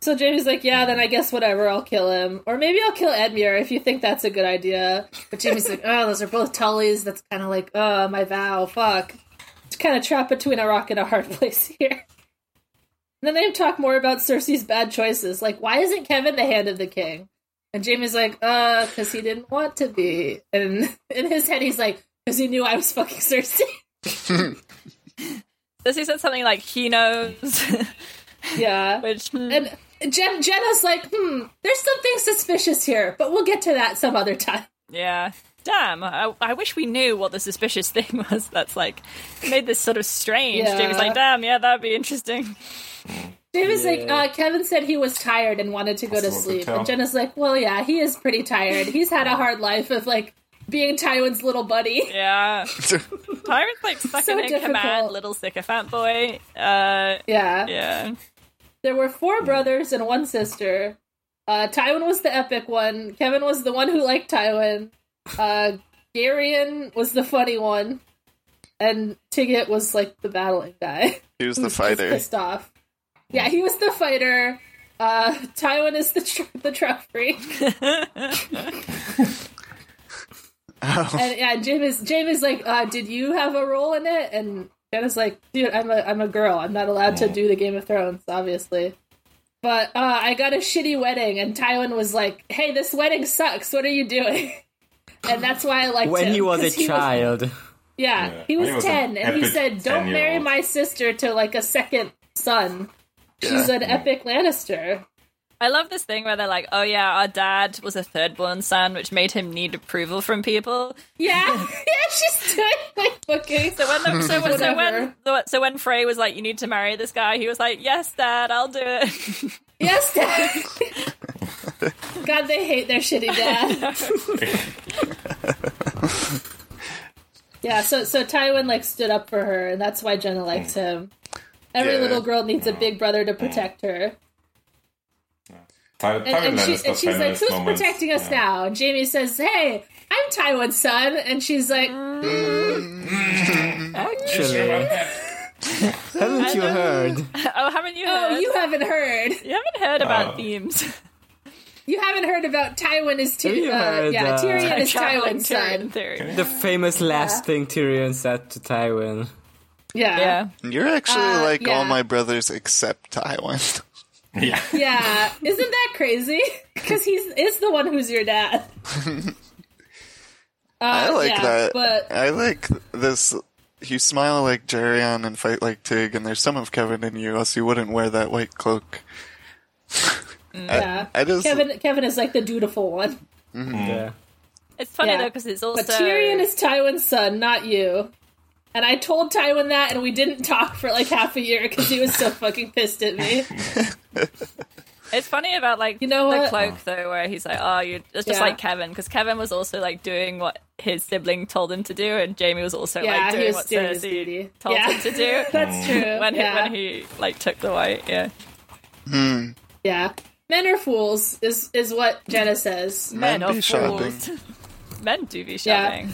So Jamie's like, yeah, then I guess whatever, I'll kill him. Or maybe I'll kill Edmure if you think that's a good idea. But Jamie's like, oh, those are both Tullys. That's kind of like, oh, my vow, fuck. It's kind of trapped between a rock and a hard <laughs> place here. And then they talk more about Cersei's bad choices. Like, why isn't Kevin the hand of the king? And Jamie's like, uh, because he didn't want to be. And <laughs> in his head, he's like, because he knew I was fucking Cersei. <laughs>
Does he said something like he knows, <laughs>
Yeah.
which hmm,
And Jen, Jenna's like, hmm, there's something suspicious here, but we'll get to that some other time. <laughs>
yeah, damn. I, I wish we knew what the suspicious thing <laughs> was. That's like made this sort of strange.
Yeah.
Jamie's like, damn, yeah, that'd be interesting.
David's like, uh, Kevin said he was tired and wanted to go to
That's what we
sleep.
tell.
And Jenna's like, well, yeah, he is pretty tired. He's had a hard life of like being Tywin's little buddy. <laughs>
Yeah, Tyrant's like second in command,
difficult.
little sycophant boy. Uh,
Yeah.
yeah,
There were four brothers and one sister. Uh, Tywin was the epic one. Kevin was the one who liked Tywin. Uh, Garion was the funny one. And Tigget was like the battling guy. <laughs>
He was the
was <laughs>
fighter.
pissed off. Yeah, he was the fighter. Uh, Tywin is the tr- the truck
<laughs>
freak, and yeah, Jim is Jim is like, uh, did you have a role in it? And Jenna's like, dude, I'm a I'm a girl. I'm not allowed to do the Game of Thrones, obviously. But uh, I got a shitty wedding, and Tywin was like, hey, this wedding sucks. What are you doing? <laughs> And that's why <laughs> I liked
When
him,
he was a
'cause <laughs>
child,
Yeah,
Yeah,
he was
he was
ten,
an
and he
epic
said, "Don't marry
10-year-old.
my sister to like a second son. She's
Yeah.
an epic Lannister."
I love this thing where they're like, oh yeah, our dad was a third born son, which made him need approval from people. <laughs>
Yeah, <laughs> yeah, she's doing like fucking.
So when the, so, when- so when
Whatever.
so when Frey was like, "You need to marry this guy," he was like, "Yes, Dad, I'll do it." <laughs>
Yes, Dad. God, they hate their shitty dad. yeah, so so Tywin like stood up for her, and that's why Jenna likes him. Every
Yeah.
little girl needs a big brother to protect her,
Ty-
and,
Tywin
and, she,
Lannister
and she's like,
feminist
"Who's
moments.
protecting us
Yeah.
now?" And Jamie says, "Hey, I'm Tywin's son," and she's like, "Oh,
actually, haven't you heard?
<laughs>
oh, haven't you heard?
"Oh, you haven't heard.
You haven't heard about
Oh.
themes.
You haven't heard about Tywin is
Have
Ty-
you
uh,
heard,
yeah
uh,
Tyrion
<laughs>
is
Traveling
Tywin's
Tyrion
son.
theory.
The famous last thing Tyrion said to Tywin.
Yeah.
You're actually
Uh,
like
yeah.
all my brothers except Tywin.
Yeah.
Yeah, isn't that crazy? <laughs> Because he's is the one who's your
<laughs>
dad. Uh,
I like
yeah,
that.
But
I like this. You smile like Jerion and fight like Tig, and there's some of Kevin in you, else you wouldn't wear that white cloak.
yeah,
I just-
Kevin Kevin is like the dutiful one.
Yeah.
It's funny
Yeah.
though because it's also
But Tyrion is Tywin's son, not you. And I told Tywin that, and we didn't talk for like half a year because he
<laughs>
was so fucking pissed at me.
It's funny about like
You know
the
what?
cloak though, where he's like, "Oh, you it's just
Yeah.
like Kevin," because Kevin was also like doing what his sibling told him to do, and Jamie was also
Yeah,
like
he
doing
was
what
doing his
Cersei
duty.
told
Yeah.
him to do.
That's <laughs> true.
<laughs> when
yeah.
he when he like took the white, yeah,
yeah. Men are fools is is what Jenna says.
Men
are
be shopping.
fools. <laughs> Men do be
Yeah.
shopping.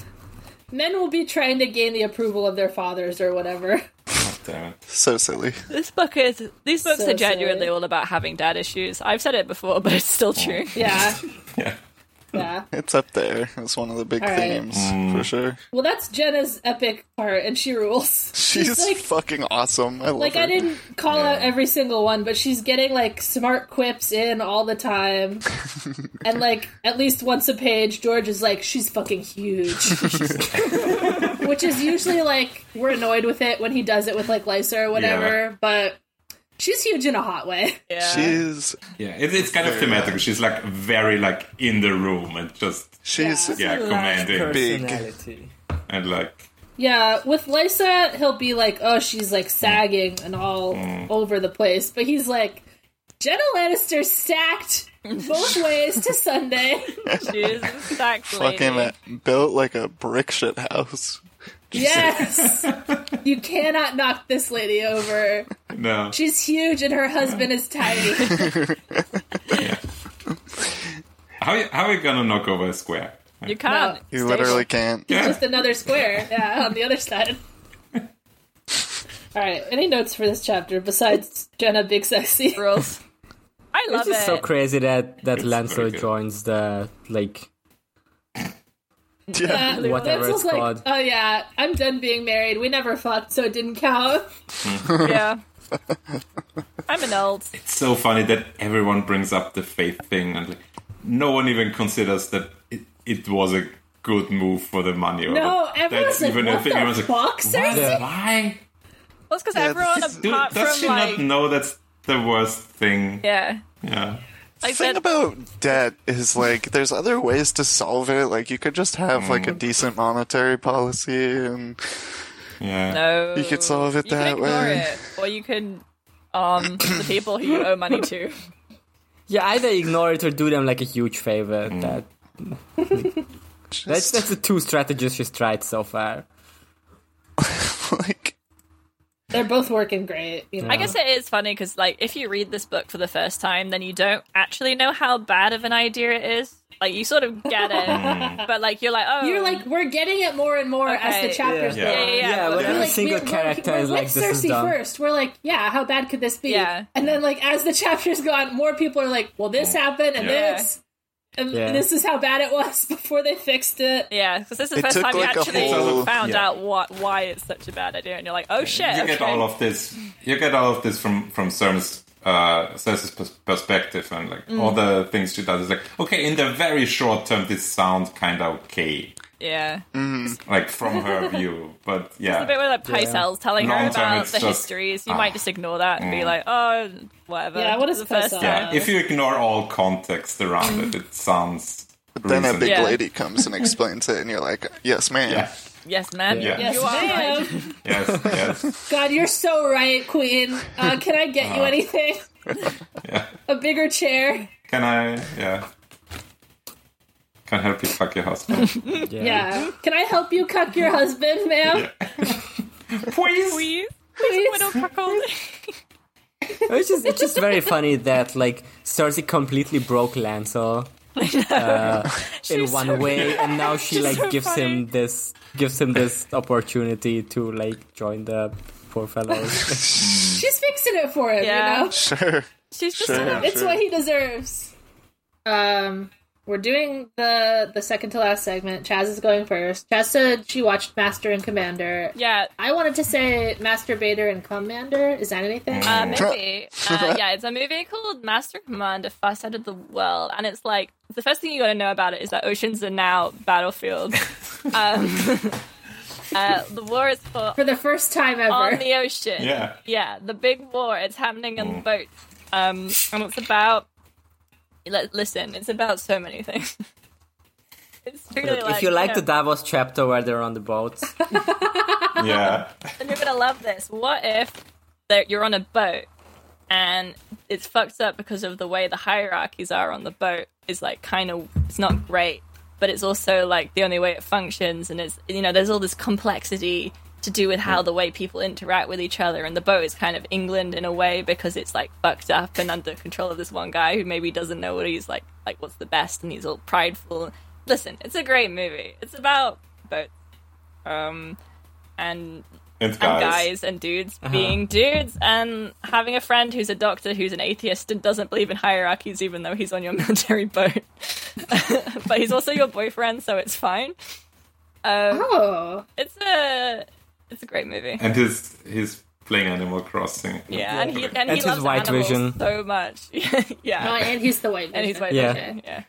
Men will be trying to gain the approval of their fathers or whatever. <laughs>
Damn it.
So silly.
This book is these books
So
are genuinely
silly.
all about having dad issues. I've said it before, but it's still
Oh. <laughs>
true.
Yeah.
<laughs>
Yeah.
Yeah.
It's up there. It's one of the big
All right.
themes for sure.
Well, that's Jenna's epic part, and she rules.
She's
like-
fucking awesome. I love
Like
her.
I didn't call out every single one, but she's getting like smart quips in all the time, and like at least once a page, George is like, "She's fucking huge," <laughs> which is usually like we're annoyed with it when he does it with like Lysa or whatever, but she's huge in a hot way.
Yeah.
She's
Yeah. It, it's kind of thematic. She's like very like in the room and just
she's
yeah commanding
Big.
personality.
and like
<laughs> Yeah, with Lysa, he'll be like, "Oh, she's like sagging and all over the place," but he's like, "Jenna Lannister sacked both ways to Sunday." <laughs>
She is a sack lady.
fucking built like a brick shit house.
Yes, you cannot knock this lady over.
no.
She's huge and her husband is tiny.
<laughs> How how are you gonna knock over a square?
You can't.
You literally can't.
Just another square. Yeah, on the other side. All right. Any notes for this chapter besides Jenna big sexy? <laughs>
Rules. I love
It's
it.
so crazy that that
It's very
Lancer
good.
joins the like
Yeah.
Whatever
Lancel's
it's called.
Oh yeah, I'm done being married. We never fucked, so it didn't count.
<laughs>
yeah. I'm an old.
It's so funny that everyone brings up the faith thing and like, no one even considers that it, it was a good move for the money. Or
No,
that
everyone's Oh, like, "What the
Everyone's
fuck,
"Why?
Cersei?"
Why?
Well, because
Yeah,
everyone
this is-
Do,
apart
does
from
she
like
not know that's the worst thing?
yeah,
Yeah.
like
thing
that-
about debt is like there's other ways to solve it. Like you could just have like a decent monetary policy and
Yeah.
no,
You could solve it
You can
that
ignore
way.
it, or you can um the people who you owe money
<laughs>
to.
Yeah, either ignore it or do them like a huge favor. That that's
just
that's the two strategies she's tried so far.
<laughs> like
They're both working great. You know?
I guess it is funny because like if you read this book for the first time, then you don't actually know how bad of an idea it is. Like you sort of get
Mm.
it, but like you're like oh
You're like we're getting it more and more as the
Okay.
chapters
Yeah.
go.
yeah yeah, yeah,
Yeah, but
whatever.
every
Like,
single
we're- we're-
character
we're
is like
with
this is
Cersei
dumb.
first. We're like, yeah, how bad could this be?
Yeah.
And then like as the <laughs> chapters go on, more people are like, well, this happened and
Yeah.
this, and
Yeah.
this is how bad it was <laughs> before they fixed it.
yeah because this is the
It
first
took,
time
like, a
you actually
whole-
found
Yeah.
out what why it's such a bad idea, and you're like oh shit
you get
okay.
all of this. You get all of this from from Serm's uh, Cersei's pers- perspective and like
Mm.
all the things she does. It's like okay, in the very short term, this sounds kind of okay,
yeah.
Mm. like from
<laughs>
her view. But
The bit
yeah,
where like Pycelle's telling
Long
her
term,
about
it's
the
just- Ah. Mm.
histories, you might just ignore that and be like, oh, whatever.
Yeah, what is
the first
Pycelle?
yeah.
time?
If you ignore all context around it, it sounds.
then a big
Yeah.
lady comes and explains it and you're like, Yes, ma'am.
Yeah.
Yes, man.
Yeah.
Yes,
You are right.
ma'am.
<laughs>
Yes, yes,
God, you're so right, Queen. Uh, can I get you anything?
yeah.
A bigger chair?
Can I? Yeah. Can help you fuck
<laughs>
your husband,
Yeah. Can I help you cuck your husband,
<laughs>
ma'am?
please.
Please,
Please?
little
<laughs>
cuckold.
It's just it's just
<laughs>
very funny that like Cersei completely broke
<laughs>
Lancel uh, in
She's
one
so
way, and now she
She's
like
so
gives
funny.
him this gives him this opportunity to like join the
<laughs>
poor fellows.
She's fixing it for him,
Yeah.
you know?
Sure.
She's just
Sure.
It's what he deserves. Um, we're doing the the second to last segment. Chaz is going first. Chaz said she watched Master and Commander.
Yeah.
I wanted to say Masturbator and Commander. Is that anything?
Uh,
<laughs>
maybe. Uh, yeah, it's a movie called Master Commander Far Side of the World. And it's like, the first thing you got to know about it is that oceans are now
<laughs>
battlefields. um, <laughs> uh, the war is fought
For the first time ever.
on the ocean.
Yeah.
Yeah, the big war. It's happening on boats. Um, and it's about. Li- listen, it's about so many things. <laughs> it's really
Look,
like.
if you like
yeah,
the Davos chapter where they're on the boats,
Yeah.
then you're gonna love this. What if that you're on a boat and it's fucked up because of the way the hierarchies are on the boat is like kind of it's not great, but it's also like the only way it functions, and it's you know there's all this complexity to do with how the way people interact with each other, and the boat is kind of England in a way because it's like fucked up and under control of this one guy who maybe doesn't know what he's like like what's the best, and he's all prideful. Listen, it's a great movie. It's about boats. Um, and
It's
and
guys.
guys and dudes
Uh-huh.
being dudes and having a friend who's a doctor who's an atheist and doesn't believe in hierarchies even though he's on your <laughs> military boat but he's also your boyfriend so it's fine um,
oh,
it's a it's a great movie
And he's he's playing Animal Crossing.
yeah and he and, he
his
loves
white
animals
vision.
so much <laughs>
Oh,
yeah
and he's the white.
<laughs> and he's
Vision.
white
Yeah.
vision yeah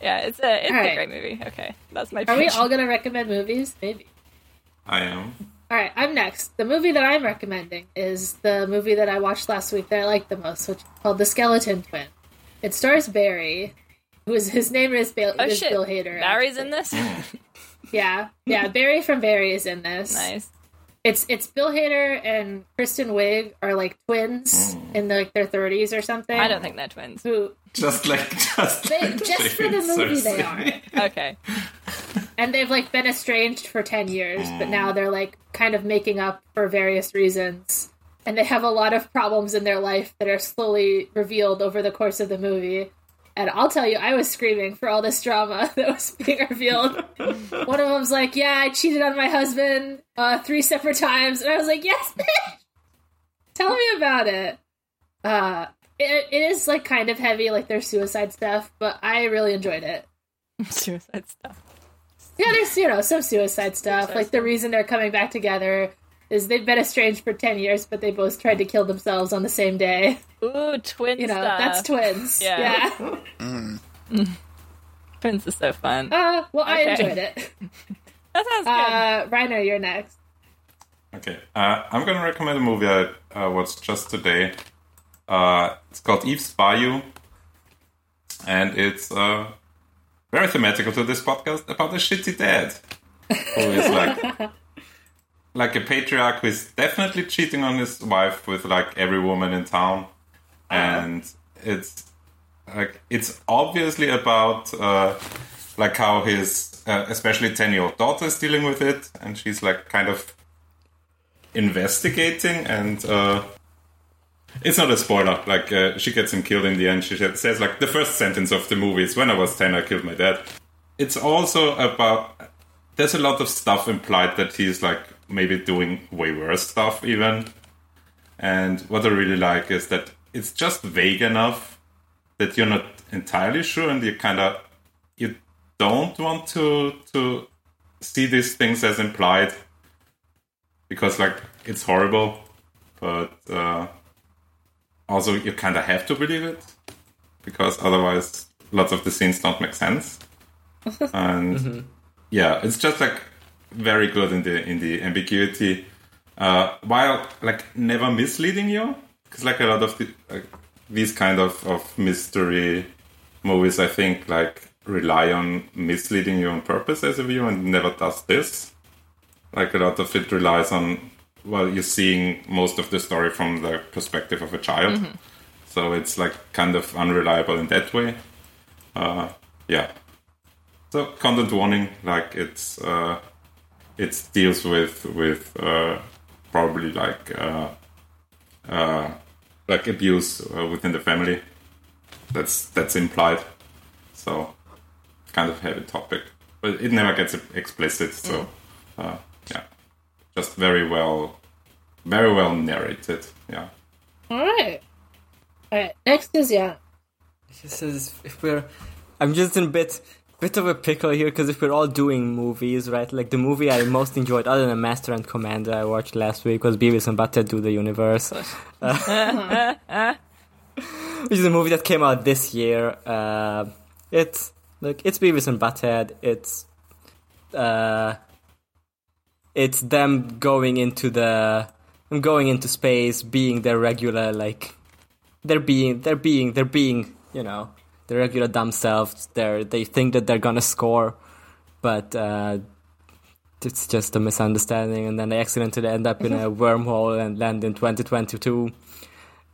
yeah it's a it's a
Alright.
great movie okay that's my
Are we
pitch.
all gonna recommend movies? Maybe.
I am.
All right, I'm next. The movie that I'm recommending is the movie that I watched last week that I liked the most, which is called The Skeleton Twin. It stars Barry, who is his name is, Bill
oh
is
shit
Bill Hader.
Barry's in this
Yeah, yeah. Barry from Barry is in this.
nice
It's it's Bill Hader and Kristen Wiig are like twins in like their 30s or something.
I don't think they're twins
who
Just like <laughs> just
They-
like
just for the
David
movie they
Cersei.
okay <laughs>
and they've like been estranged for 10 years but now they're like kind of making up for various reasons and they have a lot of problems in their life that are slowly revealed over the course of the movie and i'll tell you i was screaming for all this drama <laughs> that was being revealed one of them's like yeah i cheated on my husband uh, three separate times and i was like yes bitch tell me about it uh, it, it is like kind of heavy like their suicide stuff but i really enjoyed it
suicide stuff
yeah, there's you know some suicide stuff. like the reason they're coming back together is they've been estranged for ten years, but they both tried to kill themselves on the same day. <laughs>
Ooh, twin
You know,
stuff.
that's twins.
Yeah.
Yeah.
Twins is so fun.
Uh, <laughs> well, I
Okay.
enjoyed it.
That sounds good.
Uh, Reiner, you're next.
Okay, uh, I'm gonna recommend a movie I uh, watched just today. Uh, it's called Eve's Bayou, and it's uh, very thematical to this podcast about a shitty dad who is like like a patriarch who is definitely cheating on his wife with like every woman in town, and it's like it's obviously about uh, like how his uh, especially ten year old daughter is dealing with it, and she's like kind of investigating and uh it's not a spoiler like uh, she gets him killed in the end she sa- says like the first sentence of the movie is when i was 10 i killed my dad it's also about there's a lot of stuff implied that he's like maybe doing way worse stuff even and what i really like is that it's just vague enough that you're not entirely sure and you kind of you don't want to to see these things as implied because like it's horrible, but uh, also you kind of have to believe it because otherwise lots of the scenes don't make sense. And yeah, it's just like very good in the in the ambiguity, uh, while like never misleading you because like a lot of the, like, these kind of of mystery movies, I think like rely on misleading you on purpose as a viewer and never does this like a lot of it relies on well you're seeing most of the story from the perspective of a child so it's like kind of unreliable in that way uh, yeah so content warning like it's uh, it deals with with uh, probably like uh, uh, like abuse uh, within the family that's that's implied so kind of heavy topic but it never gets explicit so uh, yeah, just very well, very well narrated. Yeah,
All right. All right. Next is yeah.
This is if we're. I'm just in a bit bit of a pickle here because if we're all doing movies, right? Like the movie I most enjoyed, other than Master and Commander, I watched last week was Beavis and Butthead Do the Universe, Uh, <laughs> which is a movie that came out this year. Uh, it's like it's Beavis and Butthead. It's uh, it's them going into the them going into space, being their regular like they're being they're being they're being you know their regular dumb selves they're they think that they're gonna score but uh it's just a misunderstanding and then they accidentally end up in a wormhole and land in 2022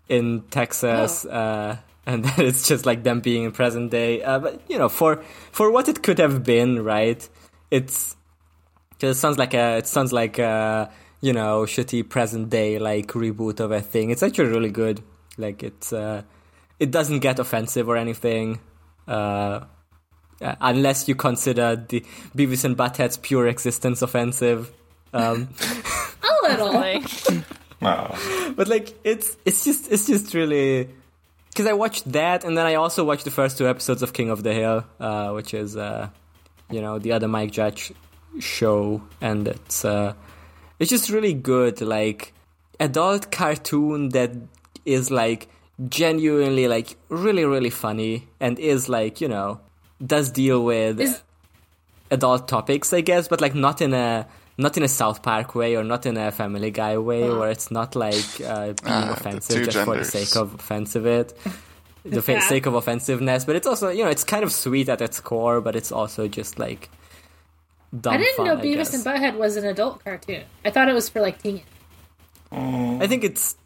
in texas uh and <laughs> then it's just like them being in present day uh, but you know for for what it could have been right it's it sounds like a it sounds like a you know shitty present day like reboot of a thing. It's actually really good. Like it's uh, it doesn't get offensive or anything, uh, uh, unless you consider the Beavis and Butthead's pure existence offensive. Um,
A little.
Like,
Oh,
but like it's it's just it's just really because I watched that and then I also watched the first two episodes of King of the Hill, uh, which is uh, you know the other Mike Judge show, and it's uh, it's just really good like adult cartoon that is like genuinely like really really funny and is like you know does deal with
Is-
adult topics i guess but like not in a not in a south park way or not in a family guy way where it's not like uh, being
Ah, the two
offensive just for the
genders.
sake of offensive it the fa-
Yeah.
sake of offensiveness but it's also you know it's kind of sweet at its core but it's also just like dumb
I didn't
fun,
know
I
Beavis
guess.
and Butthead was an adult cartoon. I thought it was for like teens.
I think it's.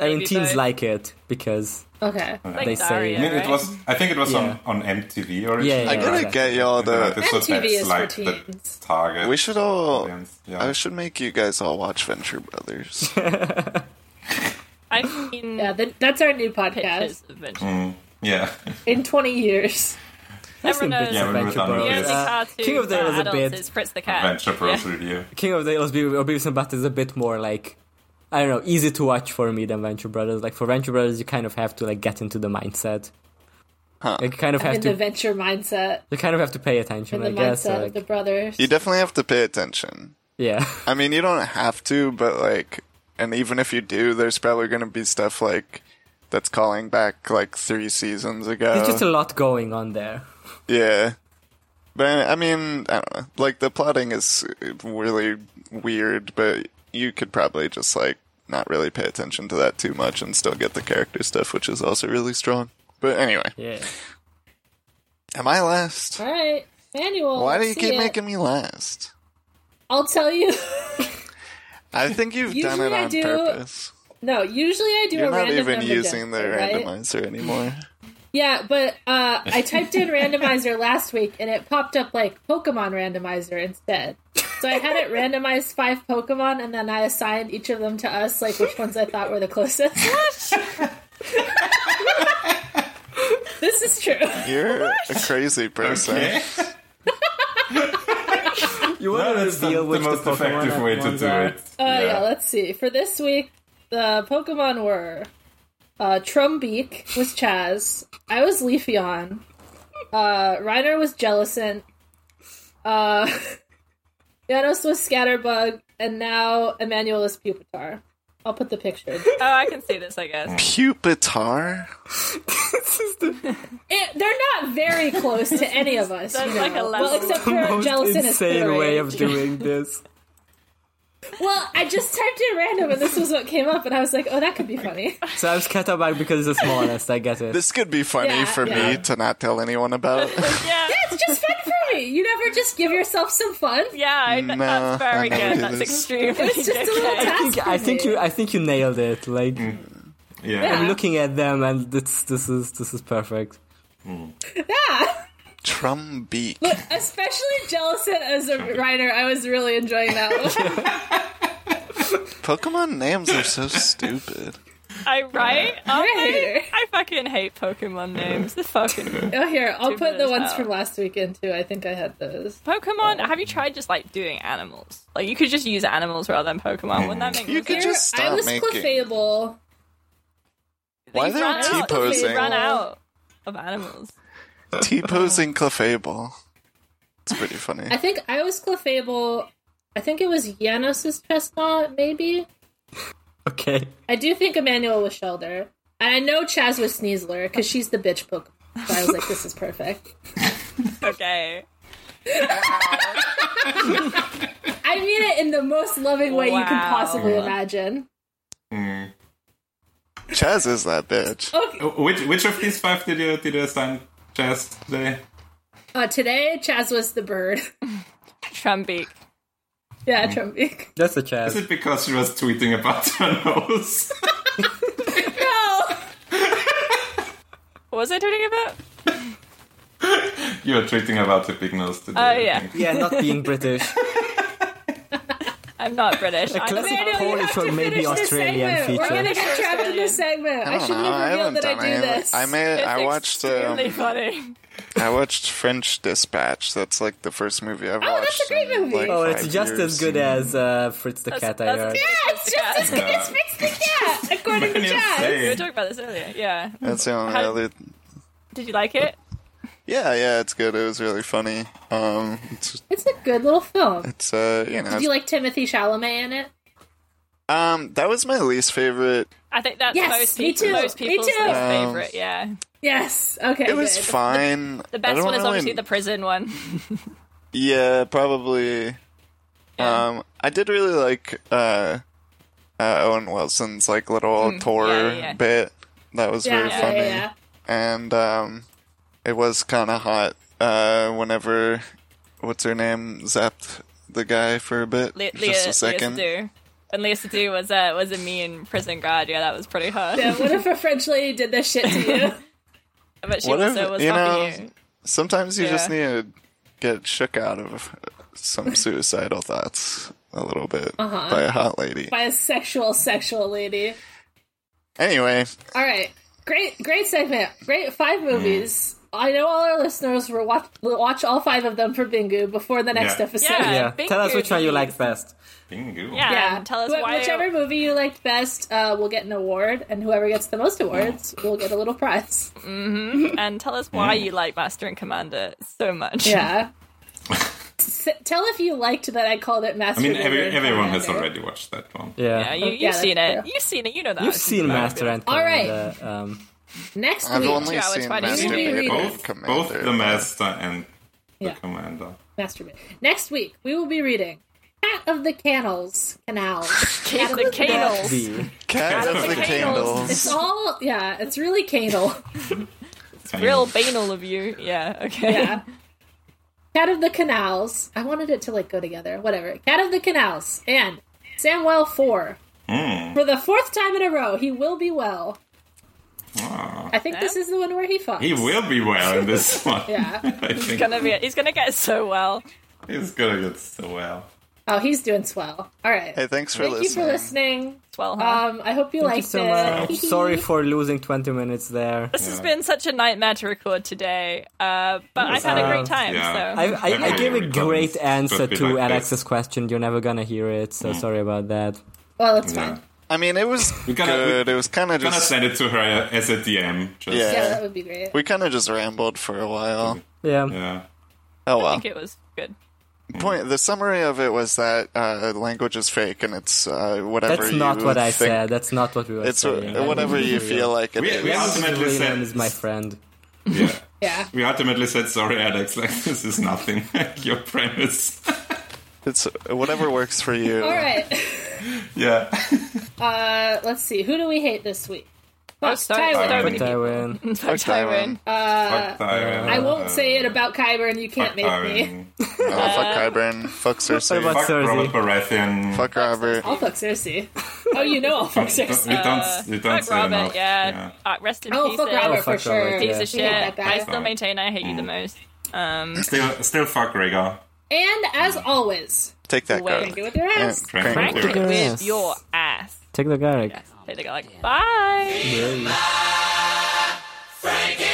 I mean,
Maybe
teens
both.
like it because
Okay.
like
They say-
Daria,
I mean,
right?
it was. I think it was
Yeah.
on on MTV or
Yeah,
I
yeah.
gotta
Yeah.
get y'all
Uh,
the.
MTV is for teens.
target.
We should all.
Yeah.
I should make you guys all watch Venture Brothers.
I've seen
Yeah, th- that's our new
pictures
podcast
of it.
yeah. <laughs>
in 20 years.
Mm. I've seen
Everyone
bits
knows.
Yeah,
of
we were
Venture
talking about
Bros.
The only
this. Uh,
cartoon
King of the Hill
for
is a
adults
bit.
is Fritz the Cat.
Adventure Bros
Yeah.
review.
Uh, King of the Hills, Be- or Beavis and Butthead is a bit more like. I don't know, easy to watch for me than Venture Brothers. Like for Venture Brothers, you kind of have to like get into the mindset. Like you kind of have
in
to,
the venture mindset,
you kind of have to pay attention,
in the
I guess.
mindset
or,
of the
like,
brothers.
you definitely have to pay attention.
yeah,
<laughs>
I mean, you don't have to, but like, and even if you do, there's probably gonna be stuff like that's calling back like three seasons ago.
there's
Oh.
just a lot going on there.
Yeah. But I mean, I don't know. Like the plotting is really weird, but you could probably just like not really pay attention to that too much and still get the character stuff, which is also really strong. But anyway,
Yeah,
am I last?
All right, manual.
Why do you
let's
keep
see it.
making me last?
I'll tell you.
I think you've done it
Usually I
on
do
purpose.
no, usually I do
You're
a
not
random
even
number
using the
generator, right?
randomizer
<laughs>
anymore.
Yeah, but uh, I typed in randomizer last week and it popped up like Pokemon randomizer instead. So I had it randomized five Pokemon and then I assigned each of them to us, like which ones I thought were the closest. <laughs> this is true.
You're a crazy person.
<laughs>
Okay.
<laughs> you
No,
want to
that's the,
reveal
the
which
most
the Pokemon
effective way to
ones
do
are?
it.
Uh, yeah. let's see. For this week, the Pokemon were uh, Trumbeak was Chaz. I was Leafeon. Uh, Reiner was Jellicent. Uh, <laughs> Janos was Scatterbug. And now Emmanuel is Pupitar. I'll put the
<laughs>
picture.
Oh, I can see this. I
Mm.
guess.
Pupitar?
It- they're not very close to any of us.
That's
you know.
like a level.
well, except for
Most
Jellicent is
insane
third.
way
<laughs>
of doing this.
Well, I just typed in random and this was what came up, and I was like, oh, that could be
<laughs>
funny.
So I was Catabag because it's the smallest. I get it.
This could be funny
Yeah,
for
yeah.
me to not tell
<laughs>
anyone about.
Yeah.
It's just fun for me. You never just give yourself some fun.
Yeah, I,
No,
that's very
I never
good.
do
That's
this.
extremely
It's just a little
good.
I
task.
think, I
for
think
me.
you, I think you nailed it. Like
Yeah.
I'm looking at them, and it's, this is this is perfect.
Yeah.
Trumbeak.
Look, especially Jellicent as a writer, I was really enjoying that one.
Pokemon names are so stupid.
<laughs> I right? Aren't
<laughs> You're a
they?
hater.
I fucking hate Pokemon names.
<laughs>
The fucking
Oh, here, I'll
Two
put the
minutes
ones
out.
from last weekend too. I think I had those.
Pokemon. Have you tried just like doing animals? Like you could just use animals rather than Pokemon. Wouldn't that make
You
more
could
sense?
Here,
just stop
I was
making-
Clefable.
Why are
They've
they all
run out.
T-posing?
They've Run out of animals.
T posing Clefable. It's pretty funny.
I think I was Clefable. I think it was Janos' chestnut, maybe.
Okay.
I do think Emmanuel was Shelder. And I know Chaz was Sneasler because she's the bitch Pokemon. So I was like, this is perfect.
Okay.
I mean it in the most loving way you can
Wow.
possibly imagine.
Chaz is that bitch.
Okay.
Which which of these five did you did you assign just today?
Uh, today, Chaz was the bird. <laughs>
Trambeak.
yeah,
Hmm.
Trumbeak.
That's a
Is
chance.
it because she was tweeting about <laughs> her nose? <laughs>
No!
What was I tweeting about?
you were tweeting about the big nose today.
Oh,
I
yeah.
think.
Yeah, not being British.
I'm not
<laughs>
British. I don't
classic
know.
Daniel, you
Polish
have
or
to
maybe
finish this
Australian
segment. We're
feature.
gonna get trapped in this segment. I,
I don't
shouldn't
know. I
have revealed
haven't
that I
done
do
any. of it.
this.
I made.
It's
I watched.
extremely
Um,
funny.
I watched French Dispatch. That's like the first movie I watched.
that's a great
in,
movie.
like,
Oh, it's
five
just
years.
as good as uh, Fritz the Cat, I
that's
heard.
good.
yeah, <laughs> it's just as good as Fix the Cat, according to
Daniel's
Chaz.
We were
saying.
talking about this earlier. Yeah.
That's the only
How-
other.
Did you like it?
Yeah, yeah, it's good. It was really funny. Um, it's,
It's a good little film.
it's uh, you know,
Do you like Timothy Chalamet in it?
um, that was my least favorite.
I think that's
Yes,
most,
me
people,
too,
most
me
people's
too.
least
Um,
favorite. Yeah.
Yes. Okay.
It was
good.
fine.
The best one is obviously the prison one. <laughs>
Yeah, probably. Um, I did really like uh, uh, Owen Wilson's like little tour
Mm. yeah, yeah.
bit. That was
Yeah,
very
yeah,
funny,
yeah, yeah.
and um, it was kind of hot. Uh, whenever what's her name zapped the guy for a bit,
Le- Leah,
just a second.
Leah Sadu. And Leah Sadu was a was a mean prison guard. Yeah, that was pretty hard.
Yeah, what if a French lady did this shit to
<laughs>
you?
<laughs> But she
What if-
also was
you
happy.
know- Sometimes you just need
Yeah.
to get shook out of
<laughs>
some suicidal thoughts a little bit
Uh-huh.
by a hot lady.
By a sexual, sexual lady.
Anyway,
All right. Great, great segment. Great five movies. I know all our listeners will watch, will watch all five of them for Bingu before the next
Yeah.
episode.
Yeah.
Yeah.
Big
Tell us
good
which one you
movies.
like best.
Bingo.
Yeah.
Yeah.
And Um, tell us
Wh-
why-
Whichever movie you liked best uh, will get an award, and whoever gets the most awards will get a little
<laughs>
prize.
<laughs> And tell us why you like Master and Commander so much.
Yeah. S- tell if you liked that I called it
I
Master.
mean, every,
Builder and
everyone has
Commander.
already watched that one.
<laughs> Yeah,
Yeah.
you, you've
Oh, Yeah, that's
seen it.
true.
You've seen it. You know that.
You've seen Master and
All right.
Commander. Um,
Next
I've
week,
only
Two hours,
seen
why didn't
Master
you read
Beard
it?
and
Both, both
Commander.
the master and
Yeah.
the commander.
masturbate. Next week, we will be reading Cat of the Canals. Canals.
<laughs> Cat of the Canals.
the
Cat of the
Candles.
It's
Candles.
all, yeah, it's really canal.
Real banal of you. Yeah. Okay.
Yeah. Cat of the Canals. I wanted it to like go together. Whatever. Cat of the Canals and Samwell Four.
Hmm.
For the fourth time in a row, he will be well. I think this is the one where he fucks.
Ah. He will be well in this one.
Yeah.
<laughs> I think
He's gonna be. He's gonna get so well.
he's gonna get so well.
Oh, he's doing swell. All right.
<laughs> Hey, thanks for
Thank you for
listening.
listening.
It's Well, huh?
Um, I hope you
Thank you
liked it. <laughs>
so much. Sorry for losing 20 minutes there.
this has been such a nightmare to record today. Uh, but I've had a great time.
Yeah.
So
I, I, I gave a great answer
Could be
to
like this.
Alex's question. You're never gonna hear it,
Hmm.
so sorry about that.
Well, it's
Yeah.
fine.
I mean,
<laughs>
it was
gotta-
good. It was kind of
I'm gonna
just.
send it to her as a DM. Just,
Yeah.
Yeah, that would be great.
We kind of just rambled for a while.
Mm-hmm.
Yeah.
Yeah.
Oh
I
well.
think it was good.
Point.
Mm-hmm.
The summary of it was that uh, language is fake, and it's uh, whatever.
That's not
you
what I
think-
said. That's not what we were
It's
saying.
uh, whatever you feel like. It
We,
is.
we ultimately
William
said
is my friend.
yeah.
Yeah.
We ultimately said sorry, Alex. <laughs> Like this is nothing. <laughs> Like your premise. <laughs>
It's whatever works for you.
All right. <laughs>
yeah.
Uh, let's see. Who do we hate this week?
Oh,
Fuck,
sorry,
Tywin.
sorry.
Tywin.
But I win.
Fuck
Tywin.
Fuck Tywin.
I won't say it about Kyburn. You
Fuck
can't make me.
Tywin.
Oh, fuck Kyburn. Fuck Cersei.
about-
Fuck
Cersei.
Robert Baratheon.
fuck Robert.
I'll fuck Cersei. Oh, you know I'll fuck Cersei.
<laughs> We don't. We don't
Fuck
say
Robert.
enough.
Yeah. Uh, rest in
Oh,
peace.
fuck Robert
Oh,
for
fuck
sure.
Robert,
Piece
yeah.
of shit.
We hate that guy.
I still maintain I hate you the most.
Still, still fuck Rhaegar.
And as always,
Take that
Wait.
card.
drink it with your ass.
Crank it
Crank
with your
it
Yes.
with your ass.
<laughs>
Take the Garrick.
They go like, bye.
Yeah.
Frankie!